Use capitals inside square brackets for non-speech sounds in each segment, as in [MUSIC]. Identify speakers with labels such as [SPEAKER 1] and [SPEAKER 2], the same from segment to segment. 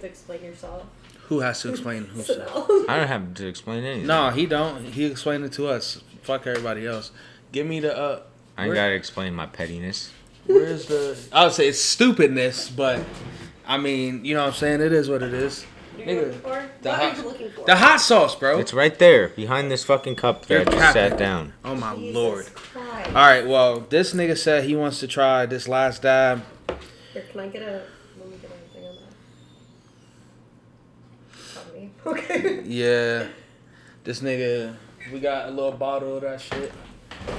[SPEAKER 1] to explain yourself.
[SPEAKER 2] Who has to explain himself?
[SPEAKER 1] So,
[SPEAKER 3] I don't have to explain anything.
[SPEAKER 2] No, he don't. He explained it to us. Fuck everybody else. Give me the uh.
[SPEAKER 3] I ain't
[SPEAKER 2] where-
[SPEAKER 3] gotta explain my pettiness.
[SPEAKER 2] Where's the? I would say it's stupidness, but I mean, you know what I'm saying. It is what it is.
[SPEAKER 1] you're looking
[SPEAKER 2] Nigga,
[SPEAKER 1] for?
[SPEAKER 2] the
[SPEAKER 1] what
[SPEAKER 2] hot-
[SPEAKER 1] are you looking for?
[SPEAKER 2] The hot sauce, bro.
[SPEAKER 3] It's right there behind this fucking cup that I
[SPEAKER 2] Oh. You're
[SPEAKER 3] just
[SPEAKER 2] capping.
[SPEAKER 3] sat down.
[SPEAKER 2] Oh my
[SPEAKER 1] Jesus
[SPEAKER 2] lord. Uh,
[SPEAKER 1] Christ.
[SPEAKER 2] All right. Well, this nigga said he wants to try this last dab.
[SPEAKER 1] Here, can I get a? Let me get anything on that. On me. [LAUGHS] Okay.
[SPEAKER 2] Yeah. This nigga. We got a little bottle of that shit.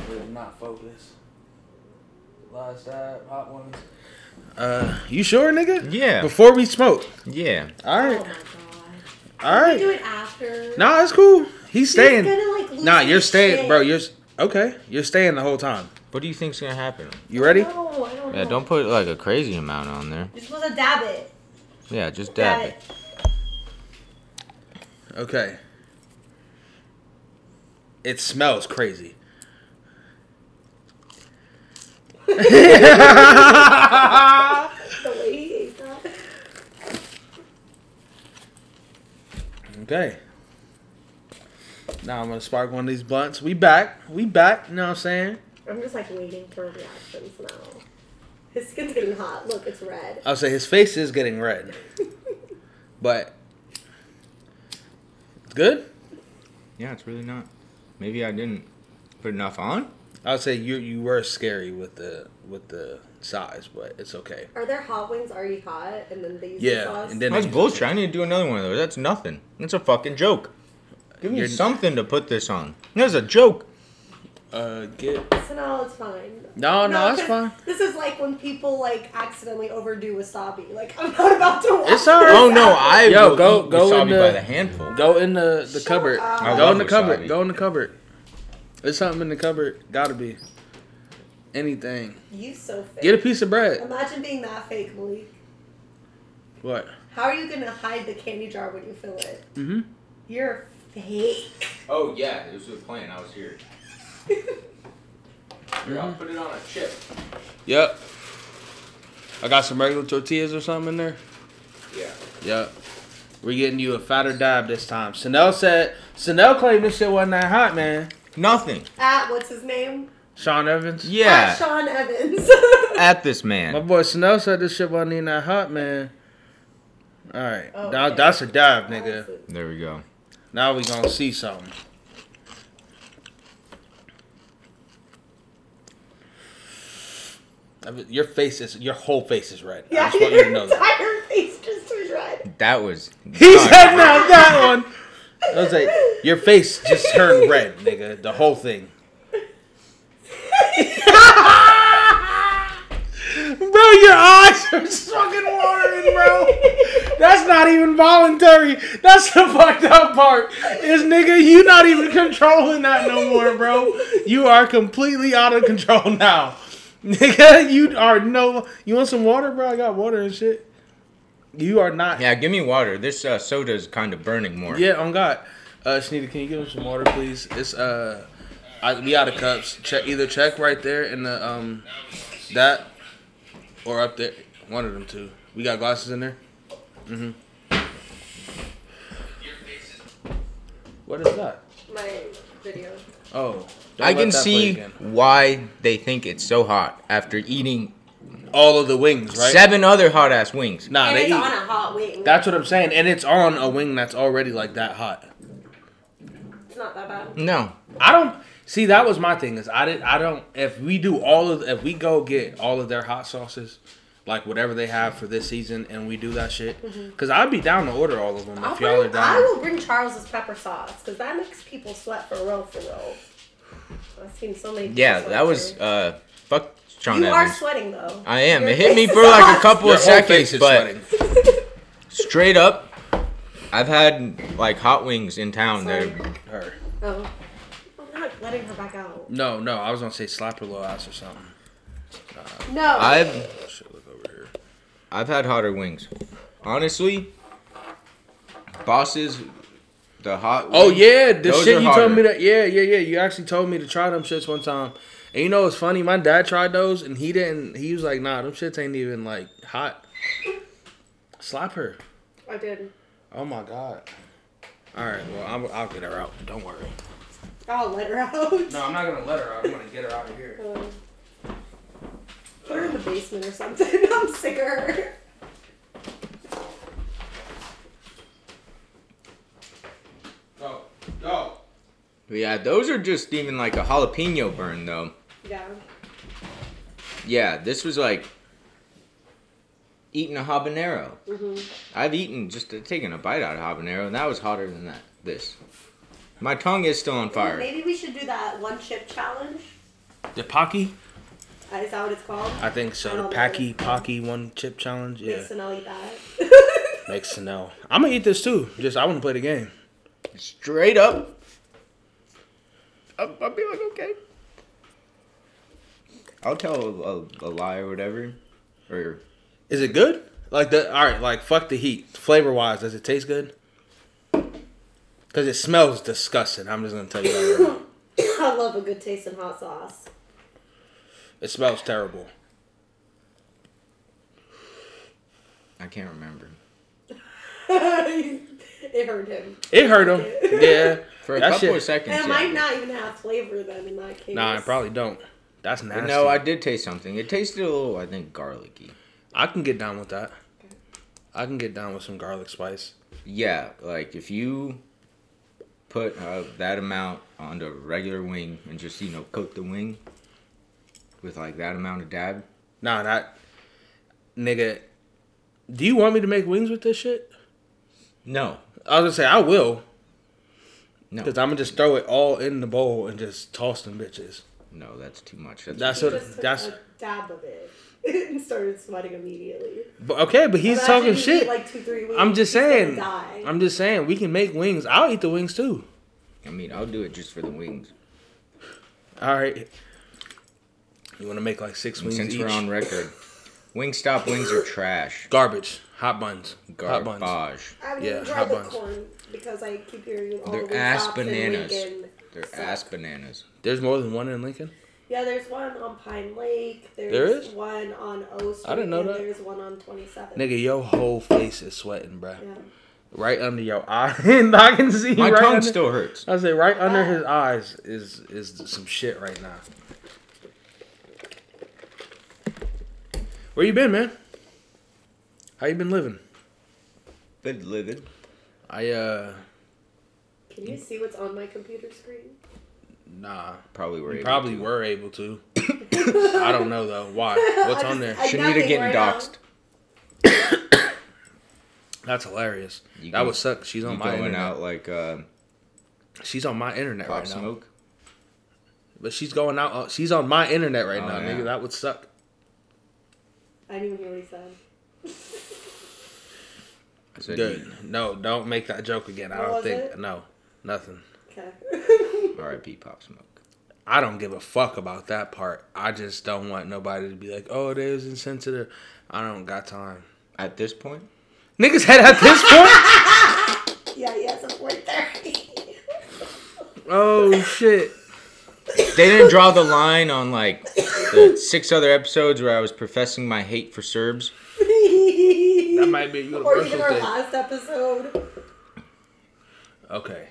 [SPEAKER 2] It's not focused. Last dab, hot ones. Uh, you sure, nigga?
[SPEAKER 3] Yeah,
[SPEAKER 2] Before we smoke.
[SPEAKER 3] yeah.
[SPEAKER 2] All
[SPEAKER 1] Oh my
[SPEAKER 2] right.
[SPEAKER 1] god.
[SPEAKER 2] All
[SPEAKER 1] Can we do
[SPEAKER 2] right.
[SPEAKER 1] it after.
[SPEAKER 2] Nah, it's cool. He's
[SPEAKER 1] He's
[SPEAKER 2] staying.
[SPEAKER 1] gonna, like, lose
[SPEAKER 2] Nah, you're
[SPEAKER 1] his
[SPEAKER 2] staying,
[SPEAKER 1] shit.
[SPEAKER 2] bro. You're s- okay. You're staying the whole time.
[SPEAKER 3] What do you think's gonna happen?
[SPEAKER 2] You ready?
[SPEAKER 1] No, I don't.
[SPEAKER 3] Yeah,
[SPEAKER 1] know.
[SPEAKER 3] don't put like a crazy amount on there.
[SPEAKER 1] You're supposed to dab it.
[SPEAKER 3] Yeah, just dab it.
[SPEAKER 2] Okay. It smells crazy. [LAUGHS] okay.
[SPEAKER 1] The way he ate that.
[SPEAKER 2] Now I'm gonna spark one of these blunts. We back. We back. You know what I'm saying?
[SPEAKER 1] I'm just like waiting for reactions now. His skin's getting hot. Look, it's red.
[SPEAKER 2] I'll say his face is getting [LAUGHS] red, but it's good.
[SPEAKER 3] Yeah, it's really not. Maybe I didn't put enough on.
[SPEAKER 2] I'll say you you were scary with the with the size, but it's okay.
[SPEAKER 1] Are their hot wings already hot? And then they use the
[SPEAKER 2] Yeah,
[SPEAKER 1] sauce?
[SPEAKER 2] and then
[SPEAKER 3] That's bullshit. I need to do another one of those. That's nothing. That's a fucking joke. Give me
[SPEAKER 2] You're-
[SPEAKER 3] something to put this on. That's a joke.
[SPEAKER 2] uh get
[SPEAKER 1] So no, it's fine.
[SPEAKER 2] No, Oh, no, it's
[SPEAKER 1] 'cause
[SPEAKER 2] fine.
[SPEAKER 1] This is like when people like accidentally overdo wasabi. Like I'm not about to. Watch
[SPEAKER 2] It's all right.
[SPEAKER 1] this
[SPEAKER 3] Oh no,
[SPEAKER 1] happen.
[SPEAKER 3] I
[SPEAKER 2] Yo,
[SPEAKER 3] will
[SPEAKER 2] go-
[SPEAKER 3] eat
[SPEAKER 2] go
[SPEAKER 3] wasabi
[SPEAKER 2] in the-
[SPEAKER 3] by the handful.
[SPEAKER 2] Go in the, the
[SPEAKER 1] Shut
[SPEAKER 2] cupboard.
[SPEAKER 1] up.
[SPEAKER 3] I
[SPEAKER 2] Go
[SPEAKER 3] love
[SPEAKER 2] in the
[SPEAKER 3] wasabi.
[SPEAKER 2] cupboard. Go in the cupboard. There's something in the cupboard. Gotta be. Anything.
[SPEAKER 1] You so fake.
[SPEAKER 2] Get a piece of bread.
[SPEAKER 1] Imagine being that fake, Malik.
[SPEAKER 2] What?
[SPEAKER 1] How are you gonna hide the candy jar when you fill it?
[SPEAKER 2] Mm-hmm.
[SPEAKER 1] You're fake. [LAUGHS]
[SPEAKER 3] Oh yeah, it was a plan. I was here.
[SPEAKER 2] Here, I'll Mhm.
[SPEAKER 3] put it on a chip.
[SPEAKER 2] Yep. I got some regular tortillas or something in there.
[SPEAKER 3] Yeah.
[SPEAKER 2] Yep. We're getting you a fatter dab this time. Sanel said Sanel claimed this shit wasn't that hot, man.
[SPEAKER 3] Nothing.
[SPEAKER 1] At what's his name?
[SPEAKER 2] Sean Evans.
[SPEAKER 1] At
[SPEAKER 3] Yeah.
[SPEAKER 1] Sean Evans. [LAUGHS]
[SPEAKER 3] At
[SPEAKER 2] [LAUGHS]
[SPEAKER 3] this
[SPEAKER 2] My
[SPEAKER 3] man.
[SPEAKER 2] boy Sanel said this shit wasn't even that hot, man. All right.
[SPEAKER 1] Oh,
[SPEAKER 2] Now
[SPEAKER 1] okay.
[SPEAKER 2] that's a dab, nigga.
[SPEAKER 3] There we go.
[SPEAKER 2] Now we gonna see something. I mean, Your face is your whole face is red. I
[SPEAKER 1] Yeah,
[SPEAKER 2] just want you
[SPEAKER 1] your
[SPEAKER 2] to know that.
[SPEAKER 1] entire face just was red.
[SPEAKER 3] That was.
[SPEAKER 2] [LAUGHS] He
[SPEAKER 3] done.
[SPEAKER 2] said not that one. I was like, your face just turned red, nigga. The whole thing. [LAUGHS] Bro, your eyes are fucking watering, bro. That's not even voluntary. That's the [LAUGHS] fucked up part. Is nigga, you not even [LAUGHS] controlling that no more, bro. You are completely out of control [LAUGHS] now. Nigga, you are no you want some water, bro? I got water and shit. You are not
[SPEAKER 3] Yeah, give me water. This uh, soda is kind of burning more.
[SPEAKER 2] yeah, on God. Uh, Shanita, can you give him some water, please? It's uh, I, we out of cups. Check either check right there in the um, that, or up there. One of them two. We got glasses in there. Mhm. What is that?
[SPEAKER 1] [LAUGHS] My video.
[SPEAKER 2] Oh, don't
[SPEAKER 3] I
[SPEAKER 2] let
[SPEAKER 3] can
[SPEAKER 2] that play
[SPEAKER 3] see
[SPEAKER 2] again.
[SPEAKER 3] why they think it's so hot after eating
[SPEAKER 2] all of the wings, right?
[SPEAKER 3] seven other hot ass wings.
[SPEAKER 2] Nah,
[SPEAKER 1] and
[SPEAKER 2] they
[SPEAKER 1] it's
[SPEAKER 2] eat.
[SPEAKER 1] on a hot wing.
[SPEAKER 2] That's what I'm saying, and it's on a wing that's already like that hot.
[SPEAKER 1] it's not that bad.
[SPEAKER 3] No,
[SPEAKER 2] I don't see that was my thing is I didn't I don't if we do all of if we go get all of their hot sauces like whatever they have for this season and we do that shit because I'd be down to order all of them
[SPEAKER 1] Mm-hmm. I'll
[SPEAKER 2] if y'all are
[SPEAKER 1] bring, I
[SPEAKER 2] down.
[SPEAKER 1] will bring Charles's pepper sauce because that makes people sweat for real, for real. I've seen so many. people
[SPEAKER 3] yeah,
[SPEAKER 1] sweat
[SPEAKER 3] that was
[SPEAKER 1] too.
[SPEAKER 3] uh, fuck Sean
[SPEAKER 1] You are
[SPEAKER 3] Evans.
[SPEAKER 1] sweating though.
[SPEAKER 3] I am.
[SPEAKER 1] Your
[SPEAKER 3] It hit me
[SPEAKER 1] face
[SPEAKER 3] for
[SPEAKER 1] is
[SPEAKER 3] like a
[SPEAKER 1] hot.
[SPEAKER 3] couple
[SPEAKER 2] Your
[SPEAKER 3] of
[SPEAKER 2] whole face
[SPEAKER 3] seconds,
[SPEAKER 2] is
[SPEAKER 3] but
[SPEAKER 2] sweating.
[SPEAKER 3] straight up, I've had like hot wings in town.
[SPEAKER 1] Sorry.
[SPEAKER 3] They're
[SPEAKER 2] Her.
[SPEAKER 1] [LAUGHS] Oh. I'm not letting her back out.
[SPEAKER 2] No, no, I was gonna say slap her little ass or something.
[SPEAKER 1] No.
[SPEAKER 3] I've
[SPEAKER 2] Oh, shit, look over here.
[SPEAKER 3] I've had hotter wings. Honestly, bosses, the hot.
[SPEAKER 2] Oh
[SPEAKER 3] wings-
[SPEAKER 2] yeah, the
[SPEAKER 3] Those
[SPEAKER 2] shit
[SPEAKER 3] are
[SPEAKER 2] you
[SPEAKER 3] harder.
[SPEAKER 2] told me that. Yeah, yeah, yeah. You actually told me to try them shits one time. And you know what's funny? My dad tried those and he didn't. He was like, "Nah, them shits ain't even like hot." Slap her.
[SPEAKER 1] I did.
[SPEAKER 2] Oh my god. All right, well I'll, I'll get her out. Don't worry.
[SPEAKER 1] I'll let her out.
[SPEAKER 2] No, I'm not gonna let her out. I'm gonna get her out of here.
[SPEAKER 1] Um, [LAUGHS] put her in the basement or something. [LAUGHS] I'm sick of her.
[SPEAKER 2] Go, go.
[SPEAKER 3] Yeah, those are just even like a jalapeno burn though.
[SPEAKER 1] Yeah.
[SPEAKER 3] Yeah, this was like eating a habanero.
[SPEAKER 1] Mm-hmm.
[SPEAKER 3] I've eaten just uh, taken a bite out of habanero, and that was hotter than that. This, my tongue is still on fire.
[SPEAKER 1] Maybe we should do that one chip challenge.
[SPEAKER 2] The Pocky?
[SPEAKER 1] Uh, Is that what it's called?
[SPEAKER 2] I think so. The Packy Pocky one chip challenge. Yeah.
[SPEAKER 1] Yes, and I'll eat that. [LAUGHS]
[SPEAKER 2] Makes to know. I'm gonna eat this too. Just I wanna play the game.
[SPEAKER 3] Straight up, I'll, I'll be like, okay. I'll tell a, a, a lie or whatever, or
[SPEAKER 2] Is it good? Like the all right, like fuck the heat. Flavor wise, does it taste good? Cause it smells disgusting. I'm just gonna tell you that. Right now.
[SPEAKER 1] I love a good taste in hot sauce.
[SPEAKER 2] It smells terrible.
[SPEAKER 3] I can't remember.
[SPEAKER 1] [LAUGHS] it hurt him.
[SPEAKER 2] It hurt him. Yeah.
[SPEAKER 3] For a
[SPEAKER 2] That
[SPEAKER 3] couple
[SPEAKER 2] shit-
[SPEAKER 3] of seconds.
[SPEAKER 1] And it
[SPEAKER 3] yeah.
[SPEAKER 1] might not even have flavor then in that case.
[SPEAKER 2] Nah, I probably don't. That's nasty.
[SPEAKER 3] No, I did taste something. It tasted a little, I think, garlicky.
[SPEAKER 2] I can get down with that. I can get down with some garlic spice.
[SPEAKER 3] Yeah, like if you put uh, that amount onto a regular wing and just you know coat the wing with like that amount of dab.
[SPEAKER 2] Nah, that nigga. Do you want me to make wings with this shit?
[SPEAKER 3] No,
[SPEAKER 2] I was gonna say I will,
[SPEAKER 3] no,
[SPEAKER 2] cause I'm gonna just throw it all in the bowl and just toss them bitches.
[SPEAKER 3] no, that's too much. That's,
[SPEAKER 2] That's
[SPEAKER 1] He
[SPEAKER 2] what.
[SPEAKER 1] just took
[SPEAKER 2] That's
[SPEAKER 1] a dab of it [LAUGHS] and started sweating immediately.
[SPEAKER 2] but okay, but he's
[SPEAKER 1] Imagine
[SPEAKER 2] talking
[SPEAKER 1] you eat,
[SPEAKER 2] shit.
[SPEAKER 1] Like two, three weeks.
[SPEAKER 2] I'm just
[SPEAKER 1] he's gonna
[SPEAKER 2] saying.
[SPEAKER 1] Die.
[SPEAKER 2] I'm just saying we can make wings. I'll eat the wings too.
[SPEAKER 3] I mean, I'll do it just for the wings.
[SPEAKER 2] All right. You want to make like six wings
[SPEAKER 3] Since
[SPEAKER 2] each?
[SPEAKER 3] we're on record, Wingstop wings are trash.
[SPEAKER 2] Garbage, hot buns, hot buns.
[SPEAKER 3] Garbage.
[SPEAKER 1] I would
[SPEAKER 2] Yeah,
[SPEAKER 1] even try
[SPEAKER 2] hot
[SPEAKER 1] the
[SPEAKER 2] buns.
[SPEAKER 1] corn because I keep hearing all
[SPEAKER 3] They're
[SPEAKER 1] the
[SPEAKER 3] ass
[SPEAKER 1] Wingstops in
[SPEAKER 3] bananas.
[SPEAKER 1] Lincoln
[SPEAKER 3] They're
[SPEAKER 1] suck.
[SPEAKER 3] ass bananas.
[SPEAKER 2] There's more than one in Lincoln.
[SPEAKER 1] Yeah, there's one on Pine Lake. There's
[SPEAKER 2] There is?
[SPEAKER 1] one on O Street.
[SPEAKER 2] didn't know
[SPEAKER 1] and
[SPEAKER 2] that.
[SPEAKER 1] There's one on 27.
[SPEAKER 2] Nigga, your whole face is sweating, bruh.
[SPEAKER 1] Yeah.
[SPEAKER 2] Right under your eye, [LAUGHS] and I can see
[SPEAKER 3] My
[SPEAKER 2] right
[SPEAKER 3] tongue
[SPEAKER 2] under-
[SPEAKER 3] still hurts.
[SPEAKER 2] I say right under his eyes is is some shit right now. Where you been, man? How you been living?
[SPEAKER 3] Been living.
[SPEAKER 2] I uh
[SPEAKER 1] Can you see what's on my computer
[SPEAKER 2] [LAUGHS]
[SPEAKER 1] screen?
[SPEAKER 2] nah.
[SPEAKER 3] Probably were.
[SPEAKER 2] We
[SPEAKER 3] able
[SPEAKER 2] probably
[SPEAKER 3] to.
[SPEAKER 2] were able to. I don't know though. Why?
[SPEAKER 1] [LAUGHS]
[SPEAKER 2] What's
[SPEAKER 1] I
[SPEAKER 2] on there?
[SPEAKER 1] just- I-
[SPEAKER 3] Shanita
[SPEAKER 1] Nothing
[SPEAKER 3] getting
[SPEAKER 1] right now.
[SPEAKER 3] doxxed.
[SPEAKER 2] That's hilarious.
[SPEAKER 3] You
[SPEAKER 2] That
[SPEAKER 3] go-
[SPEAKER 2] would suck. She's
[SPEAKER 3] You
[SPEAKER 2] on my
[SPEAKER 3] going
[SPEAKER 2] internet.
[SPEAKER 3] out like uh,
[SPEAKER 2] She's on my internet
[SPEAKER 3] pop
[SPEAKER 2] right now.
[SPEAKER 3] smoke.
[SPEAKER 2] But she's going out. uh, She's on my internet right
[SPEAKER 3] Oh,
[SPEAKER 2] now,
[SPEAKER 3] yeah.
[SPEAKER 2] nigga. That would suck.
[SPEAKER 1] I didn't even hear what he said.
[SPEAKER 3] I said,
[SPEAKER 2] Good. No, don't make that joke again. I
[SPEAKER 1] What
[SPEAKER 2] don't
[SPEAKER 1] was
[SPEAKER 2] think.
[SPEAKER 1] it?
[SPEAKER 2] No, nothing.
[SPEAKER 1] Okay. [LAUGHS]
[SPEAKER 3] R.I.P. Pop Smoke.
[SPEAKER 2] I don't give a fuck about that part. I just don't want nobody to be like, oh, there's insensitive. I don't got time.
[SPEAKER 3] At this point,
[SPEAKER 2] Niggas head at this
[SPEAKER 3] [LAUGHS]
[SPEAKER 2] point?
[SPEAKER 1] yeah, he has a 430.
[SPEAKER 2] oh, shit.
[SPEAKER 3] they didn't draw the line on like the six other episodes where I was professing my hate for Serbs.
[SPEAKER 1] that
[SPEAKER 2] might
[SPEAKER 1] [LAUGHS]
[SPEAKER 2] be a
[SPEAKER 1] Or even
[SPEAKER 2] universal
[SPEAKER 1] our
[SPEAKER 2] thing.
[SPEAKER 1] last episode.
[SPEAKER 2] Okay.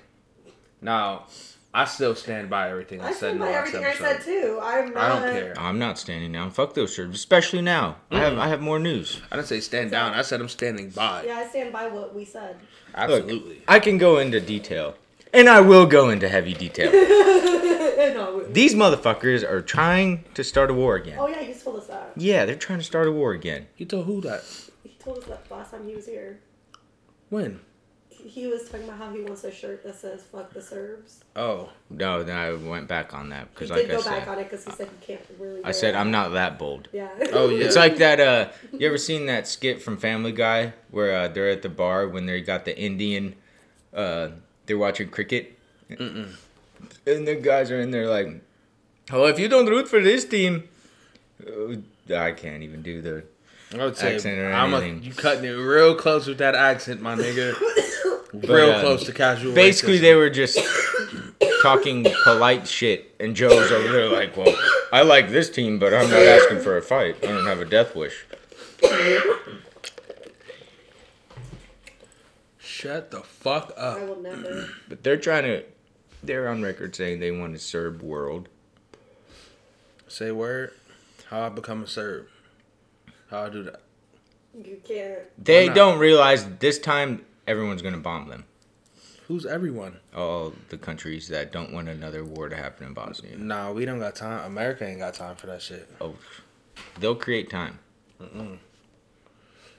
[SPEAKER 2] Now, I still stand by everything I,
[SPEAKER 1] I
[SPEAKER 2] said in
[SPEAKER 1] stand
[SPEAKER 2] the
[SPEAKER 1] by
[SPEAKER 2] last
[SPEAKER 1] everything
[SPEAKER 2] episode.
[SPEAKER 1] I said too. I'm not.
[SPEAKER 2] I don't care.
[SPEAKER 3] I'm not standing down. Fuck those Serbs, especially now. I have I have more news.
[SPEAKER 2] I didn't say stand down. I said I'm standing by.
[SPEAKER 1] Yeah, I stand by what we said.
[SPEAKER 2] [LAUGHS]
[SPEAKER 1] [LAUGHS]
[SPEAKER 2] Absolutely.
[SPEAKER 3] I can go into detail, and I will go into heavy [LAUGHS] detail.
[SPEAKER 1] no. we-
[SPEAKER 3] These motherfuckers are trying to start a war again.
[SPEAKER 1] Oh yeah, you told us that.
[SPEAKER 3] Yeah, they're trying to start a war again.
[SPEAKER 2] You told who that?
[SPEAKER 1] He told us that last time he was here.
[SPEAKER 2] When?
[SPEAKER 1] He he was talking about how he wants a shirt that says "fuck the Serbs."
[SPEAKER 2] Oh.
[SPEAKER 3] No, then I went back on that
[SPEAKER 1] He
[SPEAKER 3] because,
[SPEAKER 1] did
[SPEAKER 3] like I
[SPEAKER 1] go back
[SPEAKER 3] said,
[SPEAKER 1] on it because he said he can't really.
[SPEAKER 3] I
[SPEAKER 1] wear
[SPEAKER 3] said
[SPEAKER 1] it.
[SPEAKER 3] I'm not that bold.
[SPEAKER 1] Yeah. [LAUGHS]
[SPEAKER 2] Oh, yeah.
[SPEAKER 3] It's like that. Uh, you ever seen that skit from Family Guy where uh, they're at the bar when they got the Indian? Uh, they're watching cricket, and the guys are in there like, "Oh, if you don't root for this team, uh, I can't even do the."
[SPEAKER 2] I would say
[SPEAKER 3] Accent or
[SPEAKER 2] I'm a,
[SPEAKER 3] anything.
[SPEAKER 2] you cutting it real close with that accent,
[SPEAKER 1] [LAUGHS]
[SPEAKER 2] my nigga. real
[SPEAKER 3] uh,
[SPEAKER 2] close to casual.
[SPEAKER 3] Basically,
[SPEAKER 2] racism.
[SPEAKER 3] they were just talking polite shit, and Joe's over there like, "Well, I like this team, but I'm not asking for a fight. I don't have a death wish."
[SPEAKER 2] Shut the fuck
[SPEAKER 1] I
[SPEAKER 2] up.
[SPEAKER 1] will never.
[SPEAKER 3] But they're trying to. They're on record saying they want to serve world.
[SPEAKER 2] Say word. How I become a serb. How I do that.
[SPEAKER 1] You can't.
[SPEAKER 3] They
[SPEAKER 2] not?
[SPEAKER 3] don't realize this time everyone's gonna bomb them.
[SPEAKER 2] Who's everyone?
[SPEAKER 3] All the countries that don't want another war to happen in Bosnia.
[SPEAKER 2] Nah, we don't got time. America ain't got time for that shit.
[SPEAKER 3] Oh, they'll create time.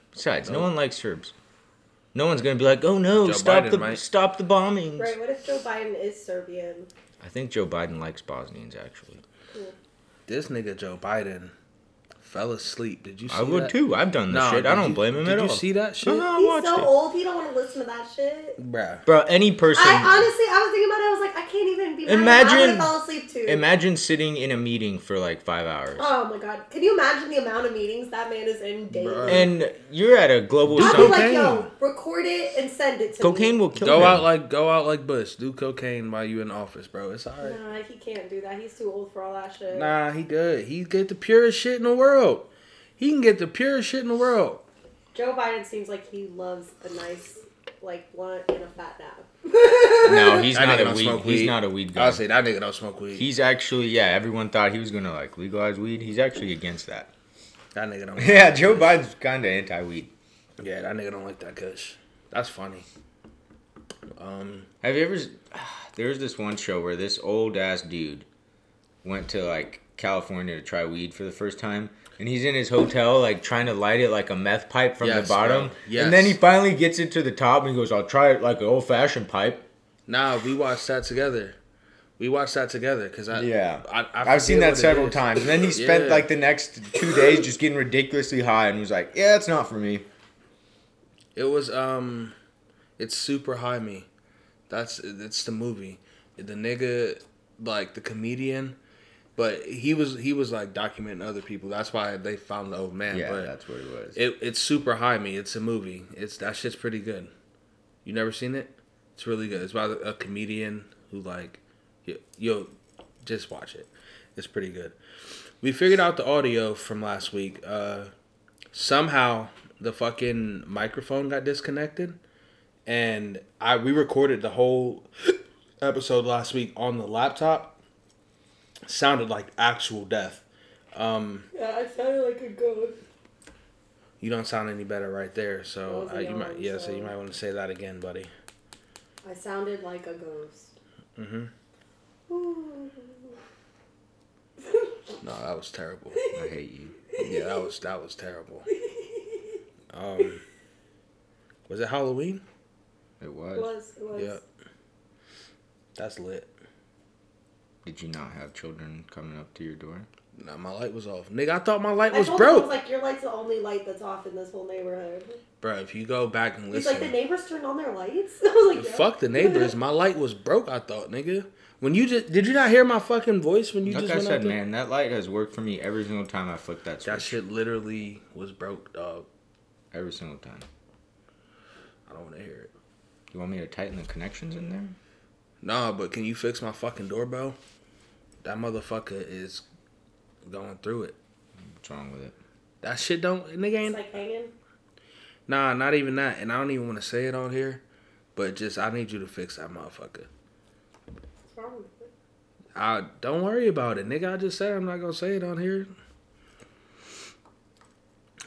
[SPEAKER 3] Besides, no one likes Serbs. No one's gonna be like, "Oh no,
[SPEAKER 2] Oh. Joe
[SPEAKER 3] stop
[SPEAKER 2] Biden
[SPEAKER 3] the
[SPEAKER 2] might.
[SPEAKER 3] stop the bombings."
[SPEAKER 1] Right? What if Joe Biden is Serbian?
[SPEAKER 3] I think Joe Biden likes Bosnians. Actually,
[SPEAKER 2] This nigga Joe Biden fell asleep. Did you see
[SPEAKER 3] I would
[SPEAKER 2] that?
[SPEAKER 3] too. I've done this
[SPEAKER 2] Nah,
[SPEAKER 3] shit. I
[SPEAKER 2] did
[SPEAKER 3] don't
[SPEAKER 2] you-
[SPEAKER 3] blame him at all.
[SPEAKER 2] Did you see that shit?
[SPEAKER 3] Uh-huh, I
[SPEAKER 1] He's
[SPEAKER 3] watched
[SPEAKER 1] so
[SPEAKER 3] it.
[SPEAKER 1] old. He don't want to listen to that shit.
[SPEAKER 2] Bruh.
[SPEAKER 3] Bro, any person.
[SPEAKER 1] I honestly, I was thinking about it. I was like, I can't even be. I'm gonna
[SPEAKER 3] Imagine-
[SPEAKER 1] fall asleep too.
[SPEAKER 3] Imagine sitting in a meeting for like five hours.
[SPEAKER 1] Oh my god! Can you imagine the amount of meetings that man is in
[SPEAKER 2] Bruh.
[SPEAKER 1] daily?
[SPEAKER 3] and you're at a global
[SPEAKER 1] I'd be
[SPEAKER 3] summit.
[SPEAKER 1] like,
[SPEAKER 2] cocaine.
[SPEAKER 1] yo, record it and send it to
[SPEAKER 3] Cocaine
[SPEAKER 1] me.
[SPEAKER 3] will kill
[SPEAKER 2] Go
[SPEAKER 3] them.
[SPEAKER 2] out like go out like Bush. Do cocaine while you in office, bro. It's alright.
[SPEAKER 1] Nah, he can't do that. He's too old for all that shit.
[SPEAKER 2] Nah, he good. He get the purest shit in the world. He can get the purest shit in the world.
[SPEAKER 1] Joe Biden seems like he loves a nice, like blunt and a fat nap.
[SPEAKER 3] no, he's
[SPEAKER 2] That
[SPEAKER 3] not
[SPEAKER 2] nigga
[SPEAKER 3] a
[SPEAKER 2] don't
[SPEAKER 3] weed.
[SPEAKER 2] smoke
[SPEAKER 3] He's
[SPEAKER 2] weed.
[SPEAKER 3] not a weed guy.
[SPEAKER 2] I say that nigga don't smoke weed.
[SPEAKER 3] He's actually yeah. Everyone thought he was gonna like legalize weed. He's actually against
[SPEAKER 2] [LAUGHS]
[SPEAKER 3] that.
[SPEAKER 2] that nigga don't.
[SPEAKER 3] [LAUGHS] Yeah, Joe Biden's kind of anti-weed.
[SPEAKER 2] Yeah, that nigga don't like that kush. That's funny. Um,
[SPEAKER 3] Have you ever? s- [SIGHS] There was this one show where this old ass dude went to like California to try weed for the first time, and he's in his hotel like trying to light it like a meth pipe from
[SPEAKER 2] Yes,
[SPEAKER 3] the bottom,
[SPEAKER 2] bro. Yes.
[SPEAKER 3] and then he finally gets it to the top and he goes, "I'll try it like an old fashioned pipe."
[SPEAKER 2] nah, we watched that together. We watched that together because I
[SPEAKER 3] Yeah.
[SPEAKER 2] I, I
[SPEAKER 3] I've seen
[SPEAKER 2] forget
[SPEAKER 3] that
[SPEAKER 2] what it
[SPEAKER 3] several
[SPEAKER 2] is.
[SPEAKER 3] times. And
[SPEAKER 2] [LAUGHS]
[SPEAKER 3] then he spent
[SPEAKER 2] Yeah.
[SPEAKER 3] like the next two days just getting ridiculously high and was like, "Yeah, it's not for me."
[SPEAKER 2] It was um, it's super high me. That's it's the movie. The nigga, like the comedian, but he was he was like documenting other people. That's why they found the old man.
[SPEAKER 3] Yeah,
[SPEAKER 2] but
[SPEAKER 3] that's what it was.
[SPEAKER 2] It, it's super high me. It's a movie. It's that shit's pretty good. You never seen it? It's really good. It's about a comedian who like, yo, yo just watch it. It's pretty good. We figured out the audio from last week. Uh, somehow the fucking microphone got disconnected, and I we recorded the whole [COUGHS] episode last week on the laptop. Sounded like actual death.
[SPEAKER 1] [LAUGHS]
[SPEAKER 2] Um,
[SPEAKER 1] Yeah, I sounded like a goat.
[SPEAKER 2] You don't sound any better right there, so
[SPEAKER 1] That was
[SPEAKER 2] uh,
[SPEAKER 1] a
[SPEAKER 2] you might
[SPEAKER 1] yawn,
[SPEAKER 2] yeah, so
[SPEAKER 1] so-
[SPEAKER 2] you might want to say that again, buddy.
[SPEAKER 1] I sounded like a ghost.
[SPEAKER 2] Mhm.
[SPEAKER 1] Ooh.
[SPEAKER 2] No, that was terrible.
[SPEAKER 3] I hate you.
[SPEAKER 2] yeah, that was that was terrible. Um, was it Halloween?
[SPEAKER 3] It
[SPEAKER 1] [LAUGHS] It was. It was.
[SPEAKER 2] Yeah. That's lit.
[SPEAKER 3] Did you not have children coming up to your door?
[SPEAKER 2] Nah, my light was off, nigga. I thought my light
[SPEAKER 1] I
[SPEAKER 2] was
[SPEAKER 1] told him, I
[SPEAKER 2] broke,
[SPEAKER 1] was like, your light's the only light that's off in this whole neighborhood.
[SPEAKER 2] bro. If you go back and
[SPEAKER 1] He's
[SPEAKER 2] listen,
[SPEAKER 1] like, the neighbors turned on their lights? [LAUGHS] I was like, yeah.
[SPEAKER 2] fuck
[SPEAKER 1] [LAUGHS]
[SPEAKER 2] the neighbors. my light was broke. I thought, nigga. When you just did you not hear my fucking voice when you
[SPEAKER 3] like
[SPEAKER 2] just
[SPEAKER 3] I
[SPEAKER 2] went out
[SPEAKER 3] said,
[SPEAKER 2] there?
[SPEAKER 3] man, that light has worked for me every single time I flick that switch.
[SPEAKER 2] That shit literally was broke, dog.
[SPEAKER 3] Every single time.
[SPEAKER 2] I don't want to hear it.
[SPEAKER 3] You want me to tighten the connections in there?
[SPEAKER 2] Nah, but can you fix my fucking doorbell? That motherfucker is going through it.
[SPEAKER 3] What's wrong with it?
[SPEAKER 2] That shit don't nigga
[SPEAKER 1] It's
[SPEAKER 2] ain't
[SPEAKER 1] like hanging.
[SPEAKER 2] nah, not even that. And I don't even want to say it on here, but just I need you to fix that motherfucker.
[SPEAKER 1] What's wrong with it?
[SPEAKER 2] I don't worry about it, nigga. I just said I'm not gonna say it on here.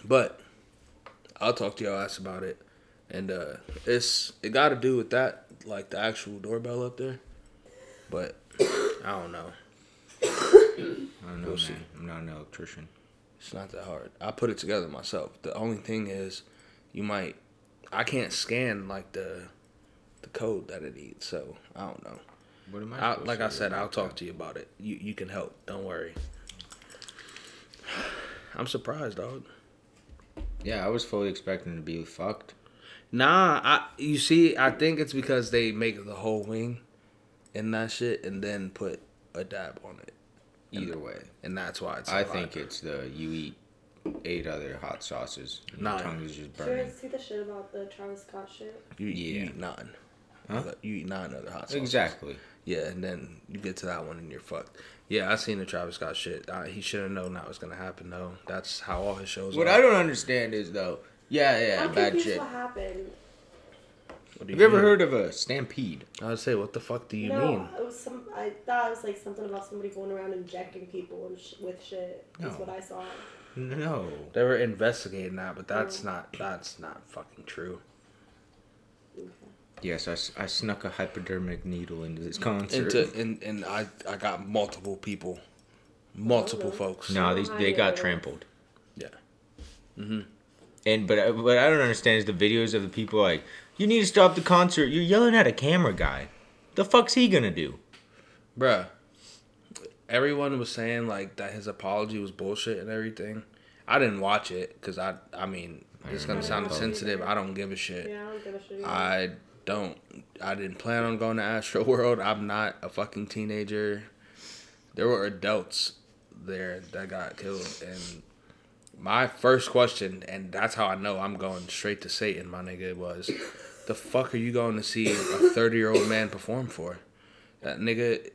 [SPEAKER 2] But I'll talk to y'all ass about it, and uh it's it got to do with that, like the actual doorbell up there. But I don't know.
[SPEAKER 3] I don't know,
[SPEAKER 2] We'll see.
[SPEAKER 3] man. I'm not an electrician.
[SPEAKER 2] It's not that hard. I put it together myself. The only thing is, you might, I can't scan like the, the code that it needs. So I don't know.
[SPEAKER 3] What am I?
[SPEAKER 2] I,
[SPEAKER 3] supposed
[SPEAKER 2] like
[SPEAKER 3] to
[SPEAKER 2] I
[SPEAKER 3] do
[SPEAKER 2] said,
[SPEAKER 3] about
[SPEAKER 2] I'll talk
[SPEAKER 3] that?
[SPEAKER 2] to you about it. You you can help. Don't worry. [SIGHS] I'm surprised, dog.
[SPEAKER 3] Yeah, I was fully expecting to be fucked.
[SPEAKER 2] Nah, I you see, I think it's because they make the whole wing, in that shit, and then put a dab on it,
[SPEAKER 3] Either way,
[SPEAKER 2] and that's why it's.
[SPEAKER 3] I think it's the you eat eight other hot sauces. And
[SPEAKER 2] Nine.
[SPEAKER 3] Your tongue is just
[SPEAKER 1] Did you
[SPEAKER 3] burning.
[SPEAKER 1] guys see the shit about the Travis Scott shit?
[SPEAKER 2] you, you
[SPEAKER 3] Yeah.
[SPEAKER 2] eat nine.
[SPEAKER 3] Huh?
[SPEAKER 2] You eat nine other hot sauces.
[SPEAKER 3] Exactly.
[SPEAKER 2] Yeah, and then you get to that one and you're fucked. Yeah, I seen the Travis Scott shit. I, he should have known that was gonna happen though. That's how all his shows.
[SPEAKER 3] What
[SPEAKER 2] are.
[SPEAKER 3] I don't understand is though, yeah, yeah,
[SPEAKER 1] I'm
[SPEAKER 3] bad
[SPEAKER 1] confused
[SPEAKER 3] shit.
[SPEAKER 1] what happened.
[SPEAKER 3] Have you ever heard of a stampede?
[SPEAKER 2] I would say, what the fuck do you
[SPEAKER 1] no,
[SPEAKER 2] mean?
[SPEAKER 1] it was some. I thought it was like something about somebody going around injecting people and sh- with shit. Is
[SPEAKER 3] No.
[SPEAKER 1] what I saw.
[SPEAKER 3] No.
[SPEAKER 2] They were investigating that, but that's not that's not fucking true.
[SPEAKER 3] Yes, I, s- I snuck a hypodermic needle into this concert.
[SPEAKER 2] Into, and and I I got multiple people, multiple folks.
[SPEAKER 3] no, these they got trampled. Mm-hmm.
[SPEAKER 2] Yeah.
[SPEAKER 3] And but I- what I don't understand is the videos of the people like, you need to stop the concert. You're yelling at a camera guy. The fuck's he gonna do?
[SPEAKER 2] Bruh, everyone was saying like that his apology was bullshit and everything. I didn't watch it because I I mean it's gonna
[SPEAKER 3] remember
[SPEAKER 2] sound
[SPEAKER 3] the
[SPEAKER 2] insensitive. I don't give a shit.
[SPEAKER 1] Yeah, I don't give a shit. either.
[SPEAKER 2] I don't. I didn't plan on going to Astro [LAUGHS] World. I'm not a fucking teenager. There were adults there that got killed, and my first question, and that's how I know I'm going straight to Satan, my nigga, was, the fuck are you going to see a 30 year old man perform for? That nigga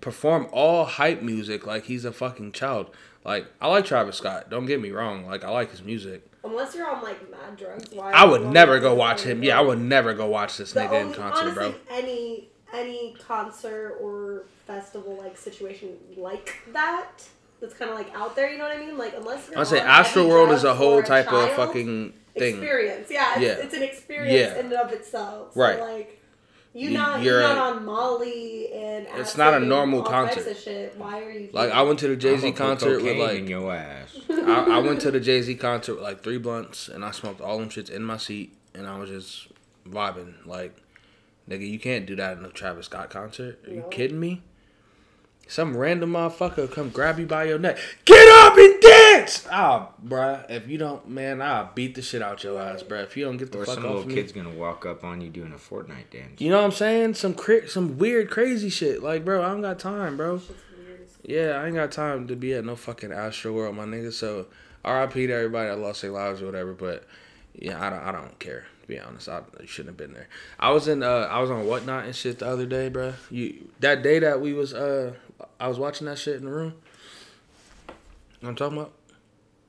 [SPEAKER 2] perform all hype music like he's a fucking child. Like I like Travis Scott. Don't get me wrong. Like I like his music.
[SPEAKER 1] Unless you're on like mad drugs. Why
[SPEAKER 2] I would
[SPEAKER 1] why
[SPEAKER 2] never
[SPEAKER 1] would
[SPEAKER 2] go
[SPEAKER 1] you
[SPEAKER 2] watch
[SPEAKER 1] wanna
[SPEAKER 2] him.
[SPEAKER 1] go?
[SPEAKER 2] Yeah, I would never go watch this
[SPEAKER 1] The
[SPEAKER 2] nigga in
[SPEAKER 1] only-
[SPEAKER 2] concert, bro.
[SPEAKER 1] honestly, Any any concert or festival like situation like that that's kind of like out there. You know what I mean? Like unless you're
[SPEAKER 2] I say
[SPEAKER 1] on heavy
[SPEAKER 2] Astro World is
[SPEAKER 1] drugs
[SPEAKER 2] a whole
[SPEAKER 1] or
[SPEAKER 2] type of
[SPEAKER 1] child
[SPEAKER 2] fucking thing.
[SPEAKER 1] experience. Yeah, it's,
[SPEAKER 2] Yeah.
[SPEAKER 1] it's an experience
[SPEAKER 2] Yeah.
[SPEAKER 1] in and of itself. So,
[SPEAKER 2] Right.
[SPEAKER 1] Like you
[SPEAKER 2] You-
[SPEAKER 1] not
[SPEAKER 2] you're
[SPEAKER 1] you're,
[SPEAKER 2] a-
[SPEAKER 1] not on Molly and
[SPEAKER 2] It's
[SPEAKER 1] acid
[SPEAKER 2] not a
[SPEAKER 1] and
[SPEAKER 2] normal
[SPEAKER 1] all types
[SPEAKER 2] concert.
[SPEAKER 1] of shit. Why are you
[SPEAKER 2] Like
[SPEAKER 1] here?
[SPEAKER 2] I went to the Jay Z
[SPEAKER 3] I'ma put
[SPEAKER 2] concert with
[SPEAKER 3] cocaine in
[SPEAKER 2] like
[SPEAKER 3] your ass.
[SPEAKER 1] [LAUGHS]
[SPEAKER 2] I, I went to the Jay Z concert with like three blunts and I smoked all them shits in my seat and I was just vibing. Like, nigga, you can't do that in a Travis Scott concert. Are you
[SPEAKER 1] No.
[SPEAKER 2] kidding me? Some random motherfucker will come grab you by your neck. Get up and dance. Ah, bruh. If you don't, man, I'll beat the shit out your ass, bruh. If you don't get the
[SPEAKER 3] or
[SPEAKER 2] fuck
[SPEAKER 3] some
[SPEAKER 2] off
[SPEAKER 3] little
[SPEAKER 2] me.
[SPEAKER 3] kid's gonna walk up on you doing a Fortnite dance.
[SPEAKER 2] You know what I'm saying? Some cra- some weird, crazy shit. Like, bro, I don't got time, bro.
[SPEAKER 1] It's weird as
[SPEAKER 2] Yeah, I ain't got time to be at no fucking Astro World, my nigga. So, R.I.P. to everybody that lost their lives or whatever. But yeah, I don't, I don't care to be honest. I I shouldn't have been there. I was in, uh, I was on whatnot and shit the other day, bro. You that day that we was, uh, I was watching that shit in the room. You know what I'm talking about.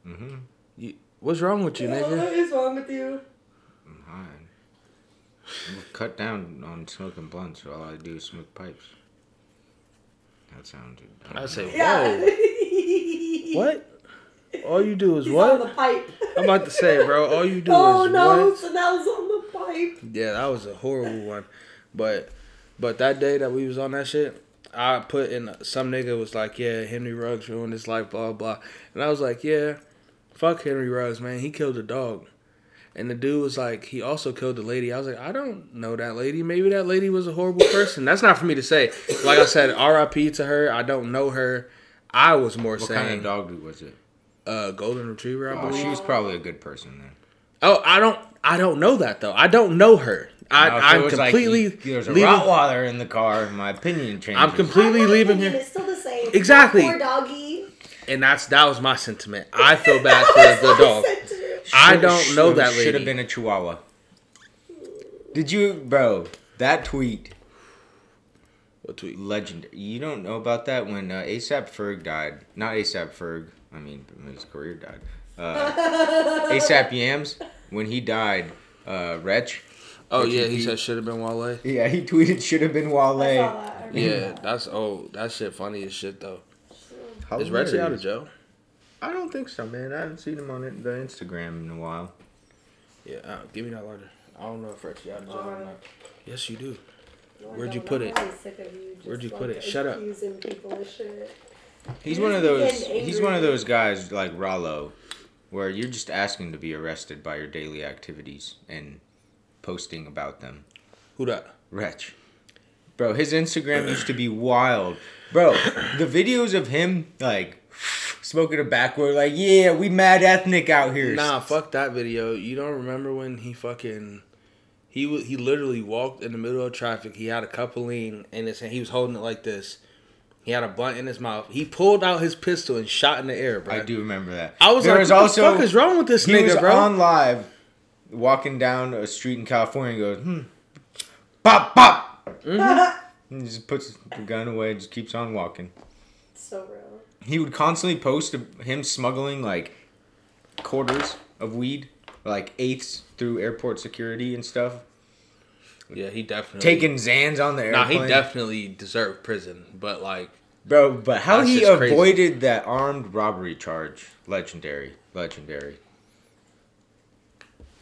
[SPEAKER 3] Mm-hmm.
[SPEAKER 2] You, what's wrong with you,
[SPEAKER 1] What
[SPEAKER 2] nigga?
[SPEAKER 1] is wrong with you?
[SPEAKER 3] I'm high. I'm cut down on smoking blunts. So all I do is smoke pipes. That sounded.
[SPEAKER 2] I say,
[SPEAKER 1] Yeah. [LAUGHS]
[SPEAKER 2] whoa, what? All you do is
[SPEAKER 1] He's on the
[SPEAKER 2] what?
[SPEAKER 1] pipe.
[SPEAKER 2] I'm about to say, bro. All you do
[SPEAKER 1] [LAUGHS] Oh
[SPEAKER 2] is
[SPEAKER 1] no,
[SPEAKER 2] what?
[SPEAKER 1] so that was on the pipe.
[SPEAKER 2] Yeah, that was a horrible one. But but that day that we was on that shit, I put in some nigga was like, Yeah, Henry Ruggs ruined his life, blah blah. And I was like, Yeah, fuck Henry Ruggs, man. He killed a dog. And the dude was like, he also killed the lady. I was like, I don't know that lady. Maybe that lady was a horrible person. That's not for me to say. Like I said, R.I.P. to her. I don't know her. I was more
[SPEAKER 3] What
[SPEAKER 2] saying
[SPEAKER 3] kind of dog was it?
[SPEAKER 2] uh, golden retriever. I
[SPEAKER 3] Oh,
[SPEAKER 2] believe.
[SPEAKER 3] she was probably a good person then.
[SPEAKER 2] Oh, I don't. I don't know that though. I don't know her. I,
[SPEAKER 3] Now, if it
[SPEAKER 2] I'm
[SPEAKER 3] was like,
[SPEAKER 2] completely
[SPEAKER 3] you- there's a
[SPEAKER 2] leaving-
[SPEAKER 3] Rottweiler in the car. My opinion changed.
[SPEAKER 2] I'm completely
[SPEAKER 1] I'm not
[SPEAKER 2] leaving
[SPEAKER 1] thinking
[SPEAKER 2] here,
[SPEAKER 1] It's still the same.
[SPEAKER 2] Exactly.
[SPEAKER 1] Poor doggy.
[SPEAKER 2] [LAUGHS] and that's that was my sentiment. I feel bad [LAUGHS] for
[SPEAKER 1] [LAUGHS]
[SPEAKER 2] the dog. I don't know that
[SPEAKER 3] Should
[SPEAKER 2] lady.
[SPEAKER 3] have been a Chihuahua. Did you, bro? That tweet,
[SPEAKER 2] What tweet?
[SPEAKER 3] legendary. You don't know about that when uh, ASAP Ferg died. Not ASAP Ferg. I mean, when his career died.
[SPEAKER 1] [LAUGHS]
[SPEAKER 3] Uh, ASAP Yams. When he died, uh, Wretch.
[SPEAKER 2] Oh
[SPEAKER 3] What
[SPEAKER 2] yeah, he
[SPEAKER 3] you tweet?
[SPEAKER 2] said should have been Wale.
[SPEAKER 3] Yeah, he tweeted should have been Wale.
[SPEAKER 1] I saw that. I remember
[SPEAKER 2] Yeah,
[SPEAKER 1] that.
[SPEAKER 2] that's oh that shit funny as shit though. Is
[SPEAKER 3] Hilarious.
[SPEAKER 2] Reggie out of jail?
[SPEAKER 3] I don't think so, man. I haven't seen him on it- the Instagram in a while.
[SPEAKER 2] Yeah, uh, give me that lighter. I don't know if Reggie out of jail or
[SPEAKER 1] Alright.
[SPEAKER 2] not. Yes, you do.
[SPEAKER 1] Lord,
[SPEAKER 2] Where'd you
[SPEAKER 1] I'm
[SPEAKER 2] put it?
[SPEAKER 1] really sick of you just,
[SPEAKER 2] Where'd you
[SPEAKER 1] like,
[SPEAKER 2] put it? Shut up.
[SPEAKER 1] accusing people and shit.
[SPEAKER 3] He's
[SPEAKER 1] He
[SPEAKER 3] one of
[SPEAKER 1] just
[SPEAKER 3] those.
[SPEAKER 1] became
[SPEAKER 3] He's
[SPEAKER 1] angry.
[SPEAKER 3] one of those guys like Rollo, where you're just asking to be arrested by your daily activities and posting about them.
[SPEAKER 2] Who that?
[SPEAKER 3] Wretch, bro, his Instagram used to be wild, bro. The videos of him like smoking a backward, like yeah, we mad ethnic out here.
[SPEAKER 2] Nah, fuck that video. You don't remember when he fucking he wa- he literally walked in the middle of traffic. He had a cup of lean in his hand. He was holding it like this. He had a blunt in his mouth. He pulled out his pistol and shot in the air, bro.
[SPEAKER 3] I do remember that.
[SPEAKER 2] I was
[SPEAKER 3] There
[SPEAKER 2] like, what the fuck is wrong with this
[SPEAKER 3] he was
[SPEAKER 2] nigga, bro?
[SPEAKER 3] on live, walking down a street in California, and goes, hmm, pop, pop.
[SPEAKER 2] Mm-hmm.
[SPEAKER 1] [LAUGHS]
[SPEAKER 3] And he just puts the gun away, and just keeps on walking.
[SPEAKER 1] So real.
[SPEAKER 3] He would constantly post of him smuggling like quarters of weed, like eighths through airport security and stuff. basically.
[SPEAKER 2] Yeah, he definitely
[SPEAKER 3] Taking Zans on the
[SPEAKER 2] Nah,
[SPEAKER 3] airplane.
[SPEAKER 2] he definitely deserved prison, but like
[SPEAKER 3] Bro, but how
[SPEAKER 2] That's
[SPEAKER 3] he
[SPEAKER 2] just crazy.
[SPEAKER 3] avoided that armed robbery charge? Legendary, legendary.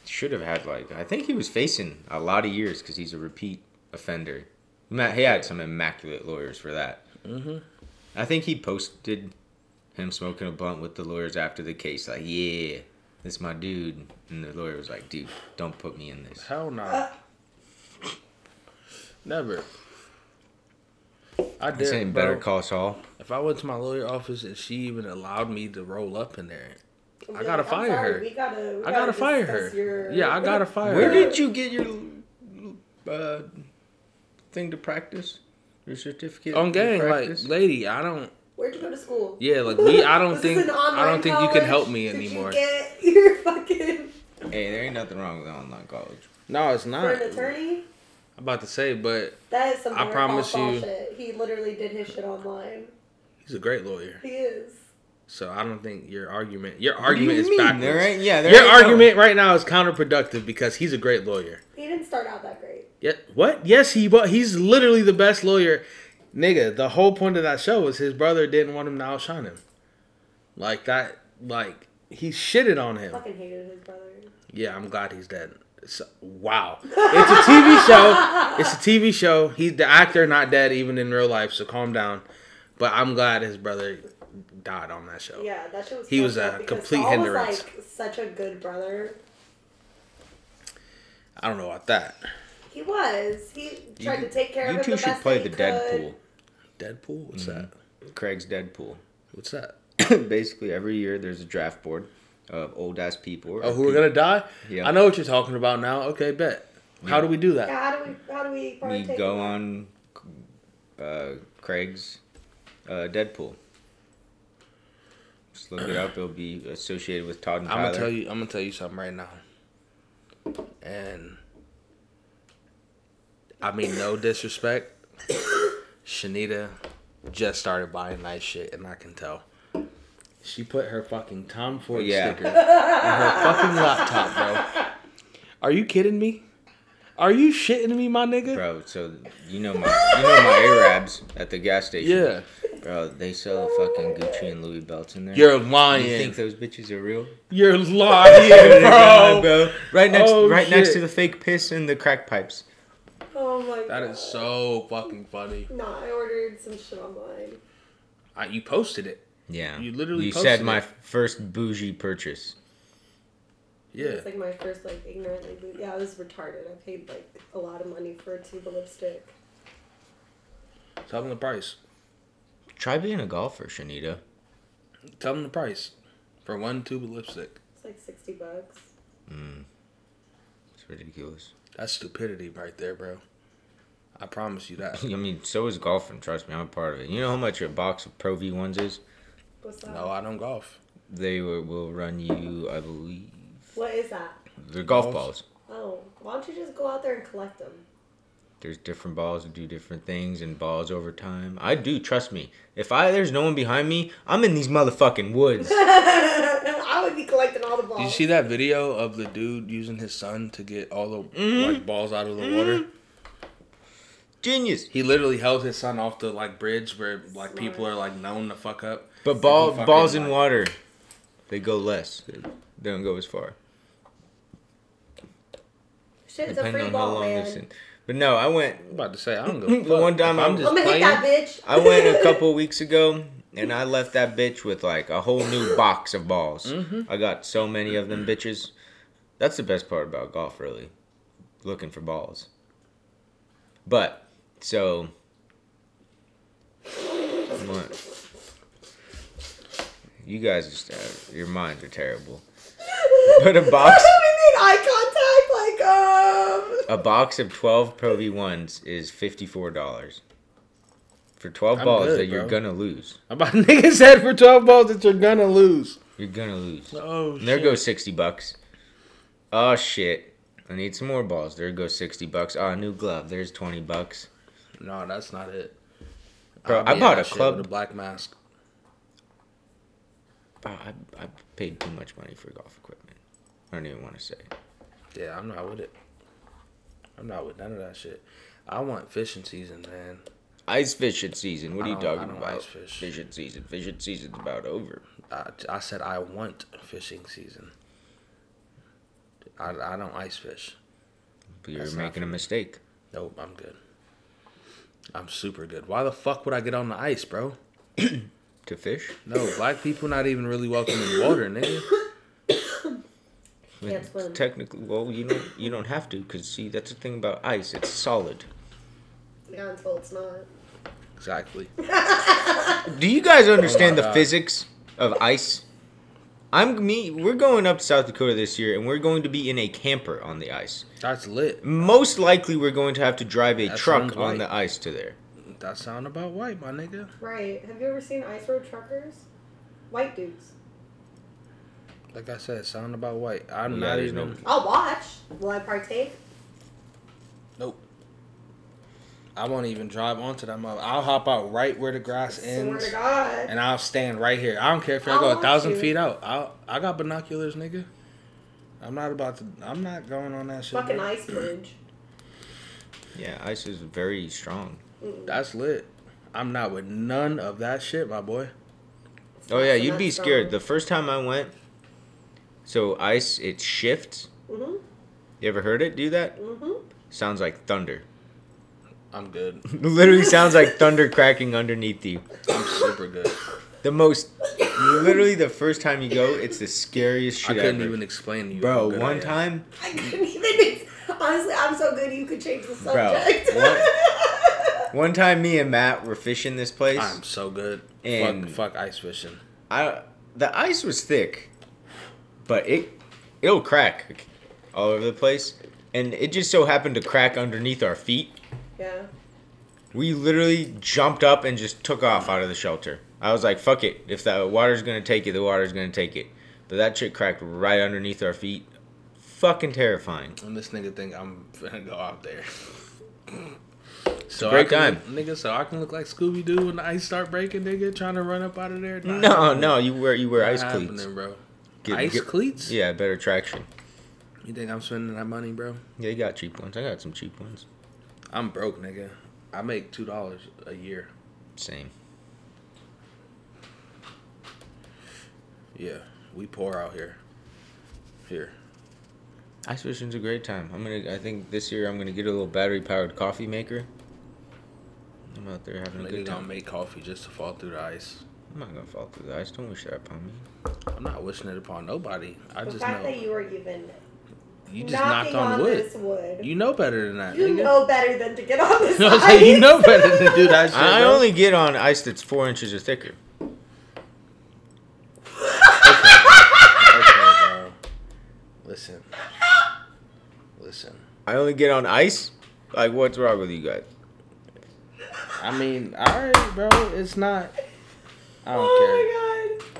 [SPEAKER 3] Should have had like I think he was facing a lot of years because he's a repeat offender. Ma- He had some immaculate lawyers for that. Mm-hmm. I think he posted him smoking a blunt with the lawyers after the case, like, "Yeah, this my dude," and the lawyer was like, "Dude, don't put me in this."
[SPEAKER 4] Hell
[SPEAKER 2] Uh,
[SPEAKER 4] no. Never. I
[SPEAKER 3] This
[SPEAKER 4] did,
[SPEAKER 3] ain't
[SPEAKER 4] bro.
[SPEAKER 3] better call Saul.
[SPEAKER 2] if I went to my lawyer office and she even allowed me to roll up in there,
[SPEAKER 1] I'm
[SPEAKER 2] I gotta
[SPEAKER 1] like, I'm
[SPEAKER 2] fire
[SPEAKER 1] sorry,
[SPEAKER 2] her.
[SPEAKER 1] We gotta, we
[SPEAKER 2] I gotta fire
[SPEAKER 1] discuss
[SPEAKER 2] her.
[SPEAKER 1] Your,
[SPEAKER 2] Yeah, I gotta fire
[SPEAKER 3] Where
[SPEAKER 2] her.
[SPEAKER 3] did you get your uh, thing to practice? Your certificate
[SPEAKER 2] on
[SPEAKER 3] to
[SPEAKER 2] gang, like
[SPEAKER 3] practice?
[SPEAKER 2] lady, I don't.
[SPEAKER 1] Where'd you go to school? [LAUGHS]
[SPEAKER 2] Yeah, like we. I
[SPEAKER 1] Was
[SPEAKER 2] don't
[SPEAKER 1] this
[SPEAKER 2] think.
[SPEAKER 1] an
[SPEAKER 2] I
[SPEAKER 1] online
[SPEAKER 2] don't think you can
[SPEAKER 1] college?
[SPEAKER 2] help me
[SPEAKER 1] Did
[SPEAKER 2] anymore.
[SPEAKER 1] You get [LAUGHS] your fucking
[SPEAKER 3] hey, there ain't nothing wrong with online college.
[SPEAKER 2] No, it's not.
[SPEAKER 1] for an
[SPEAKER 2] I'm
[SPEAKER 1] attorney.
[SPEAKER 2] about to say, but
[SPEAKER 1] That is some.
[SPEAKER 2] I
[SPEAKER 1] hardball
[SPEAKER 2] promise
[SPEAKER 1] ball
[SPEAKER 2] you-
[SPEAKER 1] Shit. He literally did his shit online.
[SPEAKER 2] he's a great lawyer,
[SPEAKER 1] He is.
[SPEAKER 2] so I don't think your argument. Your
[SPEAKER 3] What do you
[SPEAKER 2] argument is
[SPEAKER 3] mean?
[SPEAKER 2] backwards.
[SPEAKER 3] There ain't- yeah, there
[SPEAKER 2] your
[SPEAKER 3] ain't no-
[SPEAKER 2] argument right now is counterproductive because he's a great lawyer.
[SPEAKER 1] He didn't start out that great.
[SPEAKER 2] Yeah, what? Yes, he but he's literally the best lawyer. Nigga, the whole point of that show was his brother didn't want him to outshine him. Like that like he shitted on him.
[SPEAKER 1] Fucking hated his brother.
[SPEAKER 2] Yeah, I'm glad he's dead. It's- wow. It's a TV show. It's a TV show. He's the actor not dead even in real life, so calm down. But I'm glad his brother died on that show.
[SPEAKER 1] Yeah, that shit was.
[SPEAKER 2] He
[SPEAKER 1] fucked
[SPEAKER 2] was a
[SPEAKER 1] up because
[SPEAKER 2] complete
[SPEAKER 1] Saul
[SPEAKER 2] hindrance.
[SPEAKER 1] Was like such a good brother.
[SPEAKER 2] I don't know about that.
[SPEAKER 1] He was. He tried to take care
[SPEAKER 3] you
[SPEAKER 1] of him.
[SPEAKER 3] two
[SPEAKER 1] the
[SPEAKER 3] should
[SPEAKER 1] best
[SPEAKER 3] play
[SPEAKER 1] that
[SPEAKER 3] the
[SPEAKER 1] he
[SPEAKER 3] Deadpool.
[SPEAKER 1] could.
[SPEAKER 2] Deadpool? What's that?
[SPEAKER 3] Craig's [COUGHS] Deadpool.
[SPEAKER 2] What's that?
[SPEAKER 3] Basically, every year there's a draft board of old ass people. or
[SPEAKER 2] Oh, who are
[SPEAKER 3] people-
[SPEAKER 2] gonna die?
[SPEAKER 3] Yeah.
[SPEAKER 2] I know what you're talking about now. Okay, bet. How do we do that?
[SPEAKER 1] Yeah, how do we? How do we? partake
[SPEAKER 3] We
[SPEAKER 1] in
[SPEAKER 3] go
[SPEAKER 1] that?
[SPEAKER 3] on uh, Craig's uh, Deadpool. Just look it up. It'll be associated with Todd and
[SPEAKER 2] I'm
[SPEAKER 3] Tyler.
[SPEAKER 2] gonna tell you. I'm gonna tell you something right now. And I mean, no disrespect. [COUGHS] Shanita just started buying nice shit, and I can tell. She put her fucking Tom Ford
[SPEAKER 3] Yeah.
[SPEAKER 2] sticker on her fucking laptop, bro. Are you kidding me? Are you shitting me, my nigga?
[SPEAKER 3] Bro, so you know my you know my Arabs at the gas station.
[SPEAKER 2] Yeah,
[SPEAKER 3] Bro, they sell fucking Gucci and Louis belts in there.
[SPEAKER 2] you're
[SPEAKER 3] you
[SPEAKER 2] lying.
[SPEAKER 3] think those bitches are real? [LAUGHS]
[SPEAKER 2] You're lying,
[SPEAKER 3] Yeah,
[SPEAKER 2] bro.
[SPEAKER 3] bro. Right next
[SPEAKER 2] Oh,
[SPEAKER 3] right next
[SPEAKER 2] shit.
[SPEAKER 3] to the fake piss and the crack pipes.
[SPEAKER 1] Oh my.
[SPEAKER 2] That
[SPEAKER 1] God.
[SPEAKER 2] is so fucking funny.
[SPEAKER 1] No, I ordered some shit online.
[SPEAKER 2] I, you posted it.
[SPEAKER 3] Yeah.
[SPEAKER 2] You literally
[SPEAKER 3] You
[SPEAKER 2] posted
[SPEAKER 3] said my
[SPEAKER 2] it.
[SPEAKER 3] first bougie purchase.
[SPEAKER 2] Yeah.
[SPEAKER 1] It's like my first like ignorantly boot. Yeah, I was retarded. I paid like a lot of money for a tube of lipstick.
[SPEAKER 2] Tell them the price.
[SPEAKER 3] Try being a golfer, Shanita.
[SPEAKER 2] Tell them the price for one tube of lipstick.
[SPEAKER 1] It's like sixty bucks.
[SPEAKER 3] Mm. It's ridiculous. [LAUGHS]
[SPEAKER 2] That's stupidity right there, bro. I promise you that.
[SPEAKER 3] I mean, so is golfing, trust me, I'm a part of it. You know how much a box of Pro V ones is?
[SPEAKER 1] What's that?
[SPEAKER 2] No, I don't golf.
[SPEAKER 3] They will, will run you, I believe.
[SPEAKER 1] What is that?
[SPEAKER 3] They're golf
[SPEAKER 2] Balls?
[SPEAKER 3] balls.
[SPEAKER 1] Oh, why don't you just go out there and collect them?
[SPEAKER 3] there's different balls that do different things and balls over time. I do, trust me. If I there's no one behind me, I'm in these
[SPEAKER 1] [LAUGHS]
[SPEAKER 3] motherfucking woods.
[SPEAKER 1] I would be collecting all the balls.
[SPEAKER 2] Did you see that video of the dude using his son to get all the
[SPEAKER 1] Mm-hmm.
[SPEAKER 2] like balls out of the water?
[SPEAKER 3] Genius.
[SPEAKER 2] He literally held his son off the like bridge where like
[SPEAKER 1] Smart.
[SPEAKER 2] people are like known to fuck up.
[SPEAKER 3] But ball
[SPEAKER 2] fucking
[SPEAKER 3] balls in
[SPEAKER 2] like-
[SPEAKER 3] water, they go less. They don't go as far.
[SPEAKER 1] Shit, it's a
[SPEAKER 3] Depending
[SPEAKER 1] free
[SPEAKER 3] on how
[SPEAKER 1] ball,
[SPEAKER 3] long
[SPEAKER 1] man.
[SPEAKER 3] it's in. But no, I went
[SPEAKER 2] I'm about to say [LAUGHS] I don't go.
[SPEAKER 3] The one time I'm-
[SPEAKER 1] I'm gonna hit that bitch.
[SPEAKER 3] I went
[SPEAKER 1] [LAUGHS]
[SPEAKER 3] a couple weeks ago and I left that bitch with like a whole new box of balls.
[SPEAKER 2] Mm-hmm.
[SPEAKER 3] I got so many of them bitches. That's the best part about golf, really. Looking for balls. But, so. What? You guys just, uh, your minds are terrible. But a box-
[SPEAKER 1] we made eye contact, like um.
[SPEAKER 3] A box of 12 Pro V1s is $54. For 12
[SPEAKER 2] I'm
[SPEAKER 3] balls
[SPEAKER 2] good,
[SPEAKER 3] that you're
[SPEAKER 2] bro.
[SPEAKER 3] gonna lose.
[SPEAKER 2] I'm about [LAUGHS] nigga said for twelve balls that you're gonna lose.
[SPEAKER 3] You're gonna lose.
[SPEAKER 2] Oh shit.
[SPEAKER 3] There goes sixty bucks. Oh shit. I need some more balls. There goes sixty bucks. Ah, new glove. There's twenty bucks.
[SPEAKER 2] No, that's not it.
[SPEAKER 3] Bro,
[SPEAKER 2] I'll
[SPEAKER 3] I
[SPEAKER 2] be in
[SPEAKER 3] bought
[SPEAKER 2] that
[SPEAKER 3] a
[SPEAKER 2] shit
[SPEAKER 3] club-
[SPEAKER 2] with a black mask.
[SPEAKER 3] Oh, I, I paid too much money for golf equipment. I don't even want to say.
[SPEAKER 2] Yeah, I'm not with it. I'm not with none of that shit. I want fishing season, man.
[SPEAKER 3] Ice fishing season. What
[SPEAKER 2] I
[SPEAKER 3] are you
[SPEAKER 2] don't- I
[SPEAKER 3] talking
[SPEAKER 2] don't
[SPEAKER 3] about?
[SPEAKER 2] ice fish.
[SPEAKER 3] Fishing season. Fishing season's about over.
[SPEAKER 2] I, I said I want fishing season. I, I don't ice fish.
[SPEAKER 3] But you're
[SPEAKER 2] That's not
[SPEAKER 3] making a mistake.
[SPEAKER 2] Nope, I'm good. I'm super good. Why the fuck would I get on the ice, bro?
[SPEAKER 3] To fish? [LAUGHS]
[SPEAKER 2] No, black people not even really welcome in water, nigga.
[SPEAKER 1] Can't
[SPEAKER 3] It's
[SPEAKER 1] swim.
[SPEAKER 3] Technically, well, you don't you don't have to, cause see, that's the thing about ice. It's solid.
[SPEAKER 1] Yeah, until it's not.
[SPEAKER 2] Exactly.
[SPEAKER 3] Do you guys understand the
[SPEAKER 2] Oh God.
[SPEAKER 3] physics of ice? I'm me. We're going up to South Dakota this year, and we're going to be in a camper on the ice.
[SPEAKER 2] That's lit.
[SPEAKER 3] Most likely, we're going to have to drive a
[SPEAKER 2] That
[SPEAKER 3] truck
[SPEAKER 2] sounds
[SPEAKER 3] on
[SPEAKER 2] right.
[SPEAKER 3] the ice to there.
[SPEAKER 2] That sound about white, my nigga.
[SPEAKER 1] Right. Have you ever seen ice road truckers? White dudes.
[SPEAKER 2] Like I said, sound about white. I'm
[SPEAKER 3] Yeah,
[SPEAKER 2] not
[SPEAKER 3] there's
[SPEAKER 2] even.
[SPEAKER 3] no-
[SPEAKER 1] I'll watch. Will I partake?
[SPEAKER 2] Nope. I won't even drive onto that mother. I'll hop out right where the grass
[SPEAKER 1] Swear
[SPEAKER 2] ends,
[SPEAKER 1] to God.
[SPEAKER 2] and I'll stand right here. I don't care if I
[SPEAKER 1] I'll
[SPEAKER 2] go a
[SPEAKER 1] watch
[SPEAKER 2] thousand
[SPEAKER 1] you.
[SPEAKER 2] feet out. I I got binoculars, nigga. I'm not about to. I'm not going on that shit.
[SPEAKER 1] Fucking
[SPEAKER 2] bro.
[SPEAKER 1] ice bridge.
[SPEAKER 3] Yeah, ice is very strong.
[SPEAKER 1] Mm-mm.
[SPEAKER 2] That's lit. I'm not with none of that shit, my boy.
[SPEAKER 1] It's
[SPEAKER 3] Oh
[SPEAKER 1] not-
[SPEAKER 3] yeah,
[SPEAKER 1] it's
[SPEAKER 3] you'd
[SPEAKER 1] not
[SPEAKER 3] be
[SPEAKER 1] strong.
[SPEAKER 3] scared. The first time I went, so ice it shifts.
[SPEAKER 1] Mhm.
[SPEAKER 3] You ever heard it do that?
[SPEAKER 1] Mhm.
[SPEAKER 3] Sounds like thunder. [LAUGHS]
[SPEAKER 2] I'm good.
[SPEAKER 3] Literally sounds like thunder cracking underneath you.
[SPEAKER 1] [LAUGHS]
[SPEAKER 2] I'm super good.
[SPEAKER 3] The most, literally the first time you go, it's the scariest
[SPEAKER 2] I
[SPEAKER 3] shit
[SPEAKER 2] couldn't
[SPEAKER 3] ever.
[SPEAKER 2] even explain to you. how
[SPEAKER 3] Bro,
[SPEAKER 2] good I
[SPEAKER 3] one
[SPEAKER 2] am.
[SPEAKER 3] time,
[SPEAKER 1] I couldn't even. Honestly, I'm so good. You could change the subject. [LAUGHS]
[SPEAKER 3] what? one time, me and Matt were fishing this place.
[SPEAKER 2] I'm so good.
[SPEAKER 3] And-
[SPEAKER 2] fuck, fuck ice fishing.
[SPEAKER 3] I the ice was thick, but it it'll crack all over the place, and it just so happened to crack underneath our feet.
[SPEAKER 1] yeah.
[SPEAKER 3] We literally jumped up and just took off out of the shelter. I was like, "Fuck it! If the water's gonna take it, the water's gonna take it." But that shit cracked right underneath our feet. Fucking terrifying.
[SPEAKER 2] And this nigga think I'm [LAUGHS] finna go out there. So
[SPEAKER 3] great
[SPEAKER 2] I can
[SPEAKER 3] time.
[SPEAKER 2] look- nigga. So I can look like Scooby Doo when the ice start breaking, nigga, trying to run up out of there. Nah,
[SPEAKER 3] No, no, you wear you wear
[SPEAKER 2] not
[SPEAKER 3] ice cleats.
[SPEAKER 2] happening, bro.
[SPEAKER 3] Get-
[SPEAKER 2] ice
[SPEAKER 3] get-
[SPEAKER 2] cleats?
[SPEAKER 3] Yeah, better traction.
[SPEAKER 2] You think I'm spending that money, bro?
[SPEAKER 3] Yeah, you got cheap ones. I got some cheap ones.
[SPEAKER 2] I'm broke, nigga. I make two dollars a year.
[SPEAKER 3] Same.
[SPEAKER 2] Yeah, we poor out here. Here,
[SPEAKER 3] Ice fishing's a great time. I'm gonna. I think this year I'm gonna get a little battery powered coffee maker. I'm out there having a
[SPEAKER 2] nigga
[SPEAKER 3] good
[SPEAKER 2] gonna
[SPEAKER 3] time.
[SPEAKER 2] make coffee just to fall through the ice.
[SPEAKER 3] I'm not gonna fall through the ice. Don't wish that upon me.
[SPEAKER 2] I'm not wishing it upon nobody. I
[SPEAKER 1] The
[SPEAKER 2] just
[SPEAKER 1] fact
[SPEAKER 2] know
[SPEAKER 1] that you were even
[SPEAKER 2] you just
[SPEAKER 1] knocking
[SPEAKER 2] knocked on,
[SPEAKER 1] on,
[SPEAKER 2] wood.
[SPEAKER 1] this wood.
[SPEAKER 2] You know better than that.
[SPEAKER 1] You
[SPEAKER 2] nigga.
[SPEAKER 1] know better than to get
[SPEAKER 2] [LAUGHS]
[SPEAKER 1] on this.
[SPEAKER 2] You know what I'm
[SPEAKER 1] ice.
[SPEAKER 2] saying? You know better than to
[SPEAKER 1] [LAUGHS]
[SPEAKER 2] do that shit.
[SPEAKER 3] I
[SPEAKER 2] bro.
[SPEAKER 3] only get on ice that's four inches or thicker.
[SPEAKER 2] Okay, bro. Listen. Listen.
[SPEAKER 3] I only get on ice. Like, what's wrong with you guys?
[SPEAKER 2] I mean, alright, bro. It's not. I don't care.
[SPEAKER 1] oh my god,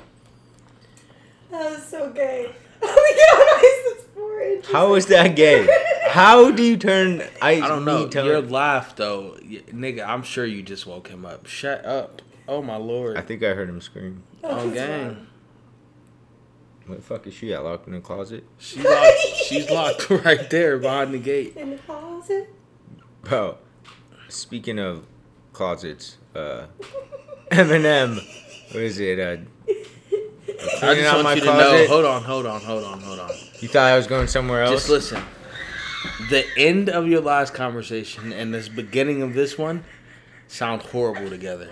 [SPEAKER 1] that was so gay. [LAUGHS] we get on ice that's four inches.
[SPEAKER 3] How is that
[SPEAKER 2] [LAUGHS]
[SPEAKER 3] gay?
[SPEAKER 1] [LAUGHS]
[SPEAKER 3] How do you turn ice?
[SPEAKER 2] I don't know.
[SPEAKER 3] meat to-
[SPEAKER 2] Your laugh, though. y- Nigga, I'm sure you just woke him up. Shut up. Oh, my lord.
[SPEAKER 3] I think I heard him scream.
[SPEAKER 1] That
[SPEAKER 2] oh,
[SPEAKER 1] was
[SPEAKER 2] gang.
[SPEAKER 3] What the fuck is she at? Locked in the closet?
[SPEAKER 2] She locked,
[SPEAKER 3] [LAUGHS]
[SPEAKER 2] she's locked right there behind the gate.
[SPEAKER 1] wrong. In the closet. [LAUGHS]
[SPEAKER 3] Bro, speaking of closets, uh, Eminem, what is it? Uh,
[SPEAKER 2] I
[SPEAKER 3] Cleaning
[SPEAKER 2] just
[SPEAKER 3] out
[SPEAKER 2] want
[SPEAKER 3] my
[SPEAKER 2] you to know.
[SPEAKER 3] closet.
[SPEAKER 2] Hold on, hold on, hold on, hold on.
[SPEAKER 3] you thought I was going somewhere else?
[SPEAKER 2] Just listen. The end of your last conversation and this beginning of this one sound horrible together.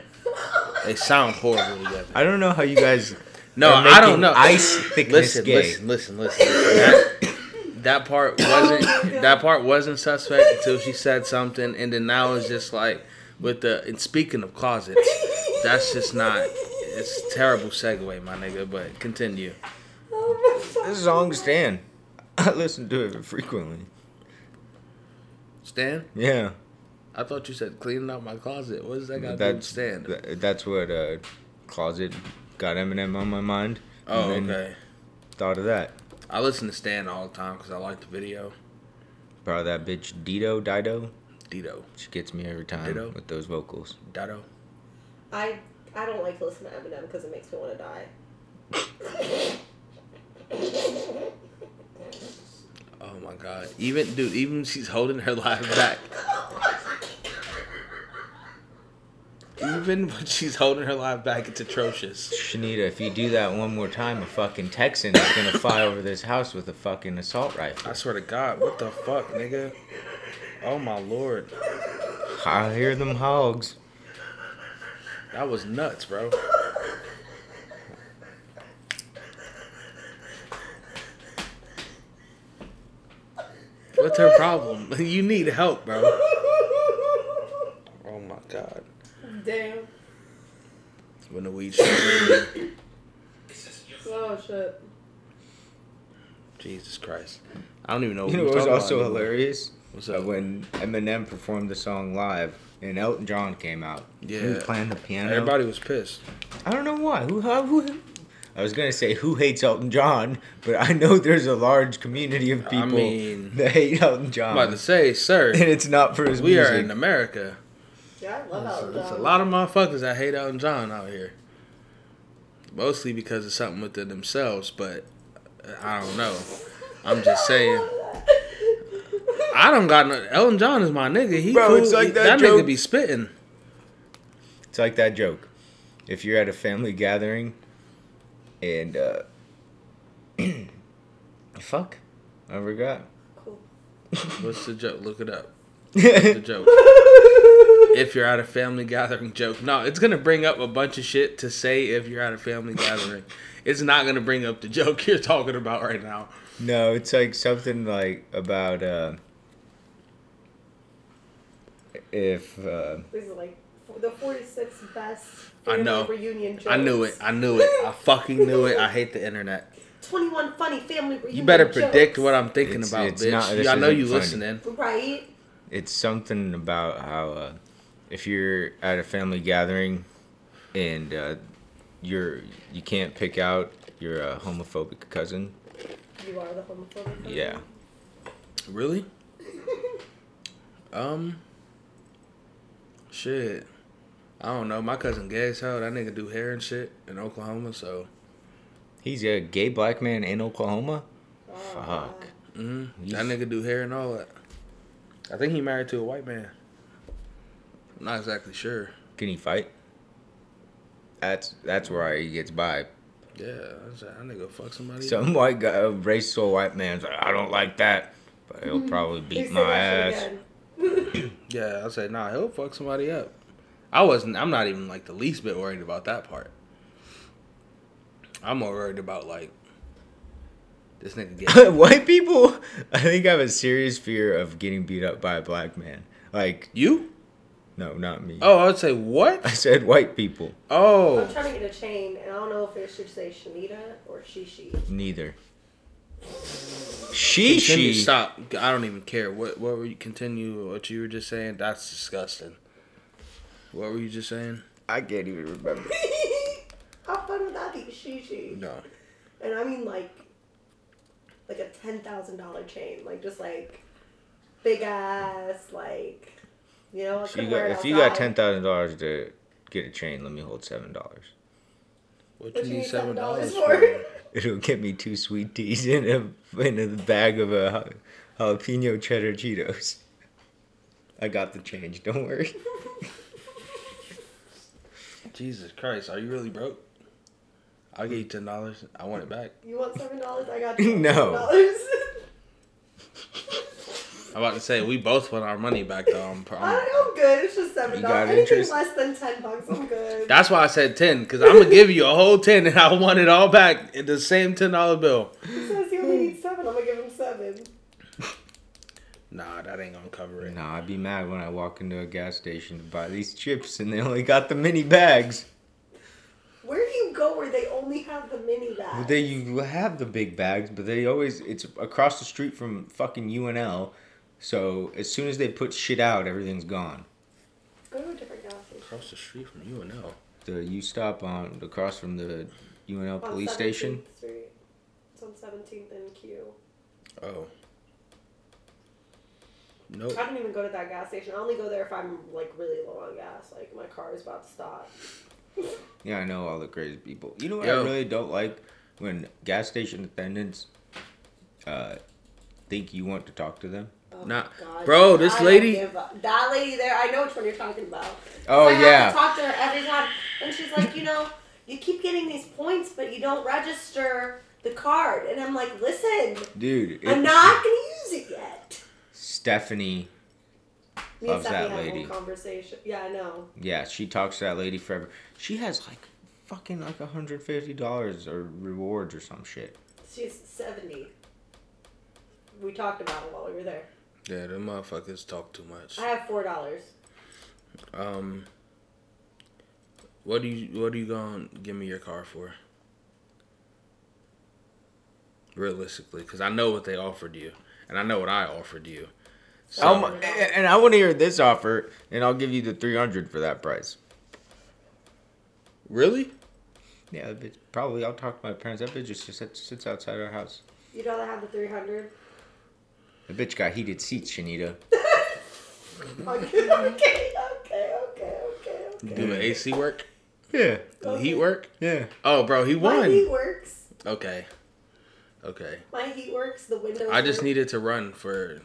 [SPEAKER 2] They sound horrible together.
[SPEAKER 3] I don't know how you guys.
[SPEAKER 2] [LAUGHS] No,
[SPEAKER 3] are
[SPEAKER 2] I don't know.
[SPEAKER 3] making Ice thickness
[SPEAKER 2] listen,
[SPEAKER 3] gay.
[SPEAKER 2] listen, listen, listen, listen. That, that part wasn't. that part wasn't suspect until she said something, and then now it's just like with the. And speaking of closets, that's just not. It's terrible segue, my nigga. But continue.
[SPEAKER 1] Oh my fucking
[SPEAKER 3] This song
[SPEAKER 1] God.
[SPEAKER 3] Stan. [LAUGHS] I listen to it frequently.
[SPEAKER 2] Stan,
[SPEAKER 3] Yeah.
[SPEAKER 2] I thought you said cleaning out my closet. What does that got to do with
[SPEAKER 3] That's
[SPEAKER 2] Stan?
[SPEAKER 3] tha- that's what uh, closet got Eminem on my mind.
[SPEAKER 2] oh,
[SPEAKER 3] and then
[SPEAKER 2] okay.
[SPEAKER 3] Thought of that.
[SPEAKER 2] I listen to Stan all the time because I like the video.
[SPEAKER 3] Bro, that bitch Dido Dido.
[SPEAKER 2] Dido,
[SPEAKER 3] She gets me every time
[SPEAKER 2] Dido?
[SPEAKER 3] with those vocals.
[SPEAKER 2] Dido.
[SPEAKER 1] I I don't like to listen to Eminem because it makes me want to
[SPEAKER 2] [LAUGHS]
[SPEAKER 1] die.
[SPEAKER 2] Oh Oh my god. Even dude, even she's holding her life back. Even when she's holding her life back, it's atrocious.
[SPEAKER 3] Shanita, if you do that one more time, a fucking Texan is gonna fly over this house with a fucking assault rifle.
[SPEAKER 2] I swear to God, what the fuck, nigga? Oh my lord,
[SPEAKER 3] I hear them hogs.
[SPEAKER 2] that was nuts, bro. What's her problem? [LAUGHS] You need help, bro. Oh my god.
[SPEAKER 1] [LAUGHS] Damn.
[SPEAKER 2] When the weed shows,
[SPEAKER 1] Oh shit.
[SPEAKER 2] Jesus Christ. I don't even know.
[SPEAKER 3] You know
[SPEAKER 2] we're
[SPEAKER 3] what was
[SPEAKER 2] talking about
[SPEAKER 3] also
[SPEAKER 2] anymore.
[SPEAKER 3] hilarious?
[SPEAKER 2] What's up?
[SPEAKER 3] Uh, When Eminem performed the song live and Elton John came out. He
[SPEAKER 2] Yeah.
[SPEAKER 3] was playing the piano.
[SPEAKER 2] Everybody was pissed.
[SPEAKER 3] I don't know why. Who, how- who, I was gonna say who hates Elton John, but I know there's a large community of people
[SPEAKER 2] mean-
[SPEAKER 3] [LAUGHS] that hate Elton John,
[SPEAKER 2] I'm about to say, sir,
[SPEAKER 3] [LAUGHS] and it's not for his
[SPEAKER 2] we
[SPEAKER 3] um, music.
[SPEAKER 2] are in America.
[SPEAKER 1] Yeah, I love Elton
[SPEAKER 2] There's a
[SPEAKER 1] John.
[SPEAKER 2] lot of motherfuckers that hate Elton John out here. Mostly because of something within themselves, but I don't know. I'm just saying. I don't got no. Elton John is my nigga. He
[SPEAKER 3] Bro,
[SPEAKER 2] cool.
[SPEAKER 3] it's like
[SPEAKER 2] He-
[SPEAKER 3] that
[SPEAKER 2] that
[SPEAKER 3] joke.
[SPEAKER 2] nigga be spitting.
[SPEAKER 3] It's like that joke. If you're at a family gathering and uh [CLEARS THROAT] fuck.
[SPEAKER 2] [LAUGHS]
[SPEAKER 3] I forgot. [LAUGHS]
[SPEAKER 1] Cool.
[SPEAKER 2] What's the joke? Look it up. The
[SPEAKER 3] yeah,
[SPEAKER 2] joke. if you're at a family gathering joke. No, it's gonna bring up a bunch of shit to say if you're at a family gathering. It's not gonna bring up the joke [LAUGHS] you're talking about right now.
[SPEAKER 3] no, it's like something like about uh if uh
[SPEAKER 1] These are like f- the 46 best
[SPEAKER 2] I
[SPEAKER 1] family
[SPEAKER 2] know.
[SPEAKER 1] reunion jokes.
[SPEAKER 2] I knew it. I knew it. I fucking knew it. I hate the internet.
[SPEAKER 1] 21 funny family reunion
[SPEAKER 2] You better predict
[SPEAKER 1] jokes.
[SPEAKER 2] what I'm thinking
[SPEAKER 3] It's-
[SPEAKER 2] about,
[SPEAKER 3] it's
[SPEAKER 2] bitch.
[SPEAKER 3] not- this
[SPEAKER 2] yeah, I know
[SPEAKER 3] isn't
[SPEAKER 2] you
[SPEAKER 3] funny.
[SPEAKER 2] listening.
[SPEAKER 1] Right?
[SPEAKER 3] it's something about how uh, if you're at a family gathering and uh, you're you can't pick out your uh, homophobic cousin.
[SPEAKER 1] You are the homophobic. one.
[SPEAKER 3] Yeah.
[SPEAKER 2] Really? Um. Shit. I don't know. My cousin gay as hell. That nigga do hair and shit in Oklahoma. So
[SPEAKER 3] He's a gay black man in Oklahoma.
[SPEAKER 1] Oh,
[SPEAKER 3] Fuck.
[SPEAKER 1] God.
[SPEAKER 2] mm, that nigga do hair and all that. I think he married to a white man. I'm not exactly sure.
[SPEAKER 3] Can he fight? That's that's where he gets by.
[SPEAKER 2] Yeah, I was like, that nigga fuck somebody.
[SPEAKER 3] Some white guy, a racial white man's like, I don't like that, but he'll probably
[SPEAKER 1] Please
[SPEAKER 3] beat
[SPEAKER 1] say
[SPEAKER 3] my
[SPEAKER 1] Mm-hmm. that
[SPEAKER 3] ass.
[SPEAKER 1] shit again.
[SPEAKER 2] [LAUGHS] yeah, I said, nah, he'll fuck somebody up. I wasn't. I'm not even like the least bit worried about that part. I'm more worried about like this nigga gay.
[SPEAKER 3] [LAUGHS] white people, I think I have a serious fear of getting beat up by a black man. Like,
[SPEAKER 2] You?
[SPEAKER 3] no, not me.
[SPEAKER 2] Oh, I would say
[SPEAKER 3] I
[SPEAKER 2] what?
[SPEAKER 3] said white people.
[SPEAKER 2] Oh,
[SPEAKER 1] I'm trying to get a chain, and I don't know if it should say Shanita or Shishi. [LAUGHS]
[SPEAKER 3] Neither. She
[SPEAKER 2] continue.
[SPEAKER 3] she.
[SPEAKER 2] Stop. I don't even care. What? What were you? Continue. What you were just saying? That's disgusting. What were you just saying?
[SPEAKER 3] I can't even remember.
[SPEAKER 1] How fun would that be, Shishi?
[SPEAKER 2] No.
[SPEAKER 1] And I mean like, like a ten thousand dollar chain, like just like big ass, like you know. I
[SPEAKER 3] If you
[SPEAKER 1] couldn't
[SPEAKER 3] got,
[SPEAKER 1] wear it
[SPEAKER 3] if you got
[SPEAKER 1] outside.
[SPEAKER 3] ten thousand dollars to get a chain, let me hold seven dollars.
[SPEAKER 2] What
[SPEAKER 1] What
[SPEAKER 2] you need seven dollars
[SPEAKER 1] for?
[SPEAKER 2] for?
[SPEAKER 3] It'll get me two sweet teas and a and a bag of a ja- jalapeno cheddar Cheetos. I got the change. Don't worry.
[SPEAKER 2] Jesus Christ, are you really broke? I'll give you ten dollars. I want it back.
[SPEAKER 1] [LAUGHS] You want seven dollars? I
[SPEAKER 3] [LAUGHS]
[SPEAKER 1] got
[SPEAKER 3] No.
[SPEAKER 1] dollars. [LAUGHS]
[SPEAKER 2] I'm about to say we both want our money back though. I'm, I'm,
[SPEAKER 1] I'm good. It's just seven
[SPEAKER 3] You got
[SPEAKER 1] dollars. Anything
[SPEAKER 3] interest?
[SPEAKER 1] less than ten bucks, I'm good.
[SPEAKER 2] that's why I said ten because I'm gonna give you a whole ten and I want it all back in the same ten dollar bill.
[SPEAKER 1] He says he only needs seven. I'm gonna give him seven.
[SPEAKER 2] Nah, that ain't gonna cover it.
[SPEAKER 3] Nah, I'd be mad when I walk into a gas station to buy these chips and they only got the mini bags.
[SPEAKER 1] Where do you go where they only have the mini bag?
[SPEAKER 3] Well, they you have the big bags, but they always it's across the street from fucking UNL. So as soon as they put shit out, everything's gone.
[SPEAKER 1] go to a different gas station.
[SPEAKER 2] Across the street from you and L.
[SPEAKER 3] The you stop on across from the UNL
[SPEAKER 1] On
[SPEAKER 3] police station.
[SPEAKER 1] 17th Street. It's on 17th and Q.
[SPEAKER 2] Oh. Nope.
[SPEAKER 3] Oh.
[SPEAKER 1] I don't even go to that gas station. I only go there if I'm like really low on gas. Like my car is about to stop.
[SPEAKER 3] Yeah, I know all the crazy people. You know what
[SPEAKER 2] Yo.
[SPEAKER 3] I really don't like when gas station attendants uh, think you want to talk to them.
[SPEAKER 1] Oh,
[SPEAKER 2] Nah.
[SPEAKER 1] God.
[SPEAKER 2] Bro, this
[SPEAKER 1] I don't
[SPEAKER 2] lady-
[SPEAKER 1] give up. That lady there, I know which one you're talking about.
[SPEAKER 3] Oh
[SPEAKER 1] I
[SPEAKER 3] yeah.
[SPEAKER 1] have to talk to her every time, and she's like, you know, you keep getting these points, but you don't register the card. And I'm like, listen,
[SPEAKER 3] Dude, it-
[SPEAKER 1] I'm not gonna use it yet.
[SPEAKER 3] Stephanie.
[SPEAKER 1] Me and
[SPEAKER 3] Loves
[SPEAKER 1] Stephanie
[SPEAKER 3] that
[SPEAKER 1] had a whole
[SPEAKER 3] lady.
[SPEAKER 1] conversation. Yeah, I know.
[SPEAKER 3] Yeah, she talks to that lady forever. She has like fucking like hundred fifty dollars or rewards or some shit.
[SPEAKER 1] She's seventy. We talked about it while we were there.
[SPEAKER 2] Yeah, them motherfuckers talk too much.
[SPEAKER 1] I have four dollars.
[SPEAKER 2] Um, what do you what are you gonna give me your car for? Realistically, because I know what they offered you, and I know what I offered you.
[SPEAKER 3] Oh my- and I want to hear this offer, and I'll give you the three hundred for that price.
[SPEAKER 2] Really?
[SPEAKER 3] Yeah, that bitch, probably. I'll talk to my parents. That bitch just sits, sits outside our house.
[SPEAKER 1] You know I have the three hundred.
[SPEAKER 3] The bitch got heated seats, Shanita.
[SPEAKER 1] Okay, [LAUGHS] okay, okay, okay, okay. okay.
[SPEAKER 2] Do the AC work?
[SPEAKER 3] Yeah,
[SPEAKER 2] Do the heat work?
[SPEAKER 3] yeah.
[SPEAKER 2] Oh, bro, he
[SPEAKER 1] My heat
[SPEAKER 2] won.
[SPEAKER 1] works.
[SPEAKER 2] Okay, okay.
[SPEAKER 1] My heat works. The windows.
[SPEAKER 2] I just
[SPEAKER 1] work.
[SPEAKER 2] needed to run for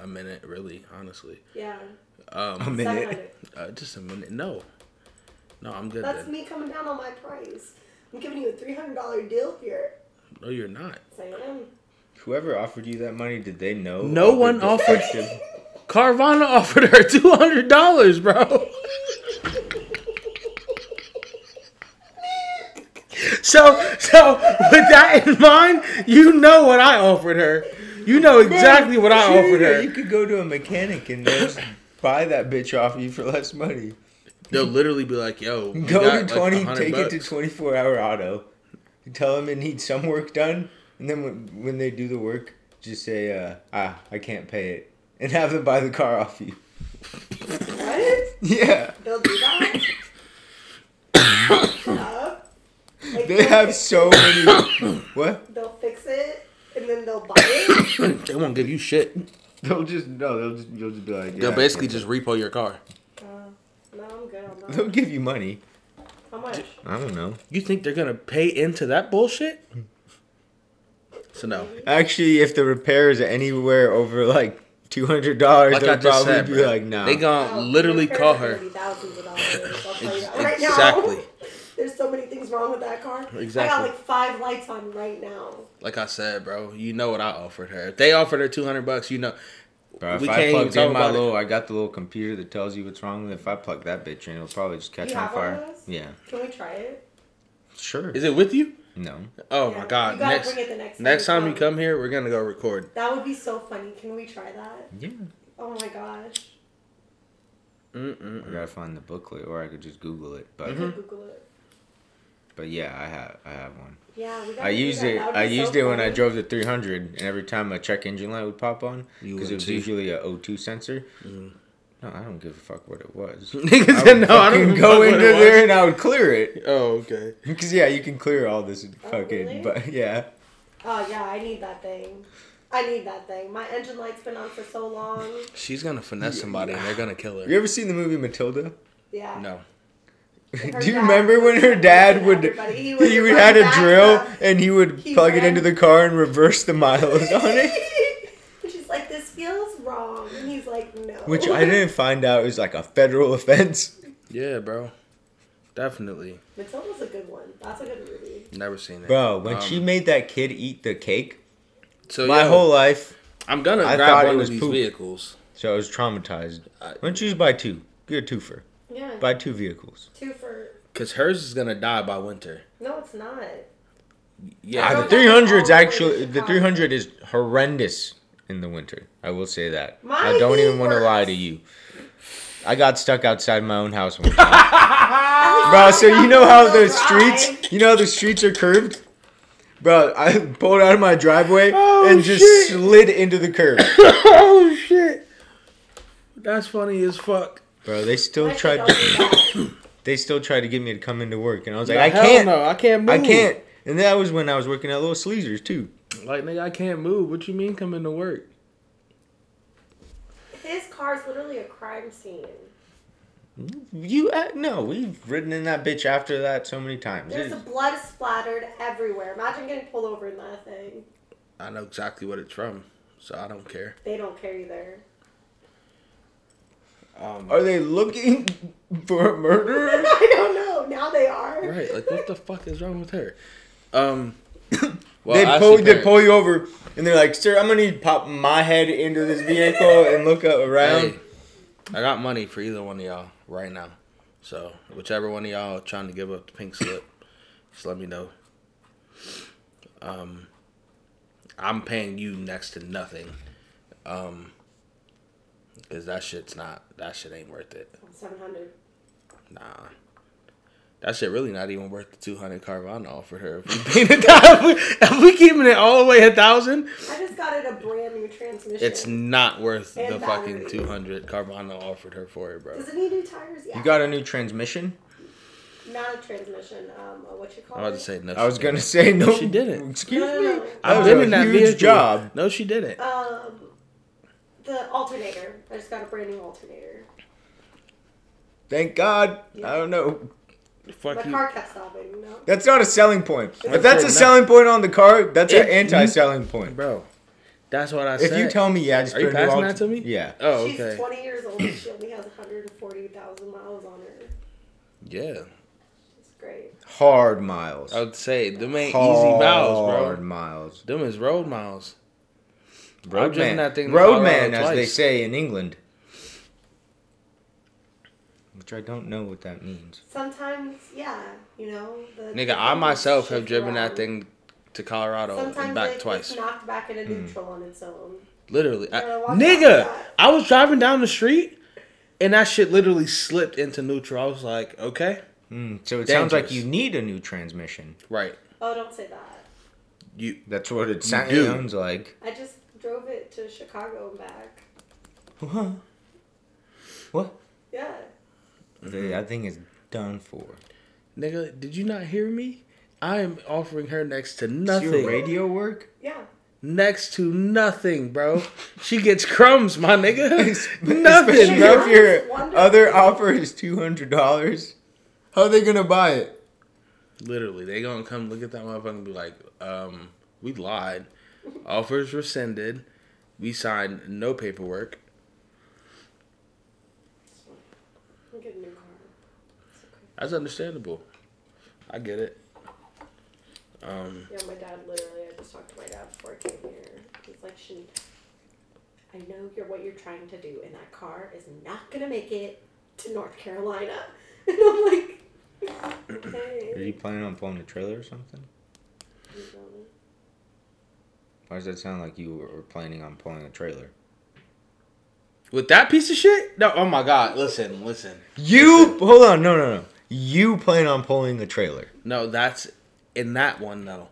[SPEAKER 2] a minute, really, honestly.
[SPEAKER 1] Yeah.
[SPEAKER 3] A
[SPEAKER 2] Um,
[SPEAKER 3] minute.
[SPEAKER 1] 700.
[SPEAKER 2] uh, just a minute. No, no, I'm good.
[SPEAKER 1] That's
[SPEAKER 2] then.
[SPEAKER 1] me coming down on my price. I'm giving you a three hundred dollar deal here. "Um,
[SPEAKER 2] No, you're not.
[SPEAKER 1] Say am.
[SPEAKER 3] Whoever offered you that money, did they know?
[SPEAKER 2] No
[SPEAKER 3] of the
[SPEAKER 2] one offered-
[SPEAKER 3] [LAUGHS] defective-
[SPEAKER 2] Carvana [LAUGHS] offered her two hundred dollars, bro. So, so with that in mind, you know what I offered her. You know exactly what I
[SPEAKER 3] Sure,
[SPEAKER 2] offered
[SPEAKER 3] yeah,
[SPEAKER 2] her.
[SPEAKER 3] You could go to a mechanic and they'll just buy that bitch off you for less money.
[SPEAKER 2] They'll literally be like, "Yo, we
[SPEAKER 3] Go
[SPEAKER 2] got, like,
[SPEAKER 3] to 20,
[SPEAKER 2] 100
[SPEAKER 3] take it to
[SPEAKER 2] bucks.
[SPEAKER 3] 24 hour auto. Tell them it needs some work done. And then when, when they do the work, just say, uh, ah, I can't pay it. And have them buy the car off you. [LAUGHS]
[SPEAKER 1] What?
[SPEAKER 3] Yeah.
[SPEAKER 1] They'll do that. Shut up. Like,
[SPEAKER 3] They
[SPEAKER 1] they'll-
[SPEAKER 3] have so many. [COUGHS] what?
[SPEAKER 1] They'll fix it and then they'll buy
[SPEAKER 2] [LAUGHS]
[SPEAKER 1] it.
[SPEAKER 2] They won't give you shit.
[SPEAKER 3] They'll just, no, they'll just, you'll just be like,
[SPEAKER 2] They'll
[SPEAKER 3] "Yeah, I
[SPEAKER 2] basically
[SPEAKER 3] can't
[SPEAKER 2] just repo your car.
[SPEAKER 1] Uh, no, I'm good on
[SPEAKER 3] pay it." They'll
[SPEAKER 1] that.
[SPEAKER 3] give you money.
[SPEAKER 1] How much?
[SPEAKER 3] I don't know.
[SPEAKER 2] You think they're gonna pay into that bullshit? So no.
[SPEAKER 3] Actually, if the repair is anywhere over like two hundred dollars,
[SPEAKER 2] Like
[SPEAKER 3] they'll
[SPEAKER 2] I just
[SPEAKER 3] probably
[SPEAKER 2] said,
[SPEAKER 3] be
[SPEAKER 2] bro,
[SPEAKER 3] like, "Nah."
[SPEAKER 2] they gonna literally
[SPEAKER 1] Their
[SPEAKER 2] call
[SPEAKER 1] parents are
[SPEAKER 2] her.
[SPEAKER 1] gonna be Thousands of dollars. I'll tell you that right now.
[SPEAKER 2] Exactly.
[SPEAKER 1] There's so many things wrong with that car. I got
[SPEAKER 2] Exactly.
[SPEAKER 1] like five lights on right now.
[SPEAKER 2] Like I said, bro, you know what I offered her. If they offered her two hundred bucks, you know.
[SPEAKER 3] Bro, if
[SPEAKER 2] We can't
[SPEAKER 3] I
[SPEAKER 2] even
[SPEAKER 3] plugged
[SPEAKER 2] talk
[SPEAKER 3] in my
[SPEAKER 2] about it.
[SPEAKER 3] little, I got the little computer that tells you what's wrong with it. If I plug that bitch in, it'll probably just catch
[SPEAKER 1] You
[SPEAKER 3] on
[SPEAKER 1] have one of
[SPEAKER 3] fire.
[SPEAKER 1] those?
[SPEAKER 3] Yeah,
[SPEAKER 1] Can we try it?
[SPEAKER 3] sure.
[SPEAKER 2] Is it with you?
[SPEAKER 3] no,
[SPEAKER 2] Oh
[SPEAKER 1] Yeah.
[SPEAKER 2] my god.
[SPEAKER 1] You gotta
[SPEAKER 2] Next
[SPEAKER 1] bring it the next time.
[SPEAKER 2] next time you come here, we're gonna go record.
[SPEAKER 1] That would be so funny. Can we try that?
[SPEAKER 3] yeah.
[SPEAKER 1] Oh my gosh.
[SPEAKER 3] I
[SPEAKER 2] Mm-mm.
[SPEAKER 3] gotta find the booklet, or I could just Google it. But
[SPEAKER 1] You
[SPEAKER 2] Mm-hmm.
[SPEAKER 1] can Google it.
[SPEAKER 3] but yeah, I have I have one.
[SPEAKER 1] Yeah, we got
[SPEAKER 3] I used it. I used it when I drove the 300, and every time my check engine light would pop on,
[SPEAKER 2] You
[SPEAKER 3] because
[SPEAKER 2] would
[SPEAKER 3] it was
[SPEAKER 2] too. [LAUGHS]
[SPEAKER 3] usually a O2 sensor. No, I don't give a fuck what it
[SPEAKER 2] [LAUGHS]
[SPEAKER 3] was.
[SPEAKER 2] Nigga
[SPEAKER 3] I
[SPEAKER 2] said, Mm.
[SPEAKER 3] would
[SPEAKER 2] "No, I don't
[SPEAKER 3] fucking
[SPEAKER 2] give a
[SPEAKER 3] go
[SPEAKER 2] fuck what
[SPEAKER 3] into
[SPEAKER 2] it was."
[SPEAKER 3] there and I would
[SPEAKER 2] [LAUGHS]
[SPEAKER 3] clear it.
[SPEAKER 2] Oh, okay.
[SPEAKER 3] Because yeah, you can clear all this
[SPEAKER 1] Oh,
[SPEAKER 3] fucking.
[SPEAKER 1] really?
[SPEAKER 3] But yeah,
[SPEAKER 1] Oh yeah, I need that thing. I need that thing. My engine light's been on for so long.
[SPEAKER 2] She's gonna finesse somebody and they're gonna kill
[SPEAKER 3] you
[SPEAKER 2] her.
[SPEAKER 3] ever seen the movie Matilda?
[SPEAKER 1] Yeah.
[SPEAKER 3] [LAUGHS]
[SPEAKER 2] No.
[SPEAKER 1] Her
[SPEAKER 3] Do you
[SPEAKER 1] dad
[SPEAKER 3] remember when her
[SPEAKER 1] was
[SPEAKER 3] dad
[SPEAKER 1] with
[SPEAKER 3] would
[SPEAKER 1] everybody. He
[SPEAKER 3] he,
[SPEAKER 1] would
[SPEAKER 3] would
[SPEAKER 1] run
[SPEAKER 3] had a
[SPEAKER 1] back
[SPEAKER 3] drill
[SPEAKER 1] up.
[SPEAKER 3] and he would
[SPEAKER 1] He
[SPEAKER 3] plug it
[SPEAKER 1] ran-
[SPEAKER 3] into the car and reverse the miles on
[SPEAKER 1] [LAUGHS]
[SPEAKER 3] it?
[SPEAKER 1] She's like, this feels wrong, and he's like, no.
[SPEAKER 3] Which I didn't find out is like a federal offense.
[SPEAKER 2] Yeah, bro. Definitely.
[SPEAKER 1] [LAUGHS] Matilda's a good one. That's a good movie.
[SPEAKER 2] Never seen it.
[SPEAKER 3] Bro, when
[SPEAKER 2] Um,
[SPEAKER 3] she made that kid eat the cake,
[SPEAKER 2] so
[SPEAKER 3] my
[SPEAKER 2] yeah,
[SPEAKER 3] whole life,
[SPEAKER 2] I'm gonna
[SPEAKER 3] I
[SPEAKER 2] grab
[SPEAKER 3] thought it
[SPEAKER 2] one of
[SPEAKER 3] was
[SPEAKER 2] these
[SPEAKER 3] poop.
[SPEAKER 2] vehicles.
[SPEAKER 3] so I was traumatized.
[SPEAKER 2] I-
[SPEAKER 3] Why don't you just buy two? Get a twofer.
[SPEAKER 1] Yeah.
[SPEAKER 3] Buy two vehicles.
[SPEAKER 1] Two for.
[SPEAKER 2] Cause hers is gonna die by winter.
[SPEAKER 1] No, it's not.
[SPEAKER 2] Yeah.
[SPEAKER 1] I
[SPEAKER 2] [LAUGHS]
[SPEAKER 3] Ah,
[SPEAKER 1] don't
[SPEAKER 3] the
[SPEAKER 1] think
[SPEAKER 3] 300's
[SPEAKER 1] all
[SPEAKER 3] actually
[SPEAKER 1] women
[SPEAKER 3] the
[SPEAKER 1] should
[SPEAKER 3] 300 is horrendous in the winter. I will say that. I
[SPEAKER 1] My
[SPEAKER 3] don't even want to
[SPEAKER 1] worst.
[SPEAKER 3] lie to you. I got stuck outside my own house one time.
[SPEAKER 1] At
[SPEAKER 2] Oh,
[SPEAKER 3] Bro,
[SPEAKER 1] least
[SPEAKER 3] so
[SPEAKER 1] I
[SPEAKER 3] you
[SPEAKER 1] got
[SPEAKER 3] know
[SPEAKER 1] the
[SPEAKER 3] how
[SPEAKER 1] little
[SPEAKER 3] the
[SPEAKER 1] drive.
[SPEAKER 3] streets, you know how the streets are curved? Bro, I pulled out of my driveway
[SPEAKER 2] Oh,
[SPEAKER 3] and just
[SPEAKER 2] shit.
[SPEAKER 3] slid into the curb.
[SPEAKER 2] oh shit. That's funny as fuck.
[SPEAKER 3] Bro, they
[SPEAKER 1] I
[SPEAKER 3] still
[SPEAKER 1] should
[SPEAKER 3] tried
[SPEAKER 1] go
[SPEAKER 3] to,
[SPEAKER 1] do that.
[SPEAKER 3] they still tried to get me to come into work and I was like,
[SPEAKER 2] Nah,
[SPEAKER 3] I
[SPEAKER 2] hell
[SPEAKER 3] can't.
[SPEAKER 2] No, I can't move.
[SPEAKER 3] I can't. And that was when I was working at Little Sleezers too.
[SPEAKER 2] Like nigga, I can't move. What you mean coming to work?
[SPEAKER 1] His car is literally a crime scene.
[SPEAKER 3] You uh, no, we've ridden in that bitch after that so many times.
[SPEAKER 1] There's
[SPEAKER 3] It-
[SPEAKER 1] blood splattered everywhere. Imagine getting pulled over in that thing.
[SPEAKER 2] I know exactly what it's from, so I don't care.
[SPEAKER 1] They don't care either. [LAUGHS]
[SPEAKER 2] Um,
[SPEAKER 3] Are they looking [LAUGHS] for a murderer?
[SPEAKER 1] I don't know. Now they are.
[SPEAKER 2] right? Like, what the fuck is wrong with her?
[SPEAKER 3] [COUGHS]
[SPEAKER 2] Um, well,
[SPEAKER 3] they
[SPEAKER 2] I
[SPEAKER 3] pull
[SPEAKER 2] see
[SPEAKER 3] they
[SPEAKER 2] parents-
[SPEAKER 3] pull you over and they're like, "Sir, I'm gonna need to pop my head into this vehicle and look up around."
[SPEAKER 2] Hey, Um, I got money for either one of y'all right now. So whichever one of y'all trying to give up the pink slip, just let me know. Um, I'm paying you next to nothing. Um, cause that shit's not that shit ain't worth it.
[SPEAKER 1] Seven hundred.
[SPEAKER 2] Nah. That shit really not even worth the two hundred Carvana offered her. If we, [LAUGHS] paying it down- if we keeping it all the way a thousand,
[SPEAKER 1] I just got it a brand new transmission.
[SPEAKER 2] it's not worth
[SPEAKER 1] And
[SPEAKER 2] the fucking
[SPEAKER 1] batteries.
[SPEAKER 2] two hundred Carvana offered her for it, bro.
[SPEAKER 1] Does it need new tires? Yeah.
[SPEAKER 3] You got a new transmission?
[SPEAKER 1] not a transmission. Um, uh, what you call
[SPEAKER 2] I was about
[SPEAKER 1] it?
[SPEAKER 2] to say no.
[SPEAKER 3] I
[SPEAKER 2] she
[SPEAKER 3] was gonna
[SPEAKER 2] didn't.
[SPEAKER 3] say no.
[SPEAKER 2] She didn't.
[SPEAKER 3] Excuse
[SPEAKER 1] No, no,
[SPEAKER 3] me.
[SPEAKER 1] no.
[SPEAKER 3] That
[SPEAKER 2] I've
[SPEAKER 3] was
[SPEAKER 2] been
[SPEAKER 3] a
[SPEAKER 2] in that
[SPEAKER 3] huge
[SPEAKER 2] vehicle.
[SPEAKER 3] job.
[SPEAKER 2] No, she didn't.
[SPEAKER 1] Um, the alternator. I just got a brand new alternator.
[SPEAKER 3] Thank God.
[SPEAKER 1] Yeah.
[SPEAKER 3] I don't know.
[SPEAKER 1] My
[SPEAKER 2] Fuck you.
[SPEAKER 1] car kept stopping. You know.
[SPEAKER 3] That's not a selling point. If
[SPEAKER 2] That's
[SPEAKER 3] that's
[SPEAKER 2] it,
[SPEAKER 3] a
[SPEAKER 2] no.
[SPEAKER 3] selling point on the car, that's
[SPEAKER 2] If
[SPEAKER 3] an
[SPEAKER 2] you-
[SPEAKER 3] anti-selling point.
[SPEAKER 2] Bro, that's what I said.
[SPEAKER 3] If you tell me, yeah, I just
[SPEAKER 2] Are you
[SPEAKER 3] put a new
[SPEAKER 2] passing
[SPEAKER 3] alt-
[SPEAKER 2] that to me?
[SPEAKER 3] Yeah.
[SPEAKER 2] Oh,
[SPEAKER 1] She's
[SPEAKER 2] okay.
[SPEAKER 1] 20 years old. and She only has 140,000 miles on her.
[SPEAKER 2] Yeah.
[SPEAKER 1] It's great.
[SPEAKER 3] Hard miles.
[SPEAKER 2] I would say them Oh, ain't easy
[SPEAKER 3] Hard
[SPEAKER 2] miles, bro.
[SPEAKER 3] miles.
[SPEAKER 2] Them is road miles. I've driven
[SPEAKER 3] Roadman.
[SPEAKER 2] that thing to
[SPEAKER 3] Roadman,
[SPEAKER 2] Colorado
[SPEAKER 3] as they
[SPEAKER 2] twice.
[SPEAKER 3] say in England. Which I don't know what that means.
[SPEAKER 1] Sometimes, yeah, you know. The
[SPEAKER 2] Nigga, I myself have driven that thing to Colorado and
[SPEAKER 1] Sometimes
[SPEAKER 2] back
[SPEAKER 1] it
[SPEAKER 2] twice. Hmm.
[SPEAKER 1] gets knocked back into neutral on its own.
[SPEAKER 2] Literally. I,
[SPEAKER 1] Yeah, why
[SPEAKER 2] nigga,
[SPEAKER 1] not?
[SPEAKER 2] I was driving down the street and that shit literally slipped into neutral. I was like, okay.
[SPEAKER 3] Mm, so it sounds like
[SPEAKER 2] Dangerous.
[SPEAKER 3] you need a new transmission.
[SPEAKER 2] Right.
[SPEAKER 1] Oh, don't say that.
[SPEAKER 2] You
[SPEAKER 3] That's what
[SPEAKER 2] do.
[SPEAKER 3] it sounds like.
[SPEAKER 1] I just drove it to Chicago and back.
[SPEAKER 2] Uh-huh.
[SPEAKER 3] Huh? What?
[SPEAKER 1] Yeah.
[SPEAKER 3] That thing is done for.
[SPEAKER 2] nigga, did you not hear me? I am offering her next to
[SPEAKER 3] Does
[SPEAKER 2] nothing.
[SPEAKER 3] your radio [LAUGHS] work?
[SPEAKER 1] Yeah.
[SPEAKER 2] next to nothing,
[SPEAKER 3] [LAUGHS]
[SPEAKER 2] bro. She gets crumbs, my [LAUGHS] nigga.
[SPEAKER 3] Especially
[SPEAKER 2] nothing,
[SPEAKER 3] if
[SPEAKER 2] bro.
[SPEAKER 1] It's
[SPEAKER 3] your
[SPEAKER 1] wonderful.
[SPEAKER 3] other offer is two hundred dollars. How are they gonna buy it?
[SPEAKER 2] Literally, they gonna come look at that motherfucker and be like, um, we lied. Offers rescinded. We signed no paperwork.
[SPEAKER 1] I'm getting a new car. It's
[SPEAKER 2] That's understandable. I get it. Um,
[SPEAKER 1] okay. Yeah, my dad literally, I just talked to my dad before I came here. He's like, she, I know you're what you're trying to do, and that car is not going to make it to North Carolina. [LAUGHS] And I'm like,
[SPEAKER 3] Are
[SPEAKER 1] okay.
[SPEAKER 3] you planning on pulling a trailer or something? Why does that sound like you were planning on pulling a trailer?
[SPEAKER 2] with that piece of shit? No, oh my god, listen, listen.
[SPEAKER 3] You hold on, no, no, no. You plan on pulling a trailer?
[SPEAKER 2] No, that's in that one though.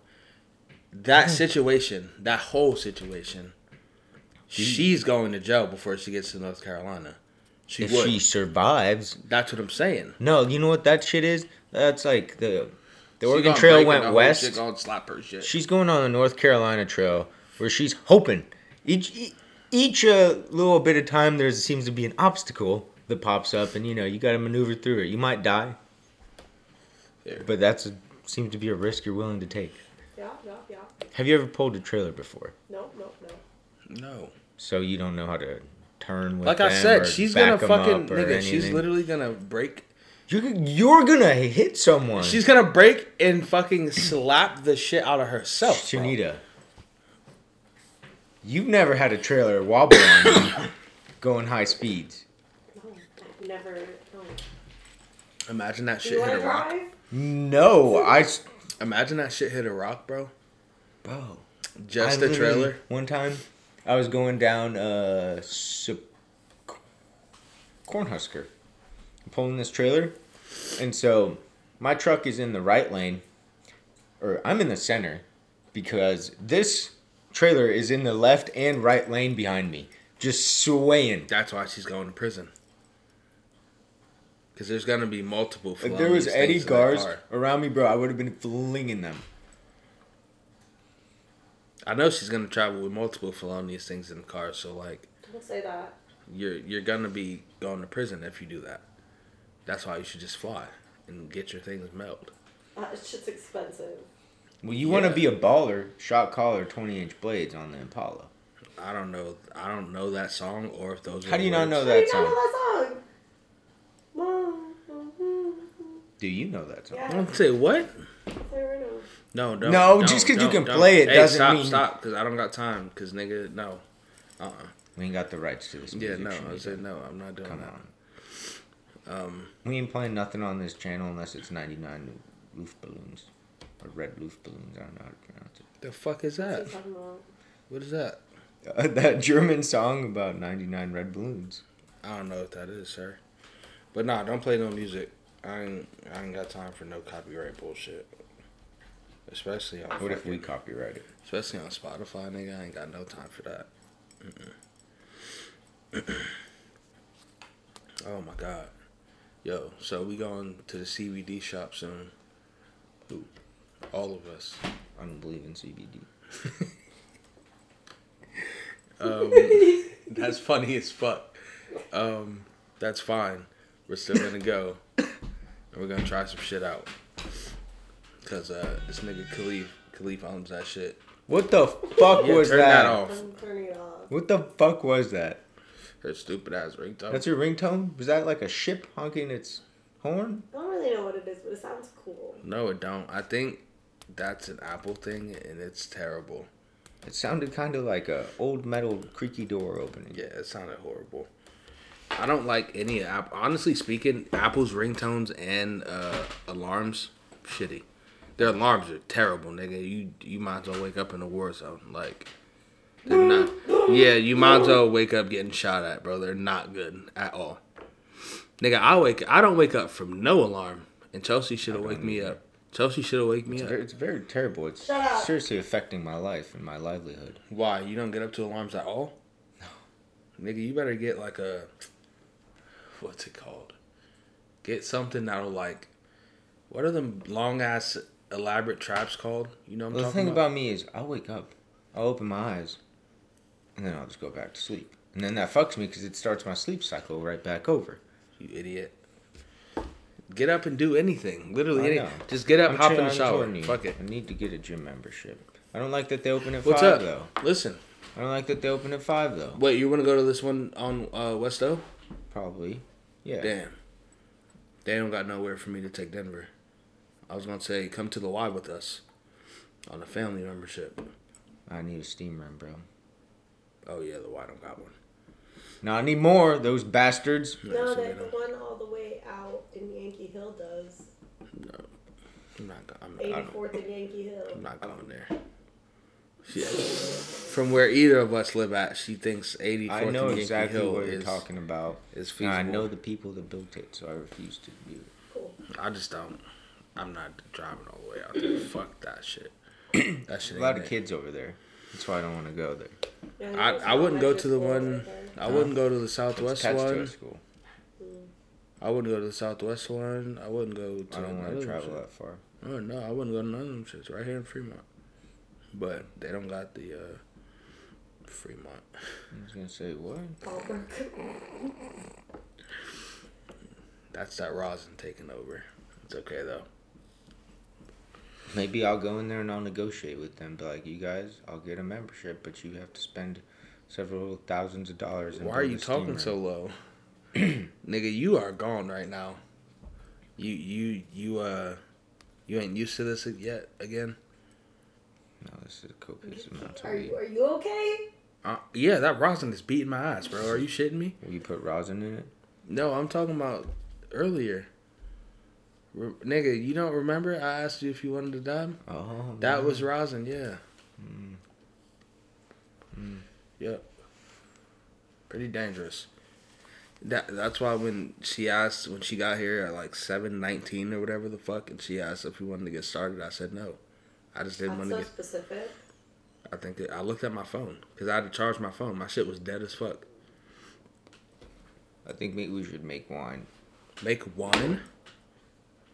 [SPEAKER 2] That situation, that whole situation, she's going to jail before she gets to North Carolina. She
[SPEAKER 3] if
[SPEAKER 2] would.
[SPEAKER 3] she survives,
[SPEAKER 2] That's what I'm saying.
[SPEAKER 3] no. You know what that shit is? That's like the the
[SPEAKER 2] She
[SPEAKER 3] Oregon
[SPEAKER 2] gonna
[SPEAKER 3] Trail
[SPEAKER 2] break it, the
[SPEAKER 3] went
[SPEAKER 2] whole
[SPEAKER 3] west.
[SPEAKER 2] shit gonna slap her shit.
[SPEAKER 3] She's going on the North Carolina Trail where she's hoping each e- each uh, little bit of time there seems to be an obstacle that pops up, and you know you got to maneuver through it. You might die,
[SPEAKER 2] Yeah.
[SPEAKER 3] but that's a, seems to be a risk you're willing to take.
[SPEAKER 1] Yeah, yeah, yeah.
[SPEAKER 3] Have you ever pulled a trailer before?
[SPEAKER 1] No, no, no.
[SPEAKER 2] no.
[SPEAKER 3] So you don't know how to turn with
[SPEAKER 2] Like I
[SPEAKER 3] them or
[SPEAKER 2] said, she's gonna
[SPEAKER 3] back 'em up
[SPEAKER 2] fucking
[SPEAKER 3] or
[SPEAKER 2] nigga. She's
[SPEAKER 3] anything.
[SPEAKER 2] literally gonna break.
[SPEAKER 3] you're, you're gonna hit someone.
[SPEAKER 2] She's gonna break and fucking slap the shit out of herself. bro.
[SPEAKER 3] Sunita, you've never had a trailer wobble on you [COUGHS] going high speeds.
[SPEAKER 1] No, I've never. No.
[SPEAKER 2] Imagine that
[SPEAKER 1] Do
[SPEAKER 2] shit
[SPEAKER 1] you want
[SPEAKER 2] hit
[SPEAKER 1] to
[SPEAKER 2] a rock.
[SPEAKER 1] drive?
[SPEAKER 3] No, I s-
[SPEAKER 2] Imagine that shit hit a rock, bro.
[SPEAKER 3] bro.
[SPEAKER 2] Just
[SPEAKER 3] I
[SPEAKER 2] the
[SPEAKER 3] literally-
[SPEAKER 2] trailer.
[SPEAKER 3] One time, I was going down uh, Sup- Cornhusker, pulling this trailer, and so my truck is in the right lane, or I'm in the center, because this trailer is in the left and right lane behind me, just swaying.
[SPEAKER 2] That's why she's going to prison. Because there's gonna be multiple.
[SPEAKER 3] If there
[SPEAKER 2] felonies,
[SPEAKER 3] was Eddie
[SPEAKER 2] things in that
[SPEAKER 3] Gars
[SPEAKER 2] car.
[SPEAKER 3] around me, bro, I would have been flinging them.
[SPEAKER 2] I know she's gonna travel with multiple felonious things in the car. So like,
[SPEAKER 1] Don't say that.
[SPEAKER 2] you're you're gonna be going to prison if you do that. That's why you should just fly and get your things mailed.
[SPEAKER 1] Uh, it's just expensive.
[SPEAKER 3] Well, you want to
[SPEAKER 2] Yeah.
[SPEAKER 3] be a baller, shot caller, 20 inch blades on the Impala.
[SPEAKER 2] I don't know. I don't know that song or if those.
[SPEAKER 3] How
[SPEAKER 2] were
[SPEAKER 3] do you not
[SPEAKER 2] words.
[SPEAKER 3] know
[SPEAKER 1] How do you
[SPEAKER 3] that
[SPEAKER 1] not know
[SPEAKER 3] song?
[SPEAKER 1] that song? mm-hmm, Mom.
[SPEAKER 3] Do you know that song?
[SPEAKER 1] Yeah.
[SPEAKER 2] I don't say what?
[SPEAKER 1] Serenity.
[SPEAKER 2] No, don't.
[SPEAKER 3] No,
[SPEAKER 2] don't,
[SPEAKER 3] just 'cause you
[SPEAKER 2] don't,
[SPEAKER 3] can
[SPEAKER 2] don't.
[SPEAKER 3] play it
[SPEAKER 2] Hey,
[SPEAKER 3] doesn't
[SPEAKER 2] stop,
[SPEAKER 3] mean-
[SPEAKER 2] Stop, because I don't got time. Because nigga, no. Uh. uh
[SPEAKER 3] We ain't got the rights to this
[SPEAKER 2] Yeah,
[SPEAKER 3] music.
[SPEAKER 2] no. I
[SPEAKER 3] Shanita.
[SPEAKER 2] said no. I'm not doing
[SPEAKER 3] Come
[SPEAKER 2] that.
[SPEAKER 3] on. Um, we ain't playing nothing on this channel unless it's 99 loof balloons or red loof balloons. I don't know how to pronounce it.
[SPEAKER 2] The fuck is
[SPEAKER 1] What's
[SPEAKER 2] that?
[SPEAKER 1] he talking about?
[SPEAKER 2] What is that?
[SPEAKER 3] [LAUGHS] Uh, that German song about 99 red balloons.
[SPEAKER 2] I don't know what that is, sir. But nah, don't play no music. I ain't, I ain't got time for no copyright bullshit. Especially on
[SPEAKER 3] What if we
[SPEAKER 2] fucking-
[SPEAKER 3] copyright it?
[SPEAKER 2] especially on Spotify, nigga. I ain't got no time for that. Mm-mm. [CLEARS THROAT] oh my god, yo. So we going to the CBD shop soon. Ooh. All of us.
[SPEAKER 3] I don't believe in CBD.
[SPEAKER 2] Um, that's funny as fuck. Um, that's fine. We're still gonna go, and we're gonna try some shit out. Cause uh, this nigga Khalif, Khalif owns that shit.
[SPEAKER 3] What the fuck
[SPEAKER 2] Yeah,
[SPEAKER 3] was
[SPEAKER 2] turn
[SPEAKER 3] that?
[SPEAKER 2] that off.
[SPEAKER 1] I'm turning it off.
[SPEAKER 3] What the fuck was that?
[SPEAKER 2] Her stupid ass ringtone.
[SPEAKER 3] That's your ringtone? Was that like a ship honking its horn?
[SPEAKER 1] I don't really know what it is, but it sounds cool.
[SPEAKER 2] No, it don't. I think that's an Apple thing, and it's terrible.
[SPEAKER 3] It sounded kind of like a old metal creaky door opening.
[SPEAKER 2] Yeah, it sounded horrible. I don't like any of Apple. Honestly speaking, Apple's ringtones and uh, alarms, shitty. Their alarms are terrible, nigga. You you might as well wake up in a war zone. Like, they're not. Yeah, you might as well wake up getting shot at, bro. They're not good at all. Nigga, I wake. I don't wake up from no alarm, and Chelsea should have waked me up. Chelsea should have waked me
[SPEAKER 3] It's,
[SPEAKER 2] up.
[SPEAKER 3] very, it's very terrible. It's
[SPEAKER 1] Shut up.
[SPEAKER 3] seriously affecting my life and my livelihood.
[SPEAKER 2] Why? You don't get up to alarms at all? No. Nigga, you better get like a what's it called? Get something that'll like what are them long ass elaborate traps called? You know what I'm
[SPEAKER 3] Well, the
[SPEAKER 2] talking
[SPEAKER 3] thing
[SPEAKER 2] about?
[SPEAKER 3] about me is, I'll wake up, I'll open my eyes, and then I'll just go back to sleep. And then that fucks me because it starts my sleep cycle right back over.
[SPEAKER 2] You idiot. Get up and do anything. Literally
[SPEAKER 3] I
[SPEAKER 2] anything.
[SPEAKER 3] know.
[SPEAKER 2] Just get up,
[SPEAKER 3] I'm
[SPEAKER 2] hop
[SPEAKER 3] trying-
[SPEAKER 2] in the
[SPEAKER 3] I'm
[SPEAKER 2] shower.
[SPEAKER 3] telling you,
[SPEAKER 2] Fuck it.
[SPEAKER 3] I need to get a gym membership. I don't like that they open at
[SPEAKER 2] What's up?
[SPEAKER 3] five though.
[SPEAKER 2] Listen.
[SPEAKER 3] I don't like that they open at five though.
[SPEAKER 2] Wait, you wanna go to this one on uh West O?
[SPEAKER 3] Probably. Yeah.
[SPEAKER 2] Damn. They don't got nowhere for me to take Denver. I was gonna say come to the Y with us on a family membership.
[SPEAKER 3] I need a steam room, bro.
[SPEAKER 2] Oh yeah, the Y don't got one.
[SPEAKER 3] Not anymore. Those bastards.
[SPEAKER 1] No,
[SPEAKER 2] so
[SPEAKER 1] the,
[SPEAKER 2] they
[SPEAKER 1] the
[SPEAKER 2] don't-
[SPEAKER 1] one all the way out in Yankee Hill does.
[SPEAKER 2] I'm not, go- I'm, not,
[SPEAKER 1] 84th and Yankee Hill.
[SPEAKER 2] I'm not going there. Yeah. From where either of us live at, she thinks 84th
[SPEAKER 3] I know
[SPEAKER 2] and Yankee
[SPEAKER 3] exactly
[SPEAKER 2] Hill
[SPEAKER 3] what you're
[SPEAKER 2] is,
[SPEAKER 3] talking about.
[SPEAKER 2] is
[SPEAKER 3] And
[SPEAKER 2] feasible.
[SPEAKER 3] I
[SPEAKER 2] I
[SPEAKER 3] know the people that built it, so I refuse to do it.
[SPEAKER 1] Cool.
[SPEAKER 2] just don't. I'm not driving all the way out there. Fuck that
[SPEAKER 3] [CLEARS THROAT]
[SPEAKER 2] shit. That shit.
[SPEAKER 3] A lot
[SPEAKER 2] ain't
[SPEAKER 3] of
[SPEAKER 2] it.
[SPEAKER 3] kids over there. That's why I don't want to go there. It's
[SPEAKER 1] Yeah,
[SPEAKER 2] I,
[SPEAKER 1] there's
[SPEAKER 2] I
[SPEAKER 1] not
[SPEAKER 2] wouldn't go
[SPEAKER 1] much
[SPEAKER 2] to the
[SPEAKER 1] school
[SPEAKER 2] one.
[SPEAKER 1] right there.
[SPEAKER 2] I wouldn't go to the Southwest
[SPEAKER 3] attached to a
[SPEAKER 2] one.
[SPEAKER 3] school.
[SPEAKER 2] I wouldn't go to the Southwest one. I wouldn't go to.
[SPEAKER 3] I don't
[SPEAKER 2] none
[SPEAKER 3] want
[SPEAKER 2] of
[SPEAKER 3] to
[SPEAKER 2] them
[SPEAKER 3] travel
[SPEAKER 2] shit.
[SPEAKER 3] that far.
[SPEAKER 2] Oh no, I wouldn't go to none of them shits right here in Fremont. But they don't got the uh Fremont.
[SPEAKER 3] I was gonna say what?
[SPEAKER 2] That's that rosin taking over. It's okay though.
[SPEAKER 3] Maybe I'll go in there and I'll negotiate with them. Be like, you guys, I'll get a membership, but you have to spend several thousands of dollars. and
[SPEAKER 2] Why are
[SPEAKER 3] build
[SPEAKER 2] you
[SPEAKER 3] a steam
[SPEAKER 2] talking
[SPEAKER 3] room."
[SPEAKER 2] so low? Nigga, you are gone right now. You you you uh you ain't used to this yet again?
[SPEAKER 3] No, this is a copious amount of
[SPEAKER 1] Are
[SPEAKER 3] weed.
[SPEAKER 1] you, are you okay?
[SPEAKER 2] Uh, yeah, that rosin is beating my ass, bro. Are you shitting me?
[SPEAKER 3] Will you put rosin in it?
[SPEAKER 2] No, I'm talking about earlier. Re- nigga, you don't remember? I asked you if you wanted to dime.
[SPEAKER 3] Oh,
[SPEAKER 2] That
[SPEAKER 3] man. Hmm.
[SPEAKER 2] was rosin, yeah. Yep. Pretty dangerous. That that's why when she asked when she got here at like seven nineteen or whatever the fuck, and she asked if we wanted to get started, I said no. I just didn't
[SPEAKER 1] That's
[SPEAKER 2] want to
[SPEAKER 1] so
[SPEAKER 2] get.
[SPEAKER 1] specific.
[SPEAKER 2] I think it, I looked at my phone because I had to charge my phone. My shit was dead as fuck.
[SPEAKER 3] I think maybe we should make wine.
[SPEAKER 2] Make wine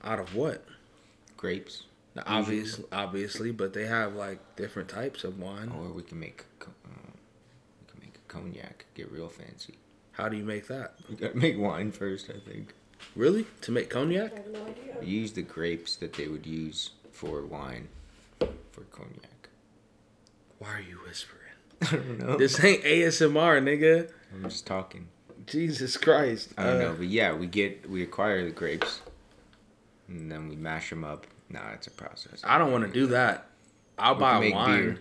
[SPEAKER 2] out of what?
[SPEAKER 3] Grapes,
[SPEAKER 2] Now, obvious, obviously, but they have like different types of wine.
[SPEAKER 3] or we can make co- uh, we can make a cognac. Get real fancy.
[SPEAKER 2] How do you make that?
[SPEAKER 3] We gotta make wine first, I think.
[SPEAKER 2] Really? To make cognac?
[SPEAKER 1] I have no idea.
[SPEAKER 3] Use the grapes that they would use for wine. for cognac. [LAUGHS]
[SPEAKER 2] Why are you whispering?
[SPEAKER 3] I don't know.
[SPEAKER 2] This ain't ASMR, nigga.
[SPEAKER 3] I'm just talking.
[SPEAKER 2] Jesus Christ.
[SPEAKER 3] I don't
[SPEAKER 2] Uh,
[SPEAKER 3] know, but yeah, we get we acquire the grapes, and then we mash them up. Nah, it's a process.
[SPEAKER 2] I don't want to do that. I'll
[SPEAKER 3] We can
[SPEAKER 2] buy
[SPEAKER 3] make
[SPEAKER 2] wine,
[SPEAKER 3] beer.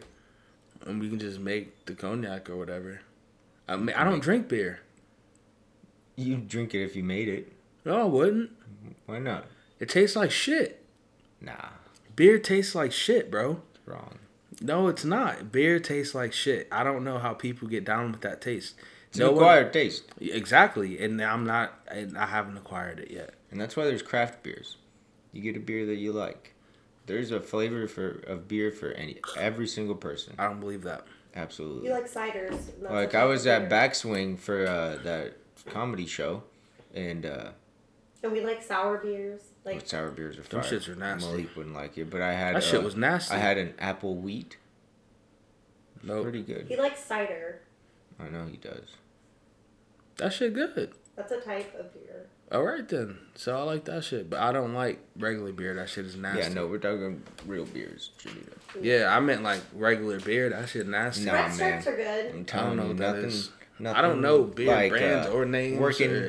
[SPEAKER 2] and we can just make the cognac or whatever. I mean, I don't drink beer.
[SPEAKER 3] You drink it if you made it.
[SPEAKER 2] No, I wouldn't.
[SPEAKER 3] Why not?
[SPEAKER 2] It tastes like shit.
[SPEAKER 3] Nah,
[SPEAKER 2] Beer tastes like shit, bro.
[SPEAKER 3] wrong.
[SPEAKER 2] No, it's not. Beer tastes like shit. I don't know how people get down with that taste.
[SPEAKER 3] It's
[SPEAKER 2] no
[SPEAKER 3] an
[SPEAKER 2] one-
[SPEAKER 3] acquired taste,
[SPEAKER 2] exactly, and I'm not. And I haven't acquired it yet.
[SPEAKER 3] and that's why there's craft beers. You get a beer that you like. There's a flavor for of beer for any every single person.
[SPEAKER 2] I don't believe that.
[SPEAKER 3] Absolutely.
[SPEAKER 1] You like ciders. and that's
[SPEAKER 3] Like
[SPEAKER 1] a
[SPEAKER 3] I was at
[SPEAKER 1] beer.
[SPEAKER 3] Backswing for uh, that comedy show, and uh,
[SPEAKER 1] And we like sour beers. Like
[SPEAKER 3] sour beers are
[SPEAKER 2] Them
[SPEAKER 3] fire.
[SPEAKER 2] shits are nasty.
[SPEAKER 3] Malik wouldn't like it, but I had
[SPEAKER 2] That shit
[SPEAKER 3] uh,
[SPEAKER 2] was nasty. Oh.
[SPEAKER 3] I had an apple wheat.
[SPEAKER 2] Nope.
[SPEAKER 3] Pretty good.
[SPEAKER 1] he likes cider.
[SPEAKER 3] I know he does.
[SPEAKER 2] That shit good.
[SPEAKER 1] That's a type of beer.
[SPEAKER 2] All right then. So I like that shit, but I don't like regular beer. That shit is nasty.
[SPEAKER 3] Yeah, no, we're talking real beers. Chinita.
[SPEAKER 2] Yeah, I meant like regular beer. That shit nasty.
[SPEAKER 3] No. Nah,
[SPEAKER 1] Red stripes
[SPEAKER 3] man.
[SPEAKER 1] are good.
[SPEAKER 3] I'm telling
[SPEAKER 2] know
[SPEAKER 3] you,
[SPEAKER 2] what that
[SPEAKER 3] nothing,
[SPEAKER 2] is.
[SPEAKER 3] nothing.
[SPEAKER 2] I don't know beer
[SPEAKER 3] like,
[SPEAKER 2] brands
[SPEAKER 3] uh,
[SPEAKER 2] or names.
[SPEAKER 3] working-
[SPEAKER 2] or-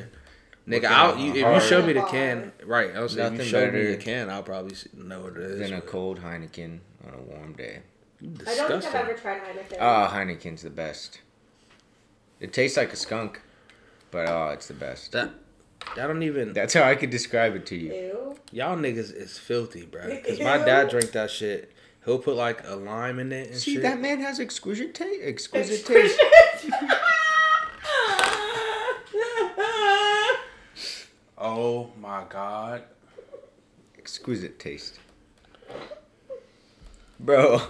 [SPEAKER 3] working
[SPEAKER 2] nigga, I'll,
[SPEAKER 3] on
[SPEAKER 2] you,
[SPEAKER 3] a
[SPEAKER 2] if you
[SPEAKER 3] hard-
[SPEAKER 2] show me the can, right? I was saying, if you
[SPEAKER 3] Nothing
[SPEAKER 2] show me
[SPEAKER 3] better
[SPEAKER 2] the can, I'll probably s- know what it is.
[SPEAKER 3] Than a
[SPEAKER 2] but-
[SPEAKER 3] cold Heineken on a warm day.
[SPEAKER 2] You
[SPEAKER 1] I don't think I've
[SPEAKER 2] disgusting. Uh,
[SPEAKER 1] ever tried Heineken.
[SPEAKER 3] Ah, Heineken's the best. It tastes like a skunk, but oh, it's the best.
[SPEAKER 2] That I don't even.
[SPEAKER 3] That's how I could describe it to you.
[SPEAKER 1] Ew.
[SPEAKER 2] y'all niggas is filthy, bro. Because my dad drank that shit. He'll put like a lime in it and
[SPEAKER 3] See,
[SPEAKER 2] shit.
[SPEAKER 3] that man has exquisite taste. Exquisite
[SPEAKER 1] Exquisite.
[SPEAKER 3] taste.
[SPEAKER 1] [LAUGHS]
[SPEAKER 2] [LAUGHS] oh my god.
[SPEAKER 3] Exquisite taste. Bro,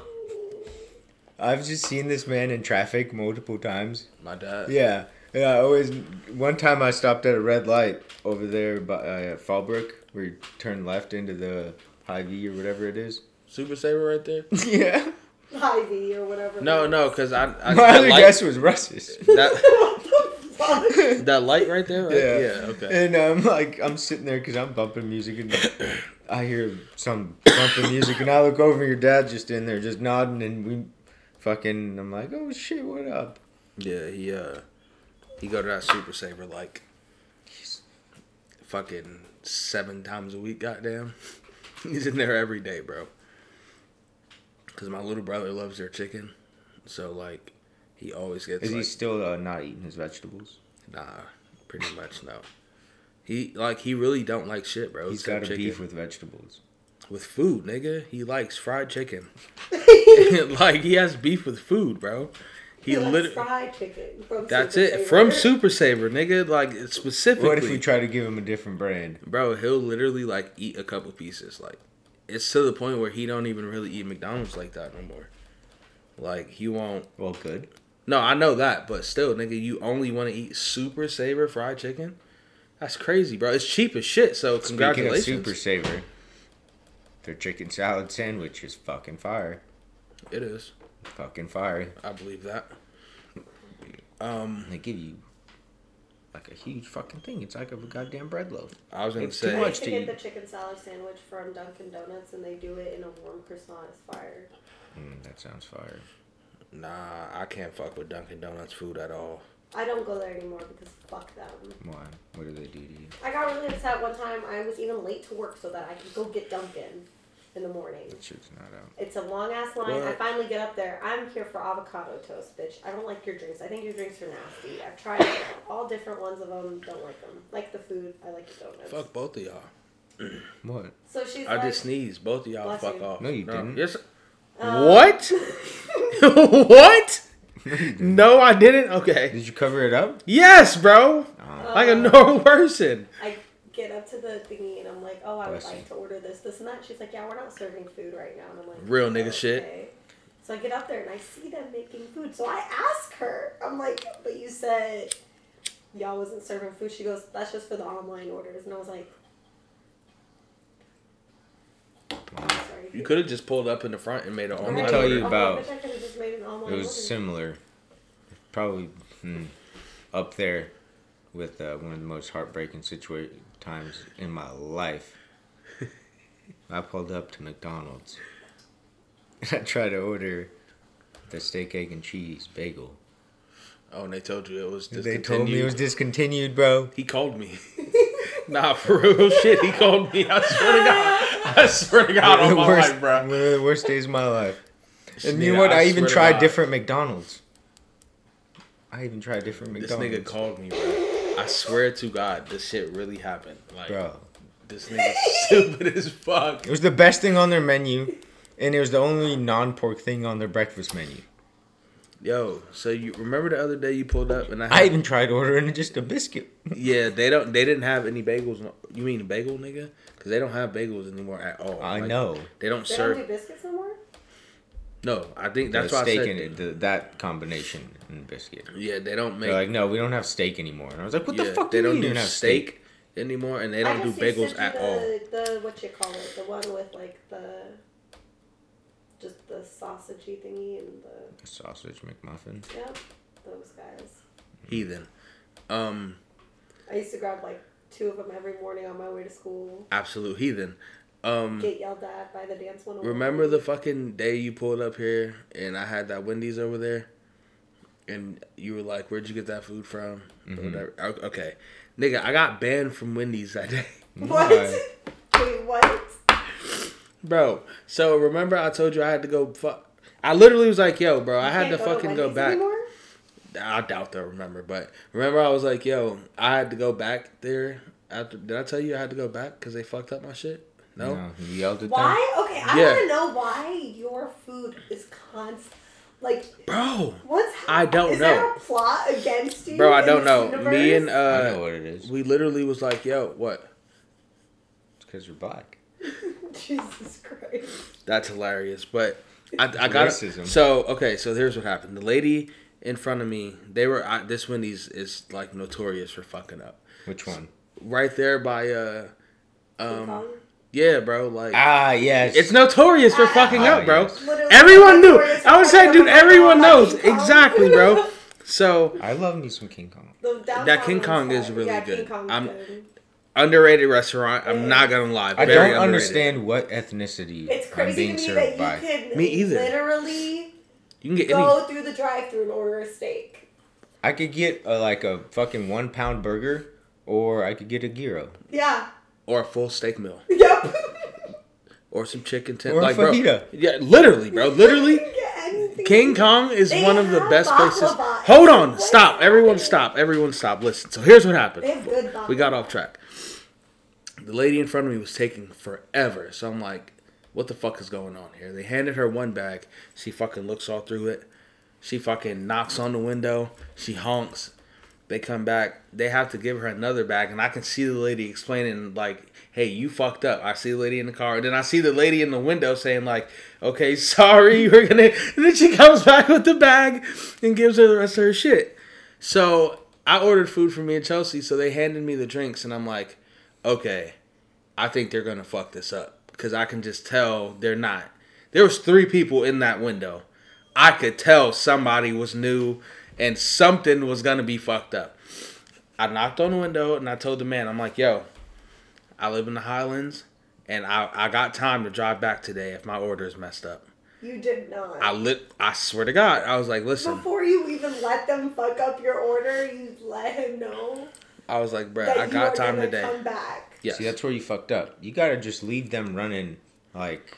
[SPEAKER 3] [LAUGHS] I've just seen this man in traffic multiple times.
[SPEAKER 2] My dad.
[SPEAKER 3] Yeah. Yeah, I always. One time I stopped at a red light over there by uh, Fallbrook, where you turn left into the High V or whatever
[SPEAKER 2] [LAUGHS]
[SPEAKER 3] it is.
[SPEAKER 2] Super Saver right there.
[SPEAKER 3] yeah.
[SPEAKER 1] Ivy or whatever.
[SPEAKER 2] No, no, because I.
[SPEAKER 3] [LAUGHS]
[SPEAKER 2] I
[SPEAKER 3] My
[SPEAKER 2] that
[SPEAKER 3] other
[SPEAKER 2] light-
[SPEAKER 3] guess was Russ's.
[SPEAKER 2] That,
[SPEAKER 1] [LAUGHS] what the fuck?
[SPEAKER 2] that light right there? Right?
[SPEAKER 3] Yeah.
[SPEAKER 2] okay.
[SPEAKER 3] And I'm like, I'm sitting there because I'm bumping music and I hear some bumping music and I look over and your dad's just in there just nodding and we fucking, I'm like, oh shit, what up?
[SPEAKER 2] yeah, he, uh. He go to that Super Saver like. Fucking seven times a week, goddamn. [LAUGHS] He's in there every day, bro. Because my little brother loves their chicken. So, like, he always gets.
[SPEAKER 3] Is he
[SPEAKER 2] like-
[SPEAKER 3] still uh, not eating his vegetables?
[SPEAKER 2] Nah, pretty much no. He like he really don't like shit, bro.
[SPEAKER 3] He's got
[SPEAKER 2] except
[SPEAKER 3] a
[SPEAKER 2] chicken.
[SPEAKER 3] beef with vegetables.
[SPEAKER 2] with food, nigga. He likes fried chicken. [LAUGHS]
[SPEAKER 3] [LAUGHS]
[SPEAKER 2] like he has beef with food, bro. He,
[SPEAKER 1] He likes
[SPEAKER 2] literally
[SPEAKER 1] fried chicken from
[SPEAKER 2] that's
[SPEAKER 1] Super
[SPEAKER 2] it
[SPEAKER 1] Saver.
[SPEAKER 2] from Super Saver, nigga. Like specifically,
[SPEAKER 3] What if we try to give him a different brand?
[SPEAKER 2] bro? He'll literally like eat a couple pieces. Like it's to the point where he don't even really eat McDonald's like that no more. Like he won't.
[SPEAKER 3] Well, good.
[SPEAKER 2] No, I know that, but still, nigga, you only want to eat Super Saver fried chicken. That's crazy, bro. It's cheap as shit. So
[SPEAKER 3] Speaking of
[SPEAKER 2] congratulations.
[SPEAKER 3] Super Saver, their chicken salad sandwich is fucking fire.
[SPEAKER 2] It is.
[SPEAKER 3] Fucking fire.
[SPEAKER 2] I believe that. Um,
[SPEAKER 3] And they give you like a huge fucking thing. It's like a goddamn bread loaf.
[SPEAKER 2] I was gonna
[SPEAKER 3] It's too
[SPEAKER 2] say.
[SPEAKER 1] I used
[SPEAKER 3] much.
[SPEAKER 1] to
[SPEAKER 3] to
[SPEAKER 1] get
[SPEAKER 3] eat.
[SPEAKER 1] the chicken salad sandwich from Dunkin' Donuts, and they do it in a warm croissant. It's fire.
[SPEAKER 3] Mm, that sounds fire.
[SPEAKER 2] Nah, I can't fuck with Dunkin' Donuts food at all.
[SPEAKER 1] I don't go there anymore because fuck them.
[SPEAKER 3] Why? What do they do to you?
[SPEAKER 1] I got really upset one time. I was even late to work so that I could go get Dunkin' in the morning.
[SPEAKER 3] That shit's not out.
[SPEAKER 1] It's a long ass line. I
[SPEAKER 2] What?
[SPEAKER 1] finally get up there. I'm here for avocado toast, bitch. I don't like your drinks. I think your drinks are nasty. I've tried all different ones of them. Don't like them. Like the food. I like the donuts.
[SPEAKER 2] Fuck both of y'all.
[SPEAKER 3] What?
[SPEAKER 1] So she's
[SPEAKER 2] I
[SPEAKER 1] like,
[SPEAKER 2] just sneezed. Both of y'all
[SPEAKER 1] Bless
[SPEAKER 2] fuck
[SPEAKER 1] you.
[SPEAKER 2] off.
[SPEAKER 3] No, you didn't.
[SPEAKER 2] Yes.
[SPEAKER 1] um,
[SPEAKER 2] what? [LAUGHS] what? No, I didn't. Okay.
[SPEAKER 3] Did you cover it up?
[SPEAKER 2] Yes, bro.
[SPEAKER 3] Uh,
[SPEAKER 2] Like a
[SPEAKER 1] Um,
[SPEAKER 2] normal person.
[SPEAKER 1] [LAUGHS] I get up to the thingy and I'm like, oh, I would
[SPEAKER 3] Bless you.
[SPEAKER 1] like to order this, this, and that. She's like, yeah, we're not serving food right now. And I'm like,
[SPEAKER 2] Real nigga shit.
[SPEAKER 1] So I get up there and I see them making food. So I ask her, I'm like, but you said y'all wasn't serving food. She goes, that's just for the online orders. And I was like, sorry.
[SPEAKER 2] You could have just pulled up in the front and made an
[SPEAKER 3] Let me
[SPEAKER 2] omelet.
[SPEAKER 3] tell you
[SPEAKER 1] Oh,
[SPEAKER 3] about-
[SPEAKER 1] I could have just made an online
[SPEAKER 3] it was
[SPEAKER 1] order.
[SPEAKER 3] similar. Probably hmm, up there with uh, one of the most heartbreaking situa- times in my life. I pulled up to McDonald's [LAUGHS] I tried to order the steak, egg, and cheese bagel.
[SPEAKER 2] Oh, and they told you it was
[SPEAKER 3] They
[SPEAKER 2] discontinued.
[SPEAKER 3] told me it was discontinued, bro.
[SPEAKER 2] He called
[SPEAKER 3] [LAUGHS]
[SPEAKER 2] me. nah, for real shit, he called me. I swear to God. I swear to God
[SPEAKER 3] One [LAUGHS]
[SPEAKER 2] on
[SPEAKER 3] of
[SPEAKER 2] my
[SPEAKER 3] the worst,
[SPEAKER 2] life, bro.
[SPEAKER 3] One of the worst days of my
[SPEAKER 2] [LAUGHS]
[SPEAKER 3] life. And you
[SPEAKER 2] Nigga,
[SPEAKER 3] know what?
[SPEAKER 2] I
[SPEAKER 3] I, even
[SPEAKER 2] swear to
[SPEAKER 3] tried
[SPEAKER 2] God.
[SPEAKER 3] different McDonald's. I even tried different
[SPEAKER 2] This
[SPEAKER 3] McDonald's.
[SPEAKER 2] nigga called me, bro. I swear to God, this shit really happened. Like,
[SPEAKER 3] bro.
[SPEAKER 2] this nigga [LAUGHS] stupid as fuck.
[SPEAKER 3] It was the best thing on their menu, and it was the only non-pork thing on their breakfast menu.
[SPEAKER 2] Yo, so you remember the other day you pulled up and I,
[SPEAKER 3] I even tried ordering just a biscuit.
[SPEAKER 2] yeah they don't they didn't have any bagels. no- You mean bagel, nigga? Because they don't have bagels anymore at all.
[SPEAKER 3] I
[SPEAKER 2] Like,
[SPEAKER 3] know.
[SPEAKER 2] they don't
[SPEAKER 1] They
[SPEAKER 2] serve.
[SPEAKER 1] don't do biscuits no more?
[SPEAKER 2] no, I think that's
[SPEAKER 3] the
[SPEAKER 2] why I
[SPEAKER 3] steak
[SPEAKER 2] said.
[SPEAKER 3] and the, that combination and biscuit.
[SPEAKER 2] Yeah, they don't make.
[SPEAKER 3] They're like, no, we don't have steak anymore. And I was like, what
[SPEAKER 2] yeah,
[SPEAKER 3] the fuck?
[SPEAKER 2] They
[SPEAKER 3] do you
[SPEAKER 2] don't do
[SPEAKER 3] mean you have
[SPEAKER 2] steak, anymore, and they
[SPEAKER 1] I
[SPEAKER 2] don't do
[SPEAKER 1] just used to
[SPEAKER 2] bagels at
[SPEAKER 1] the,
[SPEAKER 2] all.
[SPEAKER 1] The what you call it, the one with like the just the sausagey thingy and the
[SPEAKER 3] Sausage McMuffin.
[SPEAKER 1] yep, those guys.
[SPEAKER 2] Heathen. Um,
[SPEAKER 1] I used to grab like two of them every morning on my way to school.
[SPEAKER 2] absolute heathen. Um,
[SPEAKER 1] Get yelled at by the dance one.
[SPEAKER 2] remember the fucking day you pulled up here and I had that Wendy's over there, and you were like, "Where'd you get that food from?" Or
[SPEAKER 3] Mm-hmm.
[SPEAKER 2] whatever. O- Okay, nigga, I got banned from Wendy's that [LAUGHS] day.
[SPEAKER 1] [LAUGHS] what?
[SPEAKER 3] Why?
[SPEAKER 1] Wait, what?
[SPEAKER 2] Bro, so remember I told you I had to go fuck. I literally was like, yo, bro, I
[SPEAKER 1] You
[SPEAKER 2] had to
[SPEAKER 1] can't go
[SPEAKER 2] fucking go
[SPEAKER 1] Wendy's
[SPEAKER 2] back.
[SPEAKER 1] anymore?
[SPEAKER 2] I doubt they'll remember, but remember I was like, yo, I had to go back there. After, did I tell you I had to go back because they fucked up my shit? No.
[SPEAKER 3] No, you yelled at them.
[SPEAKER 1] Why? Okay, I
[SPEAKER 2] Yeah.
[SPEAKER 1] want to know why your food is constant. Like,
[SPEAKER 2] Bro,
[SPEAKER 1] what's hap-
[SPEAKER 2] I don't
[SPEAKER 1] Is there
[SPEAKER 2] know.
[SPEAKER 1] a plot against you?
[SPEAKER 2] bro, I
[SPEAKER 1] in
[SPEAKER 2] don't
[SPEAKER 1] this
[SPEAKER 2] know. Me
[SPEAKER 1] universe?
[SPEAKER 2] and
[SPEAKER 3] I know
[SPEAKER 2] uh,
[SPEAKER 3] what it is.
[SPEAKER 2] we literally was like, yo, what?
[SPEAKER 3] It's because you're black.
[SPEAKER 1] [LAUGHS] Jesus Christ.
[SPEAKER 2] That's hilarious. But I, I got
[SPEAKER 3] Racism.
[SPEAKER 2] So okay, so here's what happened. The lady in front of me, they were I, this Wendy's is like notorious for fucking up.
[SPEAKER 3] Which one?
[SPEAKER 2] Right there by uh,
[SPEAKER 1] King
[SPEAKER 2] um,
[SPEAKER 1] Kong?
[SPEAKER 2] yeah, bro, like.
[SPEAKER 3] Ah, yes.
[SPEAKER 2] It's notorious for fucking
[SPEAKER 3] Ah,
[SPEAKER 2] up, bro.
[SPEAKER 3] yes.
[SPEAKER 1] Literally,
[SPEAKER 2] Everyone knew.
[SPEAKER 1] notorious
[SPEAKER 2] I would
[SPEAKER 1] for
[SPEAKER 2] say,
[SPEAKER 1] fucking
[SPEAKER 2] dude, everyone
[SPEAKER 1] up
[SPEAKER 2] knows
[SPEAKER 1] King Kong.
[SPEAKER 2] exactly,
[SPEAKER 1] [LAUGHS]
[SPEAKER 2] bro. So
[SPEAKER 3] I love me some King Kong.
[SPEAKER 1] The downtown
[SPEAKER 2] That King
[SPEAKER 1] one's
[SPEAKER 2] Kong is
[SPEAKER 1] fine.
[SPEAKER 2] really
[SPEAKER 1] yeah, King
[SPEAKER 2] good.
[SPEAKER 1] Kong's
[SPEAKER 2] I'm-
[SPEAKER 1] good.
[SPEAKER 2] underrated restaurant. I'm not gonna lie.
[SPEAKER 3] I
[SPEAKER 2] very
[SPEAKER 3] don't
[SPEAKER 2] underrated.
[SPEAKER 3] understand what ethnicity
[SPEAKER 1] It's
[SPEAKER 3] I'm
[SPEAKER 1] crazy
[SPEAKER 3] being
[SPEAKER 1] to me
[SPEAKER 3] served
[SPEAKER 1] that you
[SPEAKER 3] by.
[SPEAKER 1] could
[SPEAKER 2] Me either.
[SPEAKER 1] literally
[SPEAKER 2] You can get any.
[SPEAKER 1] go through the drive-through and order a steak.
[SPEAKER 3] I could get a, like a fucking one pound burger, or I could get a gyro.
[SPEAKER 1] Yeah. [LAUGHS]
[SPEAKER 2] or a full steak meal
[SPEAKER 1] Yep.
[SPEAKER 2] or some chicken tender.
[SPEAKER 3] Or a
[SPEAKER 2] like, bro,
[SPEAKER 3] fajita.
[SPEAKER 2] yeah, literally, bro, literally.
[SPEAKER 1] Get anything.
[SPEAKER 2] King Kong is
[SPEAKER 1] They
[SPEAKER 2] one of the
[SPEAKER 1] have
[SPEAKER 2] best places.
[SPEAKER 1] baklava.
[SPEAKER 2] Hold on,
[SPEAKER 1] What
[SPEAKER 2] stop,
[SPEAKER 1] is
[SPEAKER 2] everyone,
[SPEAKER 1] happening?
[SPEAKER 2] stop, everyone, stop. Listen. So here's what happened.
[SPEAKER 1] They have good baklava.
[SPEAKER 2] We got off track. The lady in front of me was taking forever, so I'm like, "What the fuck is going on here?" They handed her one bag. She fucking looks all through it. She fucking knocks on the window. She honks. They come back. They have to give her another bag, and I can see the lady explaining like, "Hey, you fucked up." I see the lady in the car, and then I see the lady in the window saying like, "Okay, [LAUGHS] sorry, we're gonna." And then she comes back with the bag and gives her the rest of her shit. So I ordered food for me and Chelsea, so they handed me the drinks, and I'm like, "Okay, I think they're gonna fuck this up because I can just tell they're not." There was three people in that window. I could tell somebody was new and something was gonna be fucked up. I knocked on the window and I told the man, I'm like, yo, I live in the Highlands and I, I got time to drive back today if my order is messed up.
[SPEAKER 1] You did not.
[SPEAKER 2] I lit I swear to God, I was like, listen,
[SPEAKER 1] Before you even let them fuck up your order, you let him know
[SPEAKER 2] I was like, bruh,
[SPEAKER 1] that
[SPEAKER 2] I
[SPEAKER 1] you
[SPEAKER 2] got
[SPEAKER 1] are
[SPEAKER 2] time
[SPEAKER 1] gonna
[SPEAKER 2] today.
[SPEAKER 1] come back.
[SPEAKER 2] Yes.
[SPEAKER 3] See, that's where you fucked up. You gotta just leave them running like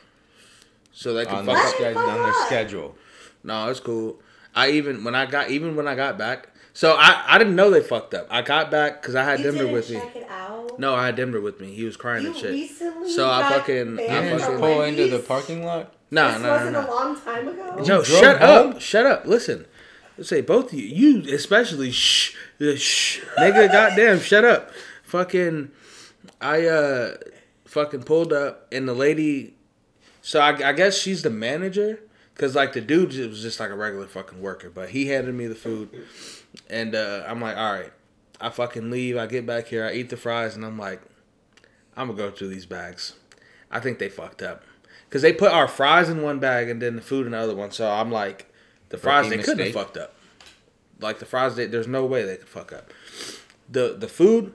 [SPEAKER 2] so they
[SPEAKER 3] on
[SPEAKER 2] can
[SPEAKER 3] their,
[SPEAKER 2] fuck
[SPEAKER 1] Let
[SPEAKER 2] up.
[SPEAKER 3] sched-
[SPEAKER 1] it fuck
[SPEAKER 3] on their
[SPEAKER 1] up.
[SPEAKER 3] schedule.
[SPEAKER 2] No, it's cool. I even when I got even when I got back, so I, I didn't know they fucked up. I got back because I had
[SPEAKER 1] You
[SPEAKER 2] Denver
[SPEAKER 1] didn't
[SPEAKER 2] with me.
[SPEAKER 1] check it out.
[SPEAKER 2] No, I had Denver with me. He was crying
[SPEAKER 1] You
[SPEAKER 2] and shit.
[SPEAKER 1] recently
[SPEAKER 2] So I
[SPEAKER 1] got
[SPEAKER 2] fucking-
[SPEAKER 1] banned
[SPEAKER 2] I
[SPEAKER 3] Didn't
[SPEAKER 2] fucking-
[SPEAKER 3] you just
[SPEAKER 1] from
[SPEAKER 3] pull into the
[SPEAKER 1] Wendy's?
[SPEAKER 3] parking lot?
[SPEAKER 2] No,
[SPEAKER 1] this
[SPEAKER 2] no, no,
[SPEAKER 1] wasn't
[SPEAKER 2] no.
[SPEAKER 1] a long time ago.
[SPEAKER 2] No,
[SPEAKER 3] You drove
[SPEAKER 2] shut
[SPEAKER 3] home?
[SPEAKER 2] up. Shut up. Listen. Let's say both of you, you especially, shh, uh, shh, nigga, goddamn, shut up. Fucking, I, uh, fucking pulled up and the lady, so I, I guess she's the manager, cause like the dude ju- was just like a regular fucking worker, but he handed me the food and, uh, I'm like, all right, I fucking leave. I get back here, I eat the fries and I'm like, I'm gonna go through these bags. I think they fucked up because they put our fries in one bag and then the food in the other one. So I'm like, the fries
[SPEAKER 3] Rookie
[SPEAKER 2] they couldn't have
[SPEAKER 3] mistake.
[SPEAKER 2] fucked up. Like the fries, they, there's no way they could fuck up. The the food,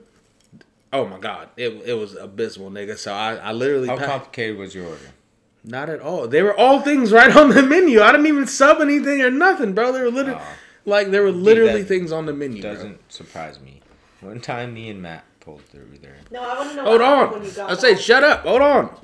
[SPEAKER 2] oh my god, it it was abysmal, nigga. So I I literally
[SPEAKER 3] How
[SPEAKER 2] packed-
[SPEAKER 3] complicated was your order?
[SPEAKER 2] Not at all. They were all things right on the menu. I didn't even sub anything or nothing, bro. They were literally
[SPEAKER 3] Aw.
[SPEAKER 2] like there were literally
[SPEAKER 3] that
[SPEAKER 2] things on the menu. bro.
[SPEAKER 3] Doesn't surprise me. One time, me and Matt pulled through there.
[SPEAKER 1] No, I want to know. [LAUGHS]
[SPEAKER 2] Hold
[SPEAKER 1] what happened
[SPEAKER 2] on.
[SPEAKER 1] When you got
[SPEAKER 2] I say
[SPEAKER 1] back.
[SPEAKER 2] shut up. Hold on.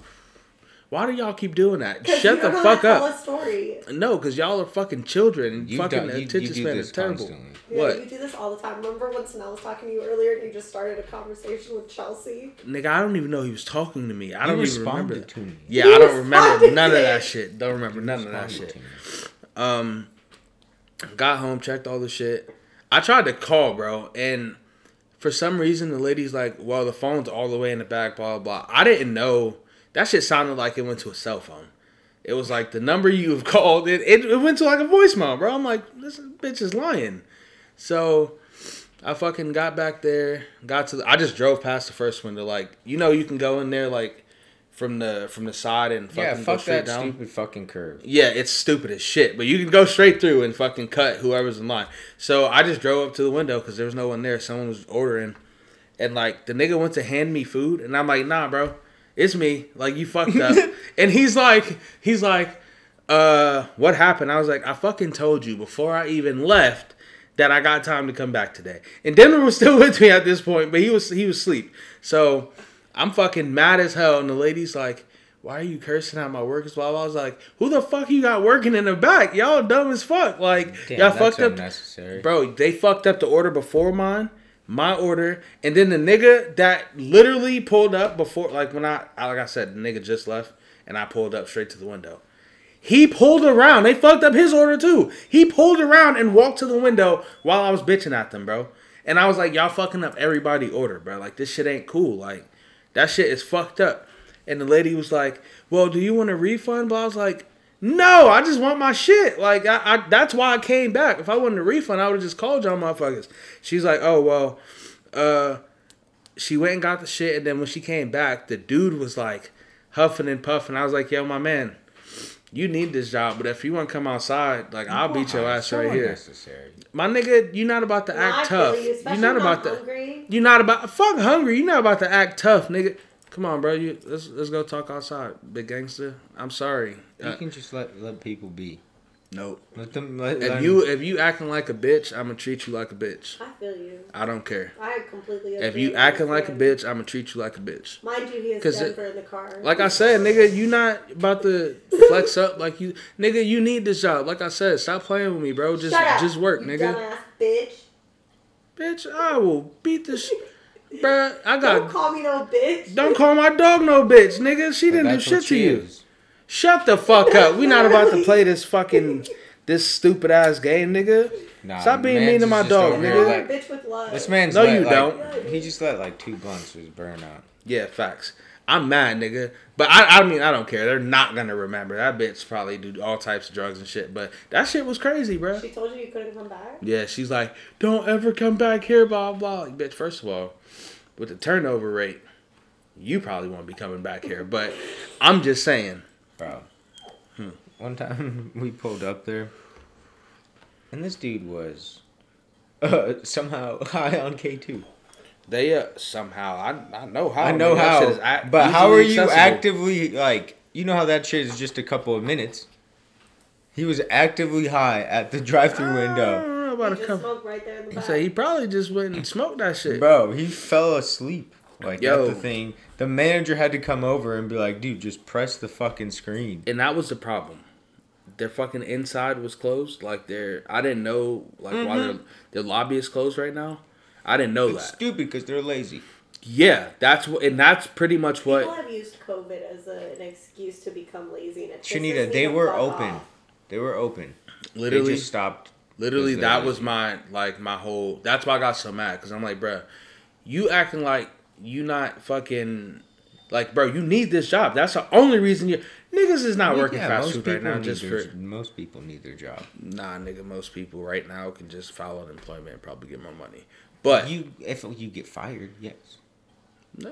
[SPEAKER 2] Why do y'all keep doing
[SPEAKER 1] [LAUGHS]
[SPEAKER 2] that?
[SPEAKER 1] 'Cause you
[SPEAKER 2] Shut the
[SPEAKER 1] don't know
[SPEAKER 2] fuck
[SPEAKER 1] how to Tell
[SPEAKER 2] up.
[SPEAKER 1] a story.
[SPEAKER 2] No, because y'all are fucking children. and
[SPEAKER 3] You've
[SPEAKER 2] fucking
[SPEAKER 3] done- you- you
[SPEAKER 2] attention
[SPEAKER 3] do
[SPEAKER 2] span
[SPEAKER 3] this
[SPEAKER 2] is terrible.
[SPEAKER 3] constantly.
[SPEAKER 1] Yeah,
[SPEAKER 2] What?
[SPEAKER 1] You do this all the time. Remember when Snell was talking to you earlier and you just started a conversation with Chelsea?
[SPEAKER 2] Nigga, I don't even know he was talking to me. I
[SPEAKER 3] You
[SPEAKER 2] don't even remember.
[SPEAKER 3] responded
[SPEAKER 2] that.
[SPEAKER 3] to me.
[SPEAKER 2] Yeah,
[SPEAKER 1] You
[SPEAKER 2] I don't remember
[SPEAKER 1] responded
[SPEAKER 2] none of
[SPEAKER 1] to
[SPEAKER 2] that
[SPEAKER 1] it.
[SPEAKER 2] shit. Don't remember none of that
[SPEAKER 3] Responded
[SPEAKER 2] shit.
[SPEAKER 3] to me.
[SPEAKER 2] Um, got home, checked all the shit. I tried to call, bro, and for some reason the lady's like, "Well, the phone's all the way in the back." Blah blah. blah." I didn't know that shit sounded like it went to a cell phone. It was like the number you've [LAUGHS] called. It it, it went to like a voicemail, bro. I'm like, this bitch is lying. So. I fucking got back there, got to. The, I just drove past the first window, like you know, you can go in there like from the from the side and fucking
[SPEAKER 3] Yeah,
[SPEAKER 2] go
[SPEAKER 3] fuck
[SPEAKER 2] straight
[SPEAKER 3] that
[SPEAKER 2] down.
[SPEAKER 3] stupid fucking curve.
[SPEAKER 2] Yeah, it's stupid as shit, but you can go straight through and fucking cut whoever's in line. So I just drove up to the window because there was no one there. Someone was ordering, and like the nigga went to hand me food, and I'm like, nah, bro, it's me. Like you fucked
[SPEAKER 3] [LAUGHS]
[SPEAKER 2] up, and he's like, he's like, uh, what happened? I was like, I fucking told you before I even left that I got time to come back today. And Denver was still [LAUGHS] with me at this point, but he was he was asleep. So I'm fucking mad as hell. And the lady's like, Why are you cursing at my workers? Blah blah. I was like, Who the fuck you got working in the back? Y'all dumb as fuck. Like
[SPEAKER 3] Damn,
[SPEAKER 2] y'all
[SPEAKER 3] that's
[SPEAKER 2] fucked up.
[SPEAKER 3] unnecessary.
[SPEAKER 2] Bro, they fucked up the order before mine, my order, and then the nigga that literally pulled up before, like when I, like I said, the nigga just left, and I pulled up straight to the window. He pulled around. They fucked up his order too. He pulled around and walked to the window while I was bitching at them, bro. And I was like, y'all fucking up everybody order, bro. Like this shit ain't cool. Like that shit is fucked up. And the lady was like, well, do you want a refund? But I was like, no, I just want my shit. Like I, I that's why I came back. If I wanted a refund, I would have just called y'all motherfuckers. She's like, oh well, uh, she went and got the shit, and then when she came back, the dude was like huffing and puffing. I was like, yo, my man, you need this job, but if you want to come outside, like I'll beat your
[SPEAKER 3] Why?
[SPEAKER 2] ass
[SPEAKER 3] So
[SPEAKER 2] right here,
[SPEAKER 3] unnecessary.
[SPEAKER 2] my nigga. You're not about to
[SPEAKER 1] Nah, I
[SPEAKER 2] act
[SPEAKER 1] feel
[SPEAKER 2] tough.
[SPEAKER 1] you,
[SPEAKER 2] You're
[SPEAKER 1] especially
[SPEAKER 2] not
[SPEAKER 1] when
[SPEAKER 2] about
[SPEAKER 1] I'm
[SPEAKER 2] to.
[SPEAKER 1] hungry.
[SPEAKER 2] You're not about fuck hungry. You're not about to act tough, nigga. Come on, bro. You let's let's go talk outside, big gangster. I'm sorry. Uh,
[SPEAKER 3] You can just let let people be.
[SPEAKER 2] nope.
[SPEAKER 3] Let them. Let,
[SPEAKER 2] If
[SPEAKER 3] let
[SPEAKER 2] you
[SPEAKER 3] them-
[SPEAKER 2] if you acting like a bitch, I'm gonna treat you like a bitch.
[SPEAKER 1] I feel you.
[SPEAKER 2] I don't care.
[SPEAKER 1] I completely agree.
[SPEAKER 2] If you
[SPEAKER 1] with
[SPEAKER 2] acting like a
[SPEAKER 1] him.
[SPEAKER 2] bitch, I'm gonna treat you like a bitch.
[SPEAKER 1] Mind you, he has
[SPEAKER 2] 'Cause it-
[SPEAKER 1] Denver in the car.
[SPEAKER 2] Like I said, nigga, you not about to flex up like you, nigga. You need this job. Like I said, stop playing with me, bro. Just
[SPEAKER 1] Shut up,
[SPEAKER 2] just work,
[SPEAKER 1] you
[SPEAKER 2] nigga.
[SPEAKER 1] Dumbass bitch.
[SPEAKER 2] Bitch, I will
[SPEAKER 1] [LAUGHS]
[SPEAKER 2] beat this, bruh. I
[SPEAKER 1] Don't
[SPEAKER 2] got.
[SPEAKER 1] call me no bitch.
[SPEAKER 2] Don't call my dog no bitch, nigga. She didn't do
[SPEAKER 3] that's what
[SPEAKER 2] shit to
[SPEAKER 3] she
[SPEAKER 2] you.
[SPEAKER 3] is.
[SPEAKER 2] Shut the fuck up. We not
[SPEAKER 1] [LAUGHS]
[SPEAKER 2] about to play this fucking this stupid ass game, nigga.
[SPEAKER 3] Nah,
[SPEAKER 2] Stop being
[SPEAKER 3] man's
[SPEAKER 2] mean to
[SPEAKER 3] just-
[SPEAKER 2] my
[SPEAKER 3] just
[SPEAKER 2] dog,
[SPEAKER 3] over
[SPEAKER 1] You're
[SPEAKER 3] here,
[SPEAKER 2] nigga.
[SPEAKER 1] a
[SPEAKER 3] like-
[SPEAKER 1] bitch with love.
[SPEAKER 3] This man's
[SPEAKER 2] No,
[SPEAKER 3] let,
[SPEAKER 2] you
[SPEAKER 3] like-
[SPEAKER 2] don't.
[SPEAKER 3] He just let like two blunts just burn out.
[SPEAKER 2] Yeah, facts. I'm mad, nigga. But I, I mean, I don't care. They're not gonna remember. That bitch probably do all types of drugs and shit. But that shit was crazy, bruh.
[SPEAKER 1] She told you you couldn't come back.
[SPEAKER 2] Yeah, she's like, don't ever come back here, blah blah. Like, bitch, first of all, with the turnover rate, you probably won't be coming back here. But I'm just saying,
[SPEAKER 3] Bro. One time [LAUGHS] we pulled up there, and this dude was uh, somehow [LAUGHS] high on K2.
[SPEAKER 2] they uh, somehow I I know how
[SPEAKER 3] I know
[SPEAKER 2] nigga. That shit
[SPEAKER 3] how.
[SPEAKER 2] is a-
[SPEAKER 3] but how are
[SPEAKER 2] easily
[SPEAKER 3] you
[SPEAKER 2] accessible.
[SPEAKER 3] actively, like, you know how that shit is just a couple of minutes? He was actively high at the drive through
[SPEAKER 2] I
[SPEAKER 3] window.
[SPEAKER 2] don't know
[SPEAKER 1] You
[SPEAKER 2] about a
[SPEAKER 1] just
[SPEAKER 2] couple.
[SPEAKER 1] smoked right there in the
[SPEAKER 2] I
[SPEAKER 1] back.
[SPEAKER 2] say he probably just went and smoked that shit.
[SPEAKER 3] Bro, he fell asleep. Like,
[SPEAKER 2] Yo.
[SPEAKER 3] at the thing. The manager had to come over and be like, dude, just press the fucking screen.
[SPEAKER 2] and that was the problem. Their fucking inside was closed. Like their, I didn't know like why their their lobby is closed right now. I didn't know
[SPEAKER 3] It's
[SPEAKER 2] that.
[SPEAKER 3] stupid because they're lazy.
[SPEAKER 2] Yeah, that's what, and that's pretty much what.
[SPEAKER 1] People have used COVID as a, an excuse to become lazy, and it pisses
[SPEAKER 3] Trinita,
[SPEAKER 1] me
[SPEAKER 3] they
[SPEAKER 1] the
[SPEAKER 3] were
[SPEAKER 1] fuck
[SPEAKER 3] open.
[SPEAKER 1] off.
[SPEAKER 3] They were open.
[SPEAKER 2] Literally,
[SPEAKER 3] They just stopped.
[SPEAKER 2] Literally,
[SPEAKER 3] Because they're
[SPEAKER 2] that
[SPEAKER 3] lazy.
[SPEAKER 2] was my like my whole. That's why I got so mad because I'm like, bruh, you acting like you not fucking like, bro. You need this job. That's the only reason you niggas is not working
[SPEAKER 3] Yeah,
[SPEAKER 2] fast
[SPEAKER 3] most
[SPEAKER 2] food right
[SPEAKER 3] people
[SPEAKER 2] now.
[SPEAKER 3] need
[SPEAKER 2] Just
[SPEAKER 3] their-
[SPEAKER 2] for
[SPEAKER 3] most people need their job.
[SPEAKER 2] nah, nigga. Most people right now can just file unemployment and probably get more money. But
[SPEAKER 3] You if you get fired, yes.
[SPEAKER 2] nah,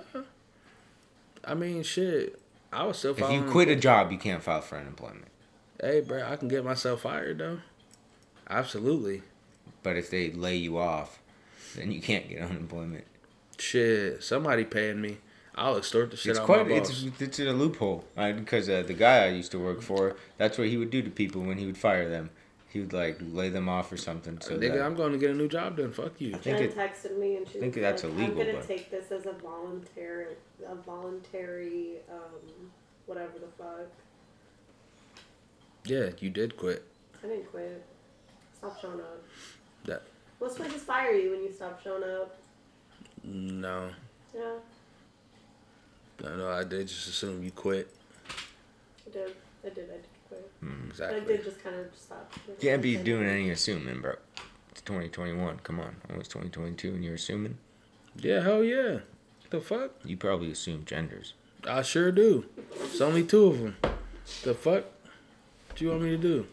[SPEAKER 2] I mean, shit. I was still.
[SPEAKER 3] If
[SPEAKER 2] file
[SPEAKER 3] you quit a job, you can't file for unemployment.
[SPEAKER 2] unemployment. hey, bro, I can get myself fired though. Absolutely.
[SPEAKER 3] But if they lay you off, then you can't get unemployment.
[SPEAKER 2] Shit, somebody paying me. I'll extort the shit
[SPEAKER 3] It's
[SPEAKER 2] out
[SPEAKER 3] quite
[SPEAKER 2] my
[SPEAKER 3] it's
[SPEAKER 2] boss.
[SPEAKER 3] it's a loophole uh, because uh, the guy I used to work for, that's what he would do to people when he would fire them. He would like lay them off or something. So
[SPEAKER 2] Nigga,
[SPEAKER 3] that-
[SPEAKER 2] I'm going to get a new job done. Fuck you.
[SPEAKER 3] think
[SPEAKER 1] Jen
[SPEAKER 3] it-
[SPEAKER 1] texted me and she
[SPEAKER 3] think
[SPEAKER 1] was
[SPEAKER 3] that's
[SPEAKER 1] like,
[SPEAKER 3] illegal,
[SPEAKER 1] I'm gonna
[SPEAKER 3] but-
[SPEAKER 1] take this as a voluntary, a voluntary, um, whatever the fuck.
[SPEAKER 2] Yeah, you did quit.
[SPEAKER 1] I didn't quit. Stop showing up.
[SPEAKER 2] That
[SPEAKER 1] What's going to fire you when you stop showing up?
[SPEAKER 2] no,
[SPEAKER 1] Yeah,
[SPEAKER 2] no, no. I did just assume you quit.
[SPEAKER 1] I did. I did. I did quit. But I
[SPEAKER 2] Exactly.
[SPEAKER 1] did just kind of stop.
[SPEAKER 3] Can't be doing any assuming, bro. It's 2021. Come on, Oh, it was 2022, and you're assuming.
[SPEAKER 2] Yeah, hell yeah. The fuck?
[SPEAKER 3] You probably assume genders.
[SPEAKER 2] I sure do. It's only two of them. The fuck? What you want me to do?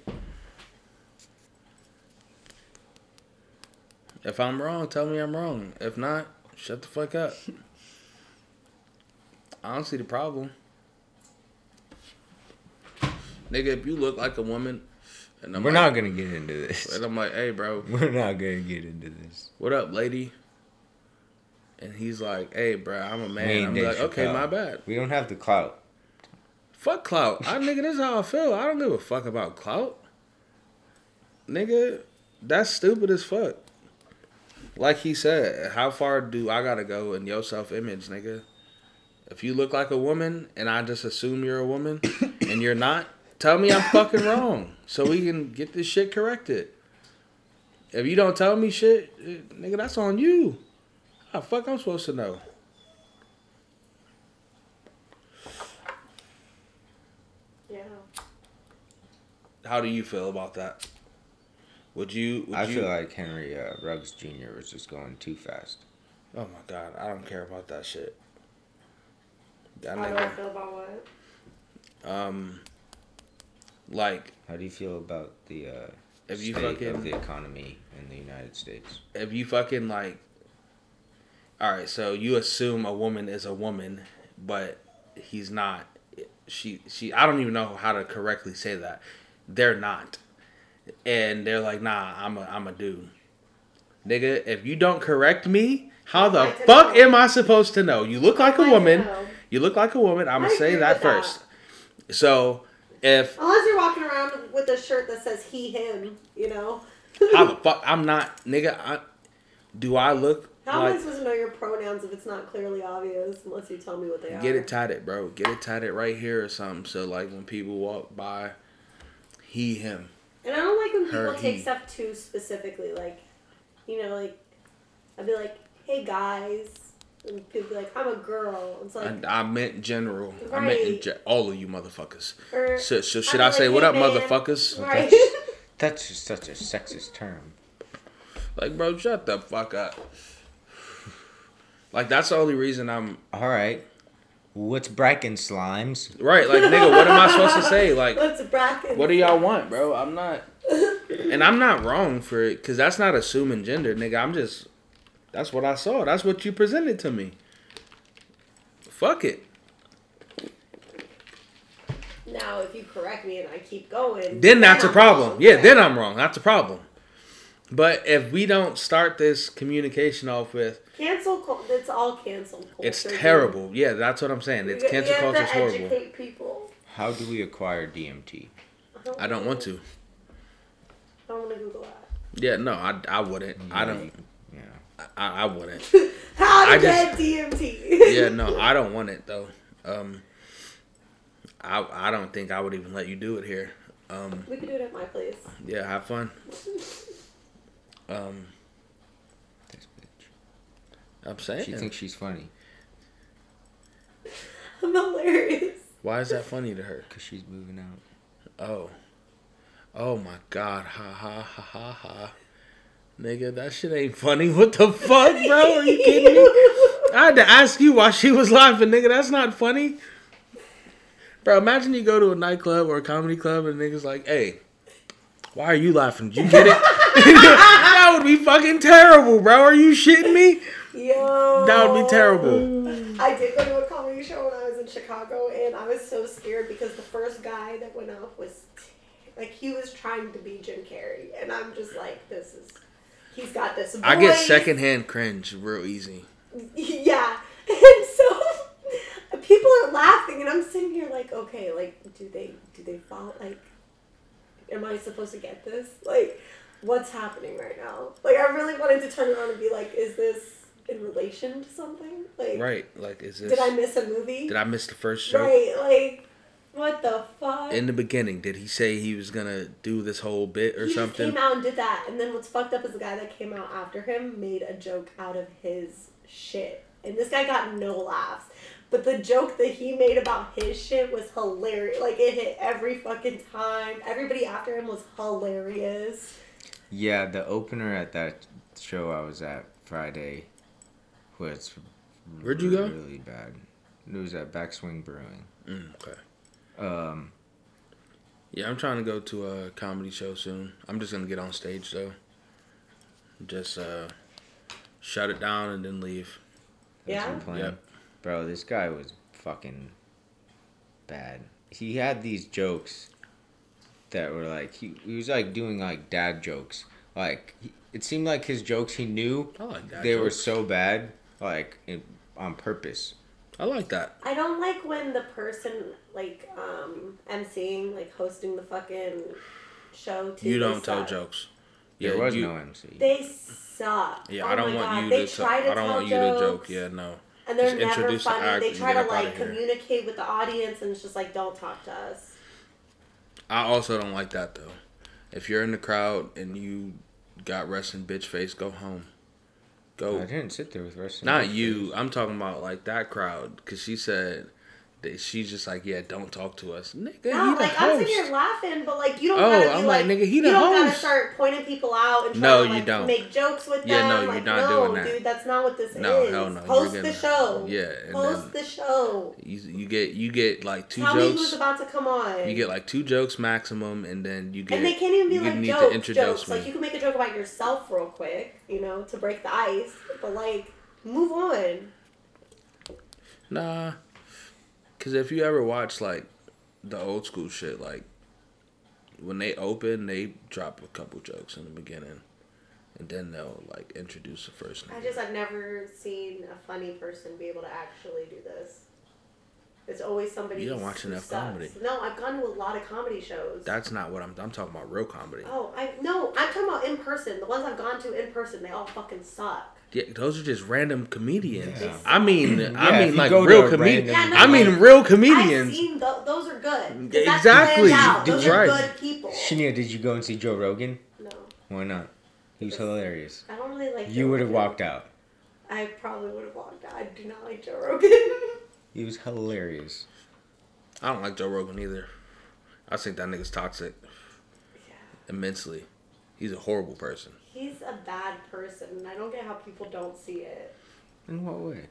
[SPEAKER 2] If I'm wrong, tell me I'm wrong. If not, shut the fuck up. [LAUGHS] I don't see the problem. Nigga, if you look like a woman, and I'm
[SPEAKER 3] We're
[SPEAKER 2] like,
[SPEAKER 3] not gonna get into this.
[SPEAKER 2] and I'm like, hey, bro,
[SPEAKER 3] [LAUGHS] We're not gonna get into this.
[SPEAKER 2] what up, lady? And he's like, hey, bro, I'm a man.
[SPEAKER 3] ain't
[SPEAKER 2] I'm
[SPEAKER 3] Dave
[SPEAKER 2] like, okay,
[SPEAKER 3] Chappelle.
[SPEAKER 2] my bad.
[SPEAKER 3] We don't have the clout.
[SPEAKER 2] Fuck clout. I nigga, this is how I feel. I don't give a fuck about clout. Nigga, that's stupid as fuck. Like he said, how far do I gotta go in your self image, nigga? If you look like a woman and I just assume you're a woman [COUGHS] and you're not, tell me I'm fucking wrong. So we can get this shit corrected. If you don't tell me shit, eh, nigga, that's on you. How the fuck I'm supposed to know?
[SPEAKER 1] Yeah.
[SPEAKER 2] How do you feel about that? Would you? Would
[SPEAKER 3] I
[SPEAKER 2] you,
[SPEAKER 3] feel like Henry uh, Ruggs Jr. was just going too fast.
[SPEAKER 2] Oh my god, I don't care about that shit. That
[SPEAKER 1] How do I
[SPEAKER 2] nigga,
[SPEAKER 1] feel about what?
[SPEAKER 2] um, like
[SPEAKER 3] How do you feel about the uh,
[SPEAKER 2] if you
[SPEAKER 3] state
[SPEAKER 2] fucking
[SPEAKER 3] of the economy in the United States?
[SPEAKER 2] if you fucking like, all right, so you assume a woman is a woman, but he's not. She she. I don't even know how to correctly say that. They're not, and they're like, nah, I'm a I'm a dude, nigga. If you don't correct me. How the
[SPEAKER 1] I didn't
[SPEAKER 2] fuck
[SPEAKER 1] know.
[SPEAKER 2] am I supposed to know? You look like a
[SPEAKER 1] I
[SPEAKER 2] woman.
[SPEAKER 1] know.
[SPEAKER 2] You look like a woman. I'm
[SPEAKER 1] I
[SPEAKER 2] gonna say
[SPEAKER 1] agree
[SPEAKER 2] that
[SPEAKER 1] with that.
[SPEAKER 2] first. So if
[SPEAKER 1] Unless you're walking around with a shirt that says he, him, you know?
[SPEAKER 2] how the fuck I'm not nigga, I, do I look
[SPEAKER 1] How am I
[SPEAKER 2] like
[SPEAKER 1] supposed to know your pronouns if it's not clearly obvious unless you tell me what they are?
[SPEAKER 2] get it tatted, bro? Get it tatted right here or something. So like when people walk by, he him.
[SPEAKER 1] And I don't like when
[SPEAKER 2] Her, E.
[SPEAKER 1] people take
[SPEAKER 2] he.
[SPEAKER 1] stuff too specifically. Like, you know, like I'd be like, "Hey guys," and people be like, "I'm a girl." It's like,
[SPEAKER 2] And I meant general. I meant in
[SPEAKER 1] Right.
[SPEAKER 2] ge- all of you motherfuckers.
[SPEAKER 1] or,
[SPEAKER 2] So, so should
[SPEAKER 1] I'd
[SPEAKER 2] I
[SPEAKER 1] be
[SPEAKER 2] say
[SPEAKER 1] like,
[SPEAKER 2] what
[SPEAKER 1] "Hey,
[SPEAKER 2] up,
[SPEAKER 1] man."
[SPEAKER 2] motherfuckers?
[SPEAKER 1] [LAUGHS] Right.
[SPEAKER 3] That's just such a sexist term.
[SPEAKER 2] Like, bro, shut the fuck up. Like that's the only reason I'm
[SPEAKER 3] All right. What's Bracken slimes?
[SPEAKER 2] right. Like nigga, what am I supposed to say? Like
[SPEAKER 1] Let's bracket.
[SPEAKER 2] What do y'all want, bro? I'm not, and I'm not wrong for it, cause that's not assuming gender, nigga. I'm just, that's what I saw. That's what you presented to me. Fuck it.
[SPEAKER 1] Now, if you correct me and I keep going,
[SPEAKER 2] Then that's a
[SPEAKER 1] I'm
[SPEAKER 2] problem.
[SPEAKER 1] wrong.
[SPEAKER 2] Yeah,
[SPEAKER 1] Right.
[SPEAKER 2] then I'm wrong. That's a problem. But if we don't start this communication off with,
[SPEAKER 1] cancel. Cul- it's all cancel culture.
[SPEAKER 2] it's
[SPEAKER 1] dude.
[SPEAKER 2] terrible. Yeah, that's what I'm saying.
[SPEAKER 1] You
[SPEAKER 2] It's
[SPEAKER 1] get-
[SPEAKER 2] cancel
[SPEAKER 1] you have
[SPEAKER 2] culture is
[SPEAKER 1] to
[SPEAKER 2] horrible.
[SPEAKER 1] educate people.
[SPEAKER 3] How do we acquire DMT?
[SPEAKER 2] I don't want to.
[SPEAKER 1] I don't want to Google that. [LAUGHS]
[SPEAKER 2] Yeah, no, I, I wouldn't. I don't.
[SPEAKER 3] Yeah.
[SPEAKER 2] I, I wouldn't.
[SPEAKER 1] How to
[SPEAKER 2] I
[SPEAKER 1] get
[SPEAKER 2] just-
[SPEAKER 1] DMT?
[SPEAKER 2] yeah, no, I don't want it though. Um, I I don't think I would even let you do it here. Um,
[SPEAKER 1] we could do it at my place. [LAUGHS]
[SPEAKER 2] yeah, have fun. Um,
[SPEAKER 3] This bitch.
[SPEAKER 2] I'm saying,
[SPEAKER 3] She thinks she's funny
[SPEAKER 1] I'm hilarious.
[SPEAKER 2] why is that funny to her?
[SPEAKER 3] because she's moving out.
[SPEAKER 2] Oh, oh my God, ha ha ha ha ha, nigga, that shit ain't funny. What the fuck, bro? Are you kidding
[SPEAKER 3] [LAUGHS]
[SPEAKER 2] me? I had to ask you why she was laughing, nigga. That's not funny. Bro, imagine you go to a nightclub or a comedy club and niggas like, hey, why are you laughing? Did you get it? [LAUGHS] that would be fucking terrible, bro. Are you shitting me?
[SPEAKER 1] [LAUGHS] Yo.
[SPEAKER 2] That would be terrible.
[SPEAKER 1] I did go to a comedy show when I was in Chicago, and I was so scared because the first guy that went up was like he was trying to be Jim Carrey, and I'm just like, this is he's got this. Voice. [LAUGHS]
[SPEAKER 2] I get secondhand cringe real easy.
[SPEAKER 1] Yeah, and so [LAUGHS] everything, and I'm sitting here like, okay, like, do they do they fall? Like, am I supposed to get this? Like, what's happening right now? Like, I really wanted to turn around and be like, is this in relation to something? Like,
[SPEAKER 2] Right. Like, is this?
[SPEAKER 1] Did I miss a movie?
[SPEAKER 2] did I miss the first joke?
[SPEAKER 1] Right, like, what the fuck?
[SPEAKER 2] In the beginning, did he say he was gonna do this whole bit or
[SPEAKER 1] he
[SPEAKER 2] something?
[SPEAKER 1] just came out and did that, and then what's fucked up is the guy that came out after him made a joke out of his shit, and this guy got no laughs. But the joke that he made about his shit was hilarious. Like it hit every fucking time. Everybody after him was hilarious.
[SPEAKER 3] Yeah, the opener at that show I was at Friday was
[SPEAKER 2] Where'd you go?
[SPEAKER 3] really bad. It was at Backswing Brewing.
[SPEAKER 2] Mm, okay.
[SPEAKER 3] Um,
[SPEAKER 2] Yeah, I'm trying to go to a comedy show soon. I'm just gonna get on stage though. Just uh, shut it down and then leave.
[SPEAKER 3] that's
[SPEAKER 1] Yeah?
[SPEAKER 3] your plan?
[SPEAKER 2] Yep.
[SPEAKER 3] Bro, this guy was fucking bad. He had these jokes that were like he, he was like doing like dad jokes. Like he- it seemed like his jokes he knew
[SPEAKER 2] I like that.
[SPEAKER 3] they were
[SPEAKER 2] joke.
[SPEAKER 3] so bad like it, on purpose.
[SPEAKER 2] I like that.
[SPEAKER 1] I don't like when the person like um emceeing, like hosting the fucking show too.
[SPEAKER 2] you
[SPEAKER 1] they
[SPEAKER 2] don't tell
[SPEAKER 1] suck.
[SPEAKER 2] jokes.
[SPEAKER 3] There was
[SPEAKER 2] you-
[SPEAKER 3] no MC.
[SPEAKER 1] They suck.
[SPEAKER 2] Yeah,
[SPEAKER 1] Oh
[SPEAKER 2] I don't
[SPEAKER 1] my
[SPEAKER 2] want
[SPEAKER 1] God,
[SPEAKER 2] you
[SPEAKER 1] they
[SPEAKER 2] to. Tell,
[SPEAKER 1] try
[SPEAKER 2] I don't
[SPEAKER 1] tell
[SPEAKER 2] want you to joke.
[SPEAKER 1] jokes.
[SPEAKER 2] Yeah, no.
[SPEAKER 1] And they're
[SPEAKER 2] Just
[SPEAKER 1] never
[SPEAKER 2] introduce the
[SPEAKER 1] funny.
[SPEAKER 2] act
[SPEAKER 1] they
[SPEAKER 2] and
[SPEAKER 1] try
[SPEAKER 2] get
[SPEAKER 1] to
[SPEAKER 2] up outta
[SPEAKER 1] like
[SPEAKER 2] here.
[SPEAKER 1] communicate with the audience, and it's just like, don't talk to us.
[SPEAKER 2] I also don't like that though. If you're in the crowd and you got resting bitch face, go home.
[SPEAKER 3] I
[SPEAKER 2] Go.
[SPEAKER 3] didn't sit there with wrestling.
[SPEAKER 2] Not you. I'm talking about like that crowd because she said that she's just like, yeah, don't talk to us, nigga.
[SPEAKER 1] No,
[SPEAKER 2] he the
[SPEAKER 1] like I'm
[SPEAKER 2] host.
[SPEAKER 1] sitting here laughing, but like you don't
[SPEAKER 2] Oh,
[SPEAKER 1] gotta be
[SPEAKER 2] I'm
[SPEAKER 1] like,
[SPEAKER 2] like, nigga, he
[SPEAKER 1] you
[SPEAKER 2] the
[SPEAKER 1] don't gotta
[SPEAKER 2] host.
[SPEAKER 1] start pointing people out and trying
[SPEAKER 2] No,
[SPEAKER 1] to
[SPEAKER 2] you
[SPEAKER 1] like
[SPEAKER 2] don't.
[SPEAKER 1] make jokes with
[SPEAKER 2] Yeah,
[SPEAKER 1] them.
[SPEAKER 2] no, you're
[SPEAKER 1] like,
[SPEAKER 2] not
[SPEAKER 1] no,
[SPEAKER 2] doing that.
[SPEAKER 1] dude, that's not what this
[SPEAKER 2] No,
[SPEAKER 1] is.
[SPEAKER 2] hell no, you're
[SPEAKER 1] Host the
[SPEAKER 2] gonna-
[SPEAKER 1] show.
[SPEAKER 2] Yeah, and
[SPEAKER 1] Host the show.
[SPEAKER 2] You, you get you get like two
[SPEAKER 1] Tell me who's
[SPEAKER 2] jokes.
[SPEAKER 1] about to come on.
[SPEAKER 2] You get like two jokes maximum, and then you get.
[SPEAKER 1] and they can't even be
[SPEAKER 2] you
[SPEAKER 1] like
[SPEAKER 2] need to
[SPEAKER 1] jokes.
[SPEAKER 2] introduce
[SPEAKER 1] Jokes.
[SPEAKER 2] me.
[SPEAKER 1] Like you can make a joke about yourself real quick, you know, to break the ice. But like, move on.
[SPEAKER 2] Nah, because if you ever watch like the old school shit, like when they open, they drop a couple jokes in the beginning, and then they'll like introduce the first
[SPEAKER 1] I
[SPEAKER 2] name.
[SPEAKER 1] just I've never seen a funny person be able to actually do this. It's always somebody.
[SPEAKER 2] You don't
[SPEAKER 1] who
[SPEAKER 2] watch enough
[SPEAKER 1] sucks.
[SPEAKER 2] comedy.
[SPEAKER 1] No, I've gone to a lot of comedy shows.
[SPEAKER 2] That's not what I'm. I'm talking about real comedy.
[SPEAKER 1] oh, I no, I'm talking about in person. The ones I've gone to in person, they all fucking suck.
[SPEAKER 2] Yeah, those are just random comedians.
[SPEAKER 3] Yeah.
[SPEAKER 2] I mean,
[SPEAKER 3] Yeah,
[SPEAKER 2] I
[SPEAKER 3] if
[SPEAKER 2] mean
[SPEAKER 3] you
[SPEAKER 2] like
[SPEAKER 3] go to
[SPEAKER 2] real
[SPEAKER 3] a
[SPEAKER 2] comedians.
[SPEAKER 3] random-
[SPEAKER 1] Yeah, no,
[SPEAKER 2] I mean
[SPEAKER 1] like,
[SPEAKER 2] real
[SPEAKER 1] I've
[SPEAKER 2] comedians.
[SPEAKER 1] seen tho- those are good.
[SPEAKER 2] Yeah,
[SPEAKER 1] That's planned
[SPEAKER 2] exactly.
[SPEAKER 1] out.
[SPEAKER 2] Did
[SPEAKER 1] Those
[SPEAKER 2] you-
[SPEAKER 1] are
[SPEAKER 2] right.
[SPEAKER 1] good people.
[SPEAKER 3] Shania, did you go and see Joe Rogan?
[SPEAKER 1] No,
[SPEAKER 3] Why not? He was hilarious.
[SPEAKER 1] I don't really like.
[SPEAKER 3] You
[SPEAKER 1] Joe
[SPEAKER 3] would have
[SPEAKER 1] Rogan.
[SPEAKER 3] walked out.
[SPEAKER 1] I probably would have walked out. I do not like Joe Rogan. [LAUGHS]
[SPEAKER 3] He was hilarious.
[SPEAKER 2] I don't like Joe Rogan either. I think that nigga's toxic
[SPEAKER 1] yeah,
[SPEAKER 2] immensely. He's a horrible person.
[SPEAKER 1] he's a bad person, and I don't get how people don't see it.
[SPEAKER 3] In what way?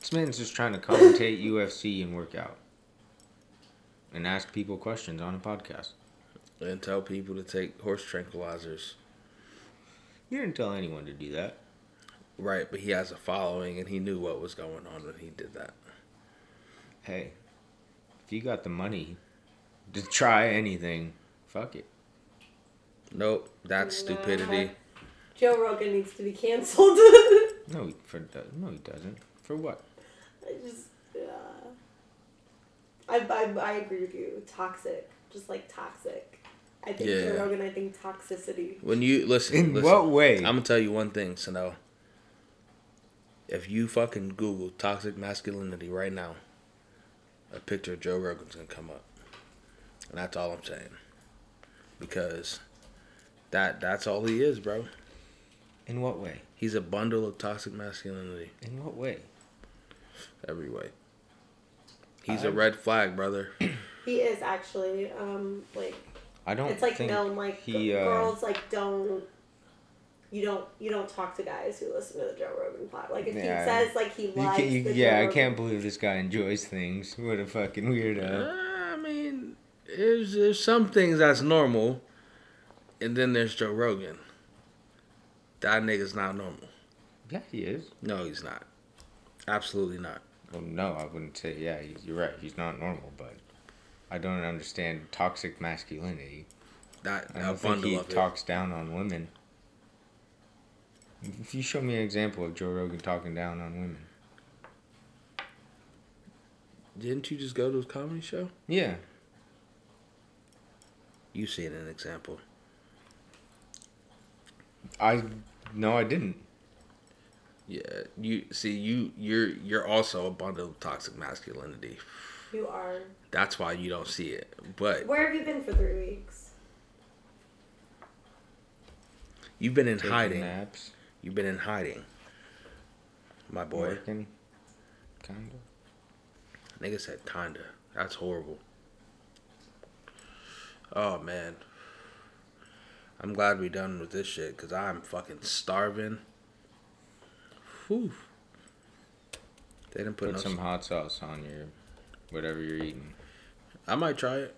[SPEAKER 3] This man's just trying to commentate [LAUGHS] UFC and work out. And ask people questions on a podcast.
[SPEAKER 2] And tell people to take horse tranquilizers.
[SPEAKER 3] You didn't tell anyone to do that.
[SPEAKER 2] Right, but he has a following and he knew what was going on when he did that.
[SPEAKER 3] Hey, if you got the money to try anything, fuck it.
[SPEAKER 2] Nope, that's
[SPEAKER 1] Nah.
[SPEAKER 2] stupidity.
[SPEAKER 1] Joe Rogan needs to be canceled. [LAUGHS]
[SPEAKER 3] No, he, for, no, he doesn't. For what?
[SPEAKER 1] I just, yeah. I, I, I agree with you. Toxic. Just like toxic. I think
[SPEAKER 2] Yeah.
[SPEAKER 1] Joe Rogan, I think toxicity.
[SPEAKER 2] When you listen,
[SPEAKER 3] In
[SPEAKER 2] listen,
[SPEAKER 3] what way?
[SPEAKER 2] I'm gonna tell you one thing, Sano. If you fucking Google toxic masculinity right now, a picture of Joe Rogan's gonna come up, and that's all I'm saying. Because that that's all he is, bro.
[SPEAKER 3] In what way?
[SPEAKER 2] He's a bundle of toxic masculinity
[SPEAKER 3] In what way?
[SPEAKER 2] every way. He's a
[SPEAKER 3] I-
[SPEAKER 2] red flag, brother.
[SPEAKER 1] He is actually, um, like,
[SPEAKER 3] I don't
[SPEAKER 1] it's like
[SPEAKER 3] think
[SPEAKER 1] no, like,
[SPEAKER 3] he,
[SPEAKER 1] g-
[SPEAKER 3] uh,
[SPEAKER 1] girls, like, don't. You don't you don't talk to guys who listen to the Joe Rogan pod. Like if
[SPEAKER 3] Yeah.
[SPEAKER 1] he says like he
[SPEAKER 3] You
[SPEAKER 1] likes
[SPEAKER 3] can, you-
[SPEAKER 1] the Joe
[SPEAKER 3] yeah, I
[SPEAKER 1] Rogan-
[SPEAKER 3] can't believe this guy enjoys things. [LAUGHS] What a fucking weirdo.
[SPEAKER 2] Uh, I mean, there's there's some things that's normal, and then there's Joe Rogan. That nigga's not normal.
[SPEAKER 3] Yeah, he is.
[SPEAKER 2] No, he's not. Absolutely not.
[SPEAKER 3] Well, no, I wouldn't say. Yeah, he- you're right. He's not normal, but I don't understand toxic masculinity.
[SPEAKER 2] That
[SPEAKER 3] I
[SPEAKER 2] a
[SPEAKER 3] don't think
[SPEAKER 2] bundle
[SPEAKER 3] he
[SPEAKER 2] of it.
[SPEAKER 3] talks down on women. If you show me an example of Joe Rogan talking down on women,
[SPEAKER 2] Didn't you just go to his comedy show?
[SPEAKER 3] Yeah.
[SPEAKER 2] You seen an example.
[SPEAKER 3] I no, I didn't.
[SPEAKER 2] Yeah, you see, you you're you're also a bundle of toxic masculinity.
[SPEAKER 1] You are.
[SPEAKER 2] That's why you don't see it. But
[SPEAKER 1] Where have you been for three weeks?
[SPEAKER 2] you've been in
[SPEAKER 3] Taking
[SPEAKER 2] hiding.
[SPEAKER 3] naps,
[SPEAKER 2] You've been in hiding, my boy.
[SPEAKER 3] working, kinda.
[SPEAKER 2] Nigga said kinda. That's horrible. Oh man. I'm glad we done with this shit because I'm fucking starving. Whew. They didn't put,
[SPEAKER 3] Put
[SPEAKER 2] no.
[SPEAKER 3] some hot sauce on your whatever you're eating.
[SPEAKER 2] I might try it.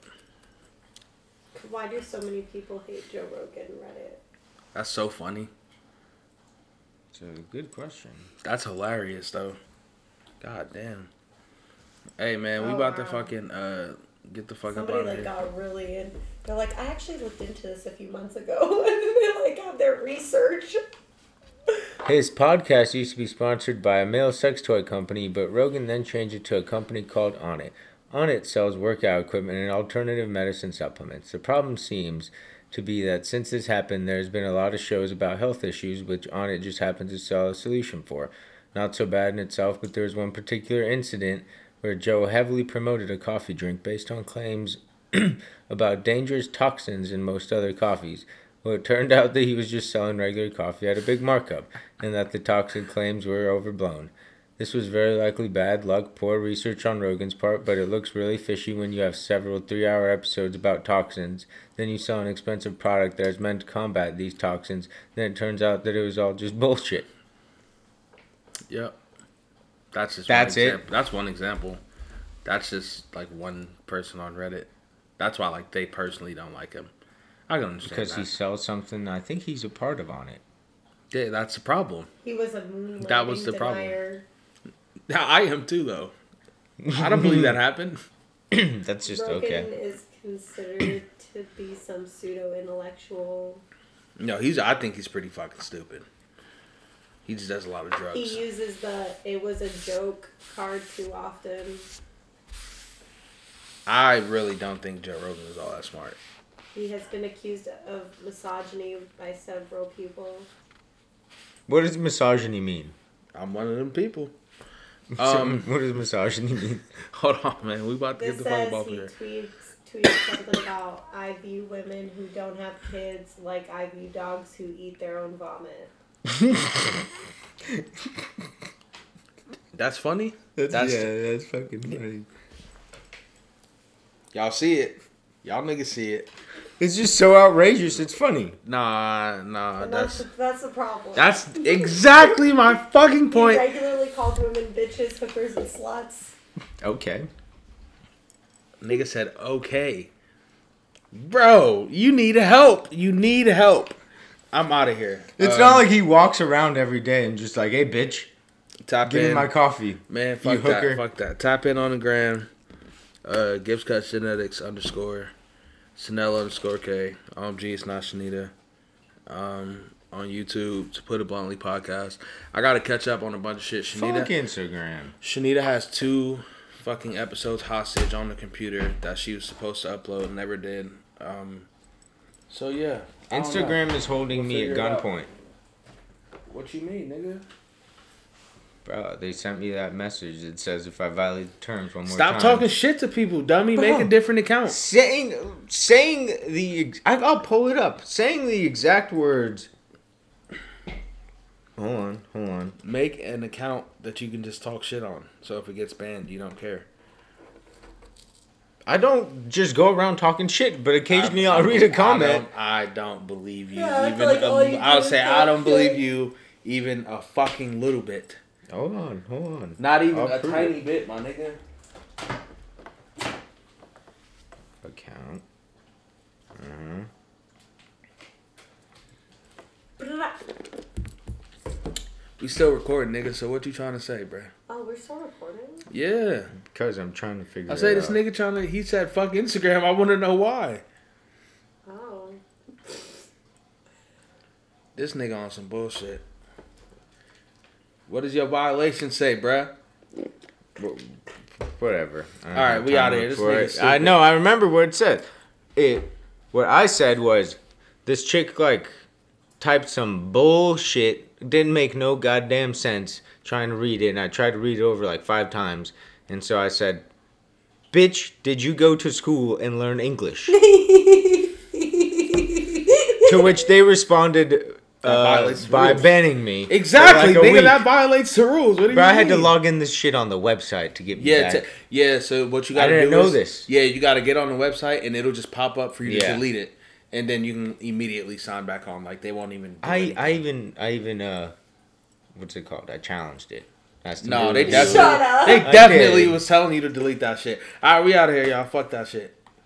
[SPEAKER 1] Why do so many people hate Joe Rogan Reddit?
[SPEAKER 2] That's so funny.
[SPEAKER 3] It's a good question.
[SPEAKER 2] That's hilarious though. God damn. Hey man, we
[SPEAKER 1] Oh,
[SPEAKER 2] about to
[SPEAKER 1] wow.
[SPEAKER 2] fucking uh get the fuck
[SPEAKER 1] Somebody
[SPEAKER 2] up out of
[SPEAKER 1] like
[SPEAKER 2] here.
[SPEAKER 1] got really in. They're like, I actually looked into this a few months ago, [LAUGHS] and then they like have their research.
[SPEAKER 3] His podcast used to be sponsored by a male sex toy company, but Rogan then changed it to a company called Onnit. Onnit sells workout equipment and alternative medicine supplements. The problem seems to be that since this happened, there's been a lot of shows about health issues, which Onnit just happens to sell a solution for. Not so bad in itself, but there was one particular incident where Joe heavily promoted a coffee drink based on claims [CLEARS THROAT] about dangerous toxins in most other coffees. Well, it turned [LAUGHS] out that he was just selling regular coffee at a big markup and that the toxic claims were overblown. This was very likely bad luck, poor research on Rogan's part, but it looks really fishy when you have several three hour episodes about toxins, then you sell an expensive product that is meant to combat these toxins, then it turns out that it was all just bullshit.
[SPEAKER 2] Yep. That's just
[SPEAKER 3] That's
[SPEAKER 2] one
[SPEAKER 3] it?
[SPEAKER 2] example. That's one example. That's just like one person on Reddit. That's why like they personally don't like him. I can understand
[SPEAKER 3] Because
[SPEAKER 2] that.
[SPEAKER 3] he sells something I think he's a part of on it.
[SPEAKER 2] yeah, that's the problem.
[SPEAKER 1] He was a moon
[SPEAKER 2] That was
[SPEAKER 1] landing
[SPEAKER 2] the problem.
[SPEAKER 1] denier.
[SPEAKER 2] I am too though. I don't believe that happened.
[SPEAKER 3] That's just
[SPEAKER 1] Rogan
[SPEAKER 3] okay.
[SPEAKER 1] is considered [COUGHS] to be some pseudo intellectual.
[SPEAKER 2] No, he's. I think he's pretty fucking stupid. He just does a lot of drugs.
[SPEAKER 1] He uses the "it was a joke" card too often.
[SPEAKER 2] I really don't think Joe Rogan is all that smart.
[SPEAKER 1] He has been accused of misogyny by several people.
[SPEAKER 3] What does misogyny mean? [LAUGHS]
[SPEAKER 2] I'm one of them [LAUGHS] people. Um,
[SPEAKER 3] what does misogyny mean?
[SPEAKER 2] Hold on, man. We about to
[SPEAKER 1] This
[SPEAKER 2] get the fuck
[SPEAKER 1] says
[SPEAKER 2] up off
[SPEAKER 1] he
[SPEAKER 2] here.
[SPEAKER 1] tweets tweets something about I view women who don't have kids like I view dogs who eat their own vomit.
[SPEAKER 2] That's funny.
[SPEAKER 3] That's,
[SPEAKER 2] That's-
[SPEAKER 3] [LAUGHS] yeah, that's fucking funny.
[SPEAKER 2] Y'all see it. Y'all niggas see it.
[SPEAKER 3] It's just so outrageous. It's funny.
[SPEAKER 2] Nah, nah.
[SPEAKER 1] And that's
[SPEAKER 2] Oh, That's
[SPEAKER 1] that's, that's the problem.
[SPEAKER 2] that's exactly my fucking
[SPEAKER 1] he
[SPEAKER 2] point.
[SPEAKER 1] regularly calls women bitches, hookers, and sluts.
[SPEAKER 3] Okay.
[SPEAKER 2] Nigga said, okay. Bro, you need help. You need help. I'm out of here.
[SPEAKER 3] It's
[SPEAKER 2] Um,
[SPEAKER 3] not like he walks around every day and just like, hey, bitch,
[SPEAKER 2] tap
[SPEAKER 3] give me
[SPEAKER 2] in.
[SPEAKER 3] my coffee.
[SPEAKER 2] Man,
[SPEAKER 3] You
[SPEAKER 2] fuck that.
[SPEAKER 3] hooker.
[SPEAKER 2] Fuck that. Tap in on the gram. Uh, Gibbs Cut Genetics underscore Sinella underscore K. OMG, it's not Shanita. Um, on YouTube, to put it bluntly podcast. I gotta catch up on a bunch of shit. Shanita,
[SPEAKER 3] Fuck Instagram.
[SPEAKER 2] Shanita has two fucking episodes hostage on the computer that she was supposed to upload and never did. Um, so yeah, I don't know.
[SPEAKER 3] Instagram is holding
[SPEAKER 2] We'll
[SPEAKER 3] me at
[SPEAKER 2] figure it out.
[SPEAKER 3] gunpoint.
[SPEAKER 2] What you mean, nigga?
[SPEAKER 3] Bro, they sent me that message that says if I violate the terms one more
[SPEAKER 2] Stop
[SPEAKER 3] time.
[SPEAKER 2] talking shit to people, dummy. Make a
[SPEAKER 3] Bro.
[SPEAKER 2] different account.
[SPEAKER 3] saying saying the ex- I- I'll pull it up. Saying the exact words. Hold on, hold on.
[SPEAKER 2] Make an account that you can just talk shit on. So if it gets banned, you don't care.
[SPEAKER 3] I don't just go around talking shit, but occasionally I,
[SPEAKER 2] I-
[SPEAKER 3] will read a
[SPEAKER 2] I
[SPEAKER 3] comment.
[SPEAKER 2] don't- I don't, believe you.
[SPEAKER 1] Yeah, I feel
[SPEAKER 2] even
[SPEAKER 1] like all you
[SPEAKER 2] a,
[SPEAKER 1] do
[SPEAKER 2] I'll
[SPEAKER 1] is
[SPEAKER 2] say I
[SPEAKER 1] talk
[SPEAKER 2] don't
[SPEAKER 1] shit.
[SPEAKER 2] believe you even a fucking little bit.
[SPEAKER 3] Hold on, hold on.
[SPEAKER 2] Not even
[SPEAKER 3] I'll
[SPEAKER 2] a
[SPEAKER 3] prove
[SPEAKER 2] tiny bit, my nigga.
[SPEAKER 3] account. Uh-huh.
[SPEAKER 2] We still recording, nigga. So what you trying to say, bruh?
[SPEAKER 1] Oh, we're still recording.
[SPEAKER 2] Yeah.
[SPEAKER 3] Because I'm trying to figure
[SPEAKER 2] I
[SPEAKER 3] it
[SPEAKER 2] say this
[SPEAKER 3] out.
[SPEAKER 2] nigga trying to. He said fuck Instagram. I want to know why.
[SPEAKER 1] Oh, [LAUGHS]
[SPEAKER 2] This nigga on some bullshit. What does your violation say, bruh?
[SPEAKER 3] Well, Whatever. I don't
[SPEAKER 2] All right,
[SPEAKER 3] have
[SPEAKER 2] we
[SPEAKER 3] time
[SPEAKER 2] outta
[SPEAKER 3] to
[SPEAKER 2] here.
[SPEAKER 3] look
[SPEAKER 2] This
[SPEAKER 3] for
[SPEAKER 2] nigga's
[SPEAKER 3] it.
[SPEAKER 2] stupid.
[SPEAKER 3] I know. I remember what it said. It. What I said was, this chick like typed some bullshit. Didn't make no goddamn sense. Trying to read it, and I tried to read it over like five times, and so I said, "Bitch, did you go to school and learn English?" to which they responded uh,
[SPEAKER 2] violates the
[SPEAKER 3] by
[SPEAKER 2] rules.
[SPEAKER 3] banning me. for,
[SPEAKER 2] Exactly,
[SPEAKER 3] like, a
[SPEAKER 2] nigga.
[SPEAKER 3] week.
[SPEAKER 2] That violates the rules. What do you
[SPEAKER 3] Bro, I had to
[SPEAKER 2] mean?
[SPEAKER 3] log in this shit on the website to get me
[SPEAKER 2] Yeah,
[SPEAKER 3] back.
[SPEAKER 2] t- yeah. So what you
[SPEAKER 3] I
[SPEAKER 2] gotta
[SPEAKER 3] didn't
[SPEAKER 2] do
[SPEAKER 3] know
[SPEAKER 2] is,
[SPEAKER 3] this.
[SPEAKER 2] yeah, you gotta get on the website and it'll just pop up for you to
[SPEAKER 3] Yeah.
[SPEAKER 2] delete it, and then you can immediately sign back on. Like they won't even. do
[SPEAKER 3] I
[SPEAKER 2] anything.
[SPEAKER 3] I even I even uh, what's it called? I challenged it. That's the
[SPEAKER 2] no,
[SPEAKER 3] new
[SPEAKER 2] they
[SPEAKER 3] rule.
[SPEAKER 2] definitely
[SPEAKER 1] Shut up.
[SPEAKER 2] they
[SPEAKER 3] I
[SPEAKER 2] definitely
[SPEAKER 3] did.
[SPEAKER 2] was telling you to delete that shit. All right, we out of here, y'all. Fuck that shit.